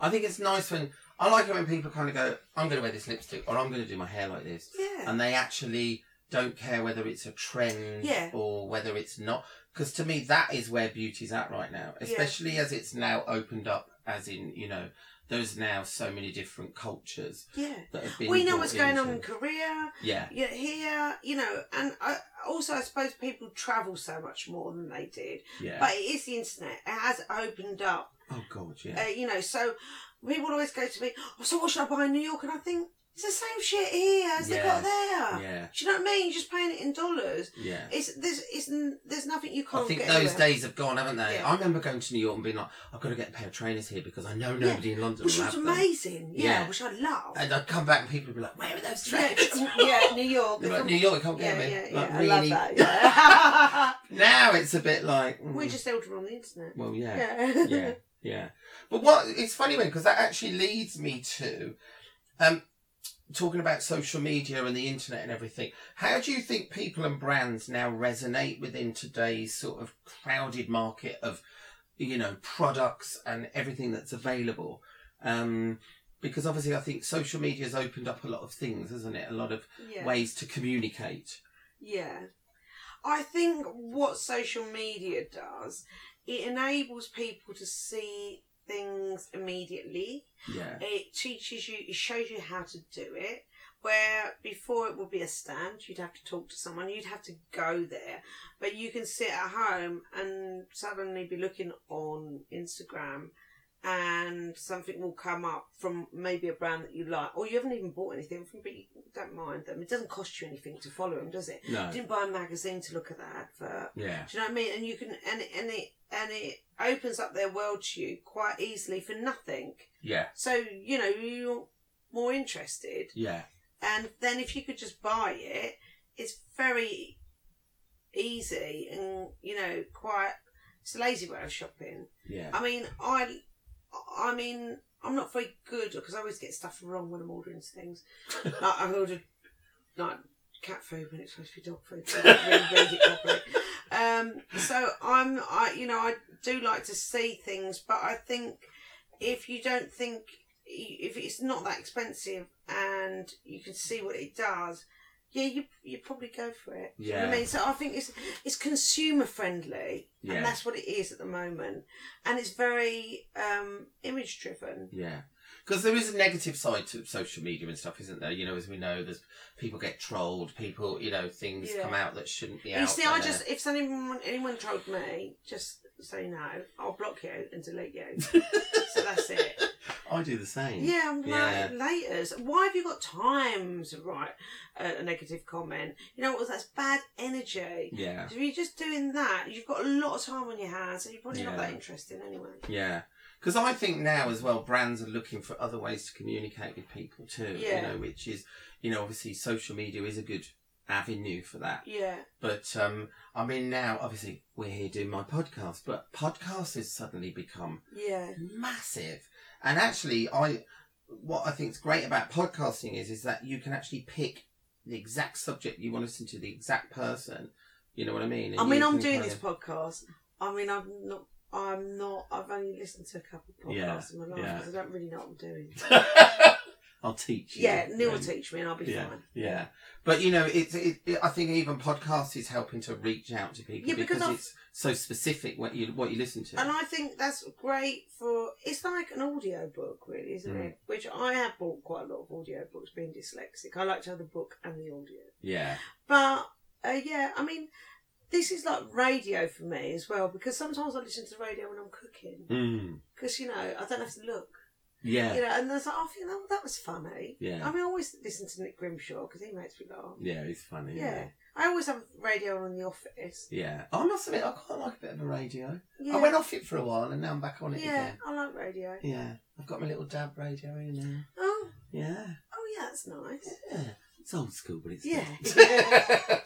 Speaker 3: I think it's nice when I like it when people kind of go, "I'm going to wear this lipstick," or "I'm going to do my hair like this."
Speaker 2: Yeah.
Speaker 3: and they actually don't care whether it's a trend
Speaker 2: Yeah.
Speaker 3: or whether it's not. Because to me, that is where beauty's at right now,
Speaker 2: Yeah.
Speaker 3: especially as it's now opened up, as in, you know, there's now so many different cultures
Speaker 2: Yeah.
Speaker 3: that have been.
Speaker 2: We know
Speaker 3: brought
Speaker 2: what's going on
Speaker 3: into-
Speaker 2: in Korea.
Speaker 3: Yeah.
Speaker 2: Yeah, here, you know, and I, also I suppose people travel so much more than they did.
Speaker 3: Yeah.
Speaker 2: But it is the internet; it has opened up.
Speaker 3: oh, God, yeah.
Speaker 2: Uh, you know, so people always go to me. Oh, so what should I buy in New York? And I think it's the same shit here as they
Speaker 3: Yeah.
Speaker 2: got there.
Speaker 3: yeah.
Speaker 2: Do you know what I mean? You're just paying it in dollars.
Speaker 3: Yeah.
Speaker 2: It's there's it's n- there's nothing you can't
Speaker 3: I think
Speaker 2: get.
Speaker 3: those
Speaker 2: anywhere.
Speaker 3: days have gone, haven't they?
Speaker 2: Yeah.
Speaker 3: I remember going to New York and being like, I've got to get a pair of trainers here because I know
Speaker 2: Yeah.
Speaker 3: nobody in London
Speaker 2: which
Speaker 3: will
Speaker 2: was
Speaker 3: have them.
Speaker 2: amazing. Yeah,
Speaker 3: Yeah.
Speaker 2: which I love.
Speaker 3: And I'd come back and people would be like, where are those
Speaker 2: yeah,
Speaker 3: trainers? from?"
Speaker 2: yeah, New York.
Speaker 3: Like, New York, I can't
Speaker 2: Yeah,
Speaker 3: get
Speaker 2: yeah,
Speaker 3: them.
Speaker 2: yeah.
Speaker 3: Like,
Speaker 2: I
Speaker 3: really?
Speaker 2: love that. Yeah.
Speaker 3: Now it's a bit like. mm,
Speaker 2: we just order on the internet.
Speaker 3: Well, yeah.
Speaker 2: Yeah.
Speaker 3: Yeah. Yeah. But what it's funny when because that actually leads me to um talking about social media and the internet and everything. How do you think people and brands now resonate within today's sort of crowded market of you know products and everything that's available? Um because obviously I think social media has opened up a lot of things, hasn't it? A lot of
Speaker 2: yeah.
Speaker 3: ways to communicate.
Speaker 2: Yeah. I think what social media does, it enables people to see things immediately.
Speaker 3: Yeah.
Speaker 2: It teaches you, it shows you how to do it. where before it would be a stand, you'd have to talk to someone, you'd have to go there, but you can sit at home and suddenly be looking on Instagram and something will come up from maybe a brand that you like, or you haven't even bought anything from, but you don't mind them. It doesn't cost you anything to follow them, does it?
Speaker 3: No.
Speaker 2: You didn't buy a magazine to look at that advert.
Speaker 3: Yeah.
Speaker 2: Do you know what I mean? And you can and it, and it and it opens up their world to you quite easily for nothing.
Speaker 3: Yeah.
Speaker 2: So you know you're more interested,
Speaker 3: Yeah.
Speaker 2: and then if you could just buy it, it's very easy and you know quite. It's a lazy way of shopping.
Speaker 3: Yeah.
Speaker 2: I mean, I, I mean, I'm not very good because I always get stuff wrong when I'm ordering things. like I ordered like cat food when it's supposed to be dog food. so I didn't really read it properly. Um, so I'm, I, you know, I do like to see things, but I think if you don't think if it's not that expensive and you can see what it does. Yeah, you you probably go for it. Do you know what
Speaker 3: Yeah.
Speaker 2: I mean, so I think it's it's consumer friendly,
Speaker 3: Yeah.
Speaker 2: and that's what it is at the moment and it's very um, image driven.
Speaker 3: Yeah. Because there is a negative side to social media and stuff, isn't there? You know, as we know, there's people get trolled, people, you know, things
Speaker 2: Yeah.
Speaker 3: come out that shouldn't be out.
Speaker 2: you see,
Speaker 3: and
Speaker 2: I
Speaker 3: they're-
Speaker 2: just if anyone anyone told me, just say no, I'll block you and delete you. so that's it.
Speaker 3: I do the same.
Speaker 2: Yeah, I'm
Speaker 3: Yeah.
Speaker 2: like laters. Why have you got time to write a, a negative comment? You know what? That's bad energy.
Speaker 3: Yeah.
Speaker 2: If you're just doing that, you've got a lot of time on your hands, and you're probably not
Speaker 3: Yeah.
Speaker 2: that interesting anyway.
Speaker 3: Yeah. Because I think now as well, brands are looking for other ways to communicate with people too.
Speaker 2: Yeah.
Speaker 3: You know, which is, you know, obviously social media is a good avenue for that.
Speaker 2: Yeah,
Speaker 3: But um, I mean, now obviously we're here doing my podcast, but podcasts has suddenly become
Speaker 2: yeah,
Speaker 3: massive. And actually, I what I think's great about podcasting is is that you can actually pick the exact subject you want to listen to, the exact person. You know what I mean? And
Speaker 2: I mean,
Speaker 3: you
Speaker 2: I'm
Speaker 3: can
Speaker 2: doing
Speaker 3: kind
Speaker 2: this
Speaker 3: of-
Speaker 2: podcast. I mean, I'm not. I'm not. I've only listened to a couple of podcasts in my life
Speaker 3: yeah.
Speaker 2: because I don't really know what I'm doing.
Speaker 3: I'll teach you.
Speaker 2: Yeah, Neil will
Speaker 3: Yeah.
Speaker 2: teach me, and I'll be
Speaker 3: Yeah,
Speaker 2: fine.
Speaker 3: yeah, but you know, it's. It, it, I think even podcasts is helping to reach out to people
Speaker 2: Yeah, because I've-
Speaker 3: it's so specific what you what you listen to.
Speaker 2: And I think that's great for. It's like an audio book, really, isn't
Speaker 3: Mm.
Speaker 2: it? Which I have bought quite a lot of audio books, being dyslexic. I like to have the book and the audio.
Speaker 3: yeah,
Speaker 2: But uh, yeah, I mean, this is like radio for me as well because sometimes I listen to the radio when I'm cooking
Speaker 3: mm.
Speaker 2: because you know I don't have to look.
Speaker 3: yeah,
Speaker 2: You know, and I was like, oh, I think oh, that was funny.
Speaker 3: Yeah.
Speaker 2: I mean, I always listen to Nick Grimshaw because he makes me laugh.
Speaker 3: yeah. It's funny.
Speaker 2: Yeah. I always have radio on in the office.
Speaker 3: yeah. I must admit, I quite like a bit of a radio.
Speaker 2: Yeah.
Speaker 3: I went off it for a while and now I'm back on it
Speaker 2: yeah,
Speaker 3: again.
Speaker 2: I like radio.
Speaker 3: Yeah. I've got my little dab radio in there.
Speaker 2: Oh,
Speaker 3: Yeah.
Speaker 2: oh yeah, that's nice.
Speaker 3: Yeah. It's old school, but it's
Speaker 2: Yeah.
Speaker 3: good.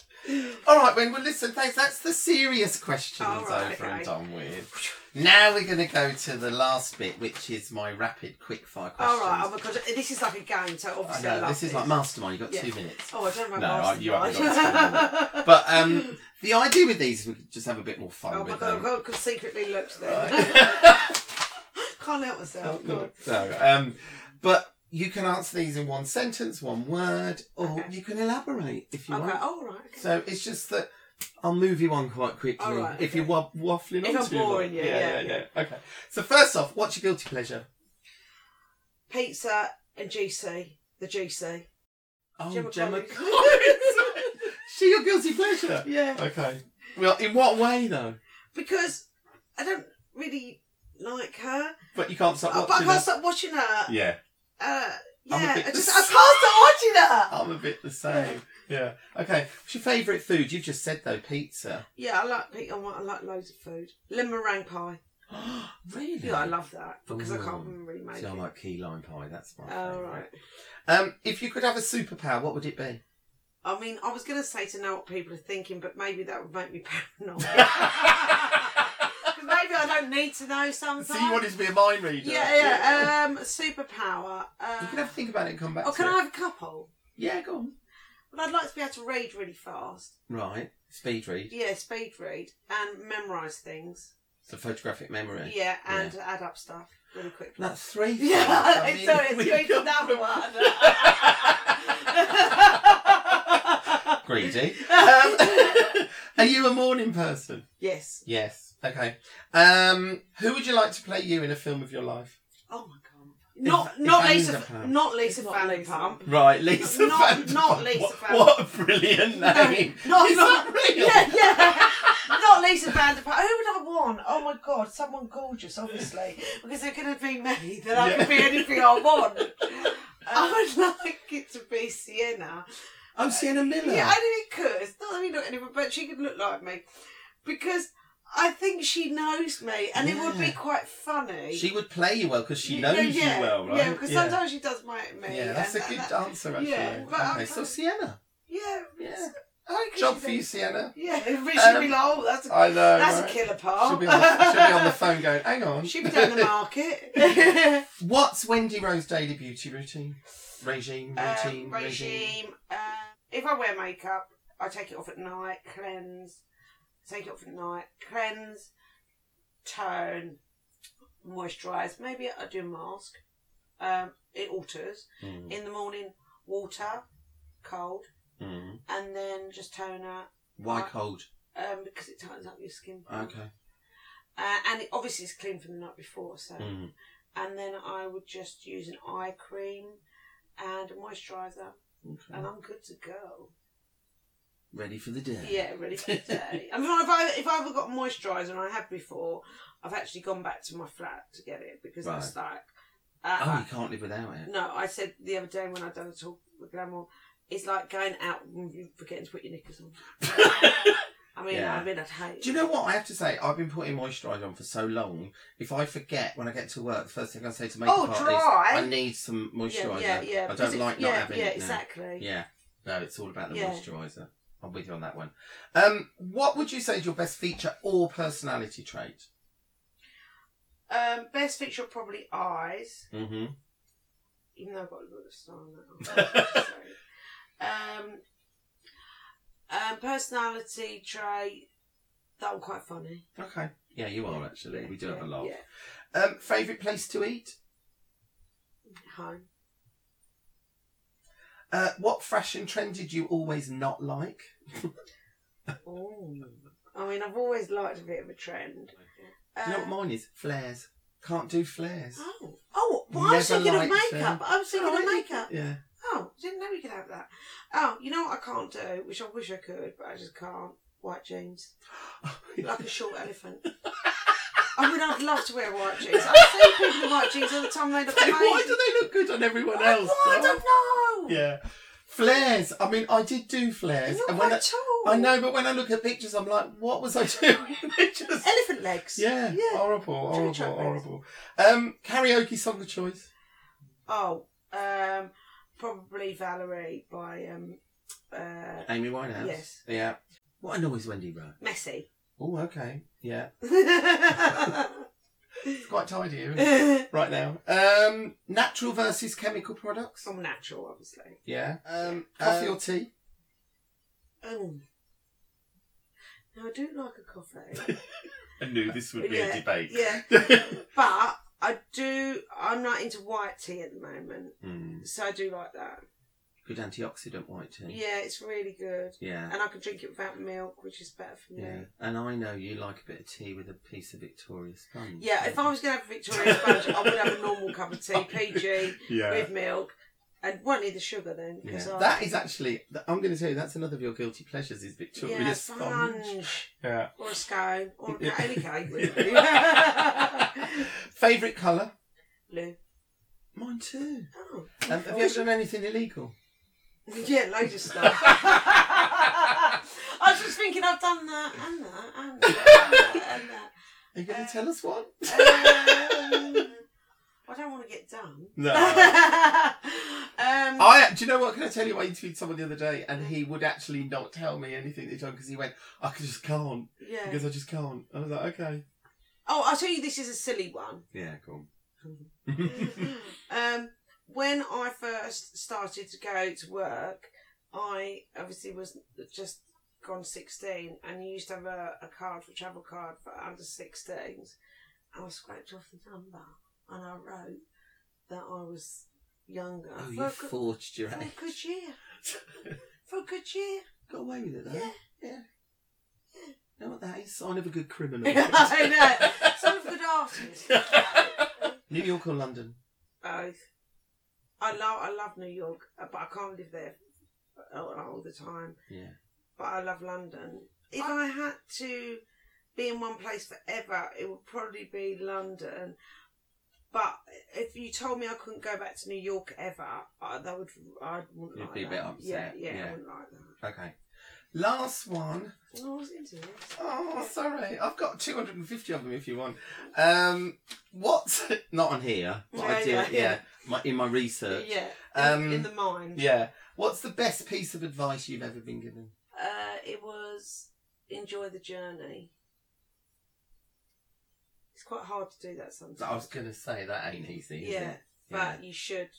Speaker 3: All right, Wayne. Well, listen, thanks. That's the serious questions
Speaker 2: All right,
Speaker 3: over and
Speaker 2: okay.
Speaker 3: done with. Now we're going to go to the last bit, which is my rapid quickfire
Speaker 2: All
Speaker 3: questions.
Speaker 2: right. Oh my god, this is like a game. So
Speaker 3: I
Speaker 2: obviously, I,
Speaker 3: know,
Speaker 2: love
Speaker 3: this is like mastermind. You've got
Speaker 2: Yeah.
Speaker 3: two minutes.
Speaker 2: Oh, I don't
Speaker 3: No,
Speaker 2: remember.
Speaker 3: you haven't got But um, the idea with these is we could just have a bit more fun
Speaker 2: oh
Speaker 3: with
Speaker 2: my god,
Speaker 3: them.
Speaker 2: I could secretly looked there. Can't help myself.
Speaker 3: No,
Speaker 2: Oh, God.
Speaker 3: no, um, but you can answer these in one sentence, one word, or
Speaker 2: Okay.
Speaker 3: you can elaborate if you
Speaker 2: Okay.
Speaker 3: want.
Speaker 2: All right. okay.
Speaker 3: So it's just that I'll move you on quite quickly
Speaker 2: All right,
Speaker 3: if you're
Speaker 2: okay.
Speaker 3: wa- waffling
Speaker 2: If
Speaker 3: on
Speaker 2: I'm
Speaker 3: too long.
Speaker 2: boring you, yeah,
Speaker 3: Okay. So first off, what's your guilty pleasure?
Speaker 2: Pizza and GC. The GC.
Speaker 3: Oh,
Speaker 2: Gemma
Speaker 3: Collins. she your guilty pleasure?
Speaker 2: Yeah.
Speaker 3: Okay. Well, in what way though?
Speaker 2: because I don't really like her.
Speaker 3: But you can't stop
Speaker 2: Oh,
Speaker 3: watching.
Speaker 2: but I can't
Speaker 3: her.
Speaker 2: stop watching her.
Speaker 3: Yeah,
Speaker 2: Uh,
Speaker 3: I'm a
Speaker 2: yeah,
Speaker 3: bit
Speaker 2: I just I can't stop watching her.
Speaker 3: I'm a bit the same. Yeah. Okay. What's your favourite food? You've just said though pizza.
Speaker 2: Yeah, I like pizza. I like loads of food. Lemon meringue pie.
Speaker 3: really?
Speaker 2: Yeah, I love that because I can't
Speaker 3: Ooh.
Speaker 2: remember really make
Speaker 3: See, I
Speaker 2: it.
Speaker 3: like key lime pie. That's my
Speaker 2: All
Speaker 3: favourite.
Speaker 2: right.
Speaker 3: Um, if you could have a superpower, what would it be?
Speaker 2: I mean, I was going to say to know what people are thinking, but maybe that would make me paranoid. 'Cause maybe I don't need to know sometimes.
Speaker 3: So you wanted to be a mind reader?
Speaker 2: Yeah, yeah. Um, superpower. Uh,
Speaker 3: You can have a think about it and come back.
Speaker 2: oh,
Speaker 3: to
Speaker 2: can
Speaker 3: it.
Speaker 2: I have a couple?
Speaker 3: Yeah, go on.
Speaker 2: Well, I'd like to be able to read really fast.
Speaker 3: Right, speed read.
Speaker 2: Yeah, speed read and memorise things.
Speaker 3: So photographic memory.
Speaker 2: Yeah, and add up stuff really quickly.
Speaker 3: That's three. things.
Speaker 2: Yeah,
Speaker 3: I mean,
Speaker 2: sorry, it's
Speaker 3: we've
Speaker 2: great
Speaker 3: gone
Speaker 2: that
Speaker 3: from-
Speaker 2: one.
Speaker 3: Greedy. Um, are you a morning person?
Speaker 2: yes.
Speaker 3: Yes. Okay. Um, who would you like to play you in a film of your life?
Speaker 2: Oh my god. Not
Speaker 3: Ev-
Speaker 2: not
Speaker 3: Evander
Speaker 2: Lisa,
Speaker 3: Pump.
Speaker 2: not Lisa
Speaker 5: It's not
Speaker 2: Fanny
Speaker 5: Lisa.
Speaker 2: Pump.
Speaker 3: Right, Lisa.
Speaker 2: Not-
Speaker 3: Van
Speaker 2: not
Speaker 3: Dyke.
Speaker 2: Lisa
Speaker 3: What,
Speaker 2: Van-
Speaker 3: what a brilliant name!
Speaker 2: not-
Speaker 3: Is
Speaker 2: not-
Speaker 3: that real?
Speaker 2: Yeah, yeah. Not Lisa Vanderpump. Who would I want? Oh my god, someone gorgeous, obviously, because it could have been me. Then I could be anything I want. Um, I would like it to be Sienna.
Speaker 3: Oh, Sienna Miller.
Speaker 2: Yeah, I think it could. It's not that we look anyone, but she could look like me because I think she knows me, and it would be
Speaker 3: Yeah.
Speaker 2: quite funny.
Speaker 3: She would play you well because she
Speaker 2: Yeah,
Speaker 3: knows
Speaker 2: yeah,
Speaker 3: you well, right?
Speaker 2: Yeah, because sometimes she does my me.
Speaker 3: Yeah, that's a
Speaker 2: and-
Speaker 3: good
Speaker 2: and that-
Speaker 3: dancer, actually.
Speaker 2: yeah, but
Speaker 3: okay,
Speaker 2: I'm-
Speaker 3: so Sienna.
Speaker 2: Yeah,
Speaker 3: Yeah.
Speaker 2: I reckon
Speaker 3: Job
Speaker 2: she's
Speaker 3: for
Speaker 2: a-
Speaker 3: you, Sienna.
Speaker 2: Yeah, but she'd
Speaker 3: Um,
Speaker 2: be like, oh, that's a,
Speaker 3: I know.
Speaker 2: that's
Speaker 3: right?
Speaker 2: a killer part.
Speaker 3: She'll be, on the, she'll be on the phone going, hang on.
Speaker 2: She'd be down the market.
Speaker 3: What's Wendy Rowe's daily beauty routine? Regime, routine, regime.
Speaker 2: um, regime. Um, if I wear makeup, I take it off at night, cleanse. Take it off at night, cleanse, tone, moisturise. Maybe I do a mask. Um, it alters.
Speaker 3: Mm,
Speaker 2: In the morning, water, cold,
Speaker 3: mm.
Speaker 2: and then just toner
Speaker 3: Why cold?
Speaker 2: um, because it tightens up your skin.
Speaker 3: Okay.
Speaker 2: Uh, and it obviously it's clean from the night before, so.
Speaker 3: Mm.
Speaker 2: And then I would just use an eye cream and a moisturiser,
Speaker 3: Hmm, okay.
Speaker 2: and I'm good to go.
Speaker 3: Ready for the day.
Speaker 2: Yeah, really good day. I mean, if I if I ever got a moisturiser, and I had before, I've actually gone back to my flat to get it because I was like, uh,
Speaker 3: Oh, you can't live without
Speaker 2: I-
Speaker 3: it.
Speaker 2: no, I said the other day when I done a talk with Glamour, it's like going out and forgetting to put your knickers on. I mean,
Speaker 3: Yeah.
Speaker 2: I mean, I'd hate.
Speaker 3: Do you know what I have to say? I've been putting moisturiser on for so long. If I forget when I get to work, the first thing I say to makeup
Speaker 2: Oh,
Speaker 3: artist,
Speaker 2: dry.
Speaker 3: I need some
Speaker 2: Yeah,
Speaker 3: moisturiser.
Speaker 2: yeah, yeah.
Speaker 3: I
Speaker 2: because
Speaker 3: don't
Speaker 2: it-
Speaker 3: like not
Speaker 2: yeah,
Speaker 3: having
Speaker 2: Yeah,
Speaker 3: it. now.
Speaker 2: exactly.
Speaker 3: Yeah. No, it's all about the
Speaker 2: Yeah.
Speaker 3: moisturiser. I'm with you on that one. Um, what would you say is your best feature or personality trait?
Speaker 2: Um, best feature probably eyes,
Speaker 3: Mm-hmm.
Speaker 2: even though I've got a little star now. Sorry. um, um, personality trait that I'm quite funny.
Speaker 3: Okay. Yeah, you are actually.
Speaker 2: Yeah,
Speaker 3: we do have a
Speaker 2: yeah,
Speaker 3: lot.
Speaker 2: Yeah,
Speaker 3: Um, favorite place to eat?
Speaker 2: home.
Speaker 3: Uh, what fashion trend did you always not like?
Speaker 2: Oh. I mean, I've always liked a bit of a trend.
Speaker 3: Do you know
Speaker 2: Um,
Speaker 3: what mine is? Flares. Can't do flares.
Speaker 2: Oh, oh, well, I was
Speaker 3: Never
Speaker 2: thinking of
Speaker 3: liked them.
Speaker 2: makeup. I was thinking
Speaker 3: Oh,
Speaker 2: of
Speaker 3: really?
Speaker 2: makeup.
Speaker 3: Yeah.
Speaker 2: Oh, didn't know we could have that. Oh, you know what I can't do, which I wish I could, but I just can't. White jeans. like a short elephant. I mean, I'd love to wear white jeans. I see people in white jeans all the time. They look
Speaker 3: Then
Speaker 2: amazing.
Speaker 3: why do they look good on everyone else?
Speaker 2: I
Speaker 3: though?
Speaker 2: don't know.
Speaker 3: Yeah. Flares. I mean, I did do
Speaker 2: They're
Speaker 3: flares.
Speaker 2: not
Speaker 3: And when I,
Speaker 2: quite tall.
Speaker 3: I know, but when I look at pictures, I'm like, what was I doing? It just-
Speaker 2: Elephant legs.
Speaker 3: yeah,
Speaker 2: Yeah.
Speaker 3: horrible, horrible,
Speaker 2: Chubby chap legs.
Speaker 3: horrible. Um, karaoke song of choice.
Speaker 2: Oh, um, probably Valerie by um, uh,
Speaker 3: Amy Winehouse.
Speaker 2: Yes.
Speaker 3: Yeah. What annoys Wendy Rowe?
Speaker 2: Messi.
Speaker 3: Oh, okay. Yeah.
Speaker 2: um,
Speaker 3: It's quite tidy, isn't it? right now. Um, natural versus chemical products.
Speaker 2: I'm natural, obviously.
Speaker 3: Yeah. Um, coffee or tea? Oh.
Speaker 2: Um, no, I do like a coffee.
Speaker 3: I knew this
Speaker 2: would be a Yeah,
Speaker 3: debate.
Speaker 2: yeah. but I do. I'm not into white tea at the moment, so I do like that.
Speaker 3: Hmm. Good antioxidant white tea.
Speaker 2: Yeah, it's really good.
Speaker 3: Yeah.
Speaker 2: And I can drink it without milk, which is better for me.
Speaker 3: Yeah, and I know you like a bit of tea with a piece of Victoria sponge.
Speaker 2: Yeah, if I was going to have a Victoria sponge, I would have a normal cup of tea, PG, with milk, and won't need the sugar then.
Speaker 3: Yeah.
Speaker 2: Because I,
Speaker 3: That is actually. th- I'm going to tell you that's another of your guilty pleasures is Victoria
Speaker 2: yeah,
Speaker 3: sponge.
Speaker 2: sponge.
Speaker 3: Yeah.
Speaker 2: Or a scone, or
Speaker 3: Yeah.
Speaker 2: any cake, really.
Speaker 3: Favorite color?
Speaker 2: Blue.
Speaker 3: Mine too.
Speaker 2: Oh.
Speaker 3: Um, have you ever done anything illegal?
Speaker 2: Yeah, loads of stuff. I was just thinking I've done that, and that, and that, and that.
Speaker 3: Are you going
Speaker 2: Uh,
Speaker 3: to tell us what?
Speaker 2: Um, I don't want to get done.
Speaker 3: No.
Speaker 2: um,
Speaker 3: I do you know what? Can I tell you? I interviewed someone the other day, and he would actually not tell me anything they'd done because he went, "I could- just can't
Speaker 2: yeah.
Speaker 3: because I just can't." I was like, "Okay."
Speaker 2: Oh, I'll tell you, this is a silly one.
Speaker 3: Yeah, cool.
Speaker 2: um, when I first started to go to work, I obviously was just gone 16 and you used to have a, a card for travel card for under 16s. And I scraped off the number and I wrote that I was younger.
Speaker 3: oh,
Speaker 2: for,
Speaker 3: you
Speaker 2: a good,
Speaker 3: forged your
Speaker 2: for a
Speaker 3: age.
Speaker 2: good year. For a good year.
Speaker 3: Got away with it though.
Speaker 2: Yeah.
Speaker 3: Yeah. You know what that is? Sign of a good criminal.
Speaker 2: I know. Some of good artists.
Speaker 3: New York or London?
Speaker 2: both. I love I love New York, uh, but I can't live there all all the time.
Speaker 3: Yeah.
Speaker 2: But I love London. If
Speaker 1: I-
Speaker 2: I had to be in one place forever, it would probably be London. But if you told me I couldn't go back to New York ever, I, that would I wouldn't
Speaker 3: You'd
Speaker 2: like
Speaker 3: be a
Speaker 2: that.
Speaker 3: bit upset,
Speaker 2: Yeah, yeah, I
Speaker 3: yeah.
Speaker 2: wouldn't like that.
Speaker 3: Okay. Last one.
Speaker 2: No, I was into this.
Speaker 3: Oh, sorry. I've got 250 of them if you want. Um, what? Not on here. But I
Speaker 2: Yeah,
Speaker 3: do.
Speaker 2: yeah,
Speaker 3: Yeah.
Speaker 2: yeah.
Speaker 3: My, in my research.
Speaker 2: yeah, in,
Speaker 3: Um,
Speaker 2: in the mind.
Speaker 3: Yeah. What's the best piece of advice you've ever been given?
Speaker 2: Uh, it was enjoy the journey. It's quite hard to do that sometimes.
Speaker 3: I was going to say that ain't easy. Is
Speaker 2: yeah,
Speaker 3: It?
Speaker 2: but you should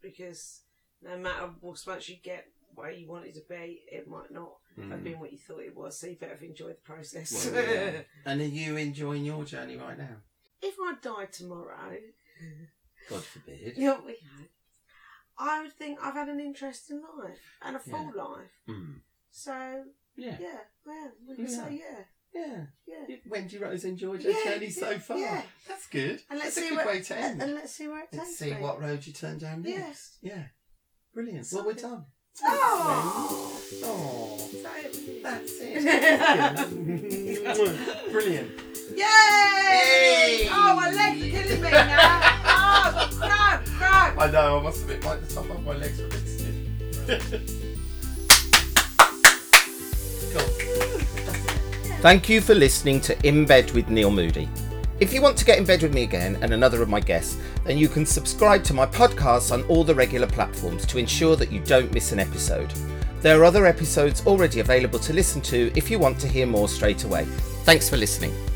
Speaker 2: because no matter what, once you get where you want it to be, it might not have
Speaker 3: Mm.
Speaker 2: been what you thought it was. So you better have enjoyed the process.
Speaker 3: Well, yeah. And are you enjoying your journey right now?
Speaker 2: if I died tomorrow,
Speaker 3: God forbid.
Speaker 2: you know, I would think I've had an interesting life and a full life.
Speaker 3: Mm.
Speaker 2: So
Speaker 3: Yeah.
Speaker 2: yeah, yeah, we can say yeah,
Speaker 3: Yeah.
Speaker 2: yeah.
Speaker 3: Wendy Rose enjoyed her
Speaker 2: Yeah,
Speaker 3: journey so
Speaker 2: yeah,
Speaker 3: far.
Speaker 2: yeah.
Speaker 3: That's good.
Speaker 2: And let's
Speaker 3: That's
Speaker 2: see
Speaker 3: a good
Speaker 2: where-
Speaker 3: way to end.
Speaker 2: And let's see where it
Speaker 3: Let's
Speaker 2: takes
Speaker 3: see
Speaker 2: me.
Speaker 3: what road you turn down next.
Speaker 2: Yes.
Speaker 3: Yeah. Brilliant. Well, we're done.
Speaker 2: Oh.
Speaker 3: Oh,
Speaker 2: Is that it?
Speaker 3: that's it. Brilliant.
Speaker 2: Yay!
Speaker 3: Yay!
Speaker 2: Oh, my legs are killing me now. oh, crap, crap.
Speaker 3: I know, I must admit, like the top of my legs were a bit stiff. cool.
Speaker 1: Thank you for listening to In Bed with Neil Moody. If you want to get in bed with me again and another of my guests, then you can subscribe to my podcasts on all the regular platforms to ensure that you don't miss an episode. There are other episodes already available to listen to if you want to hear more straight away. Thanks for listening.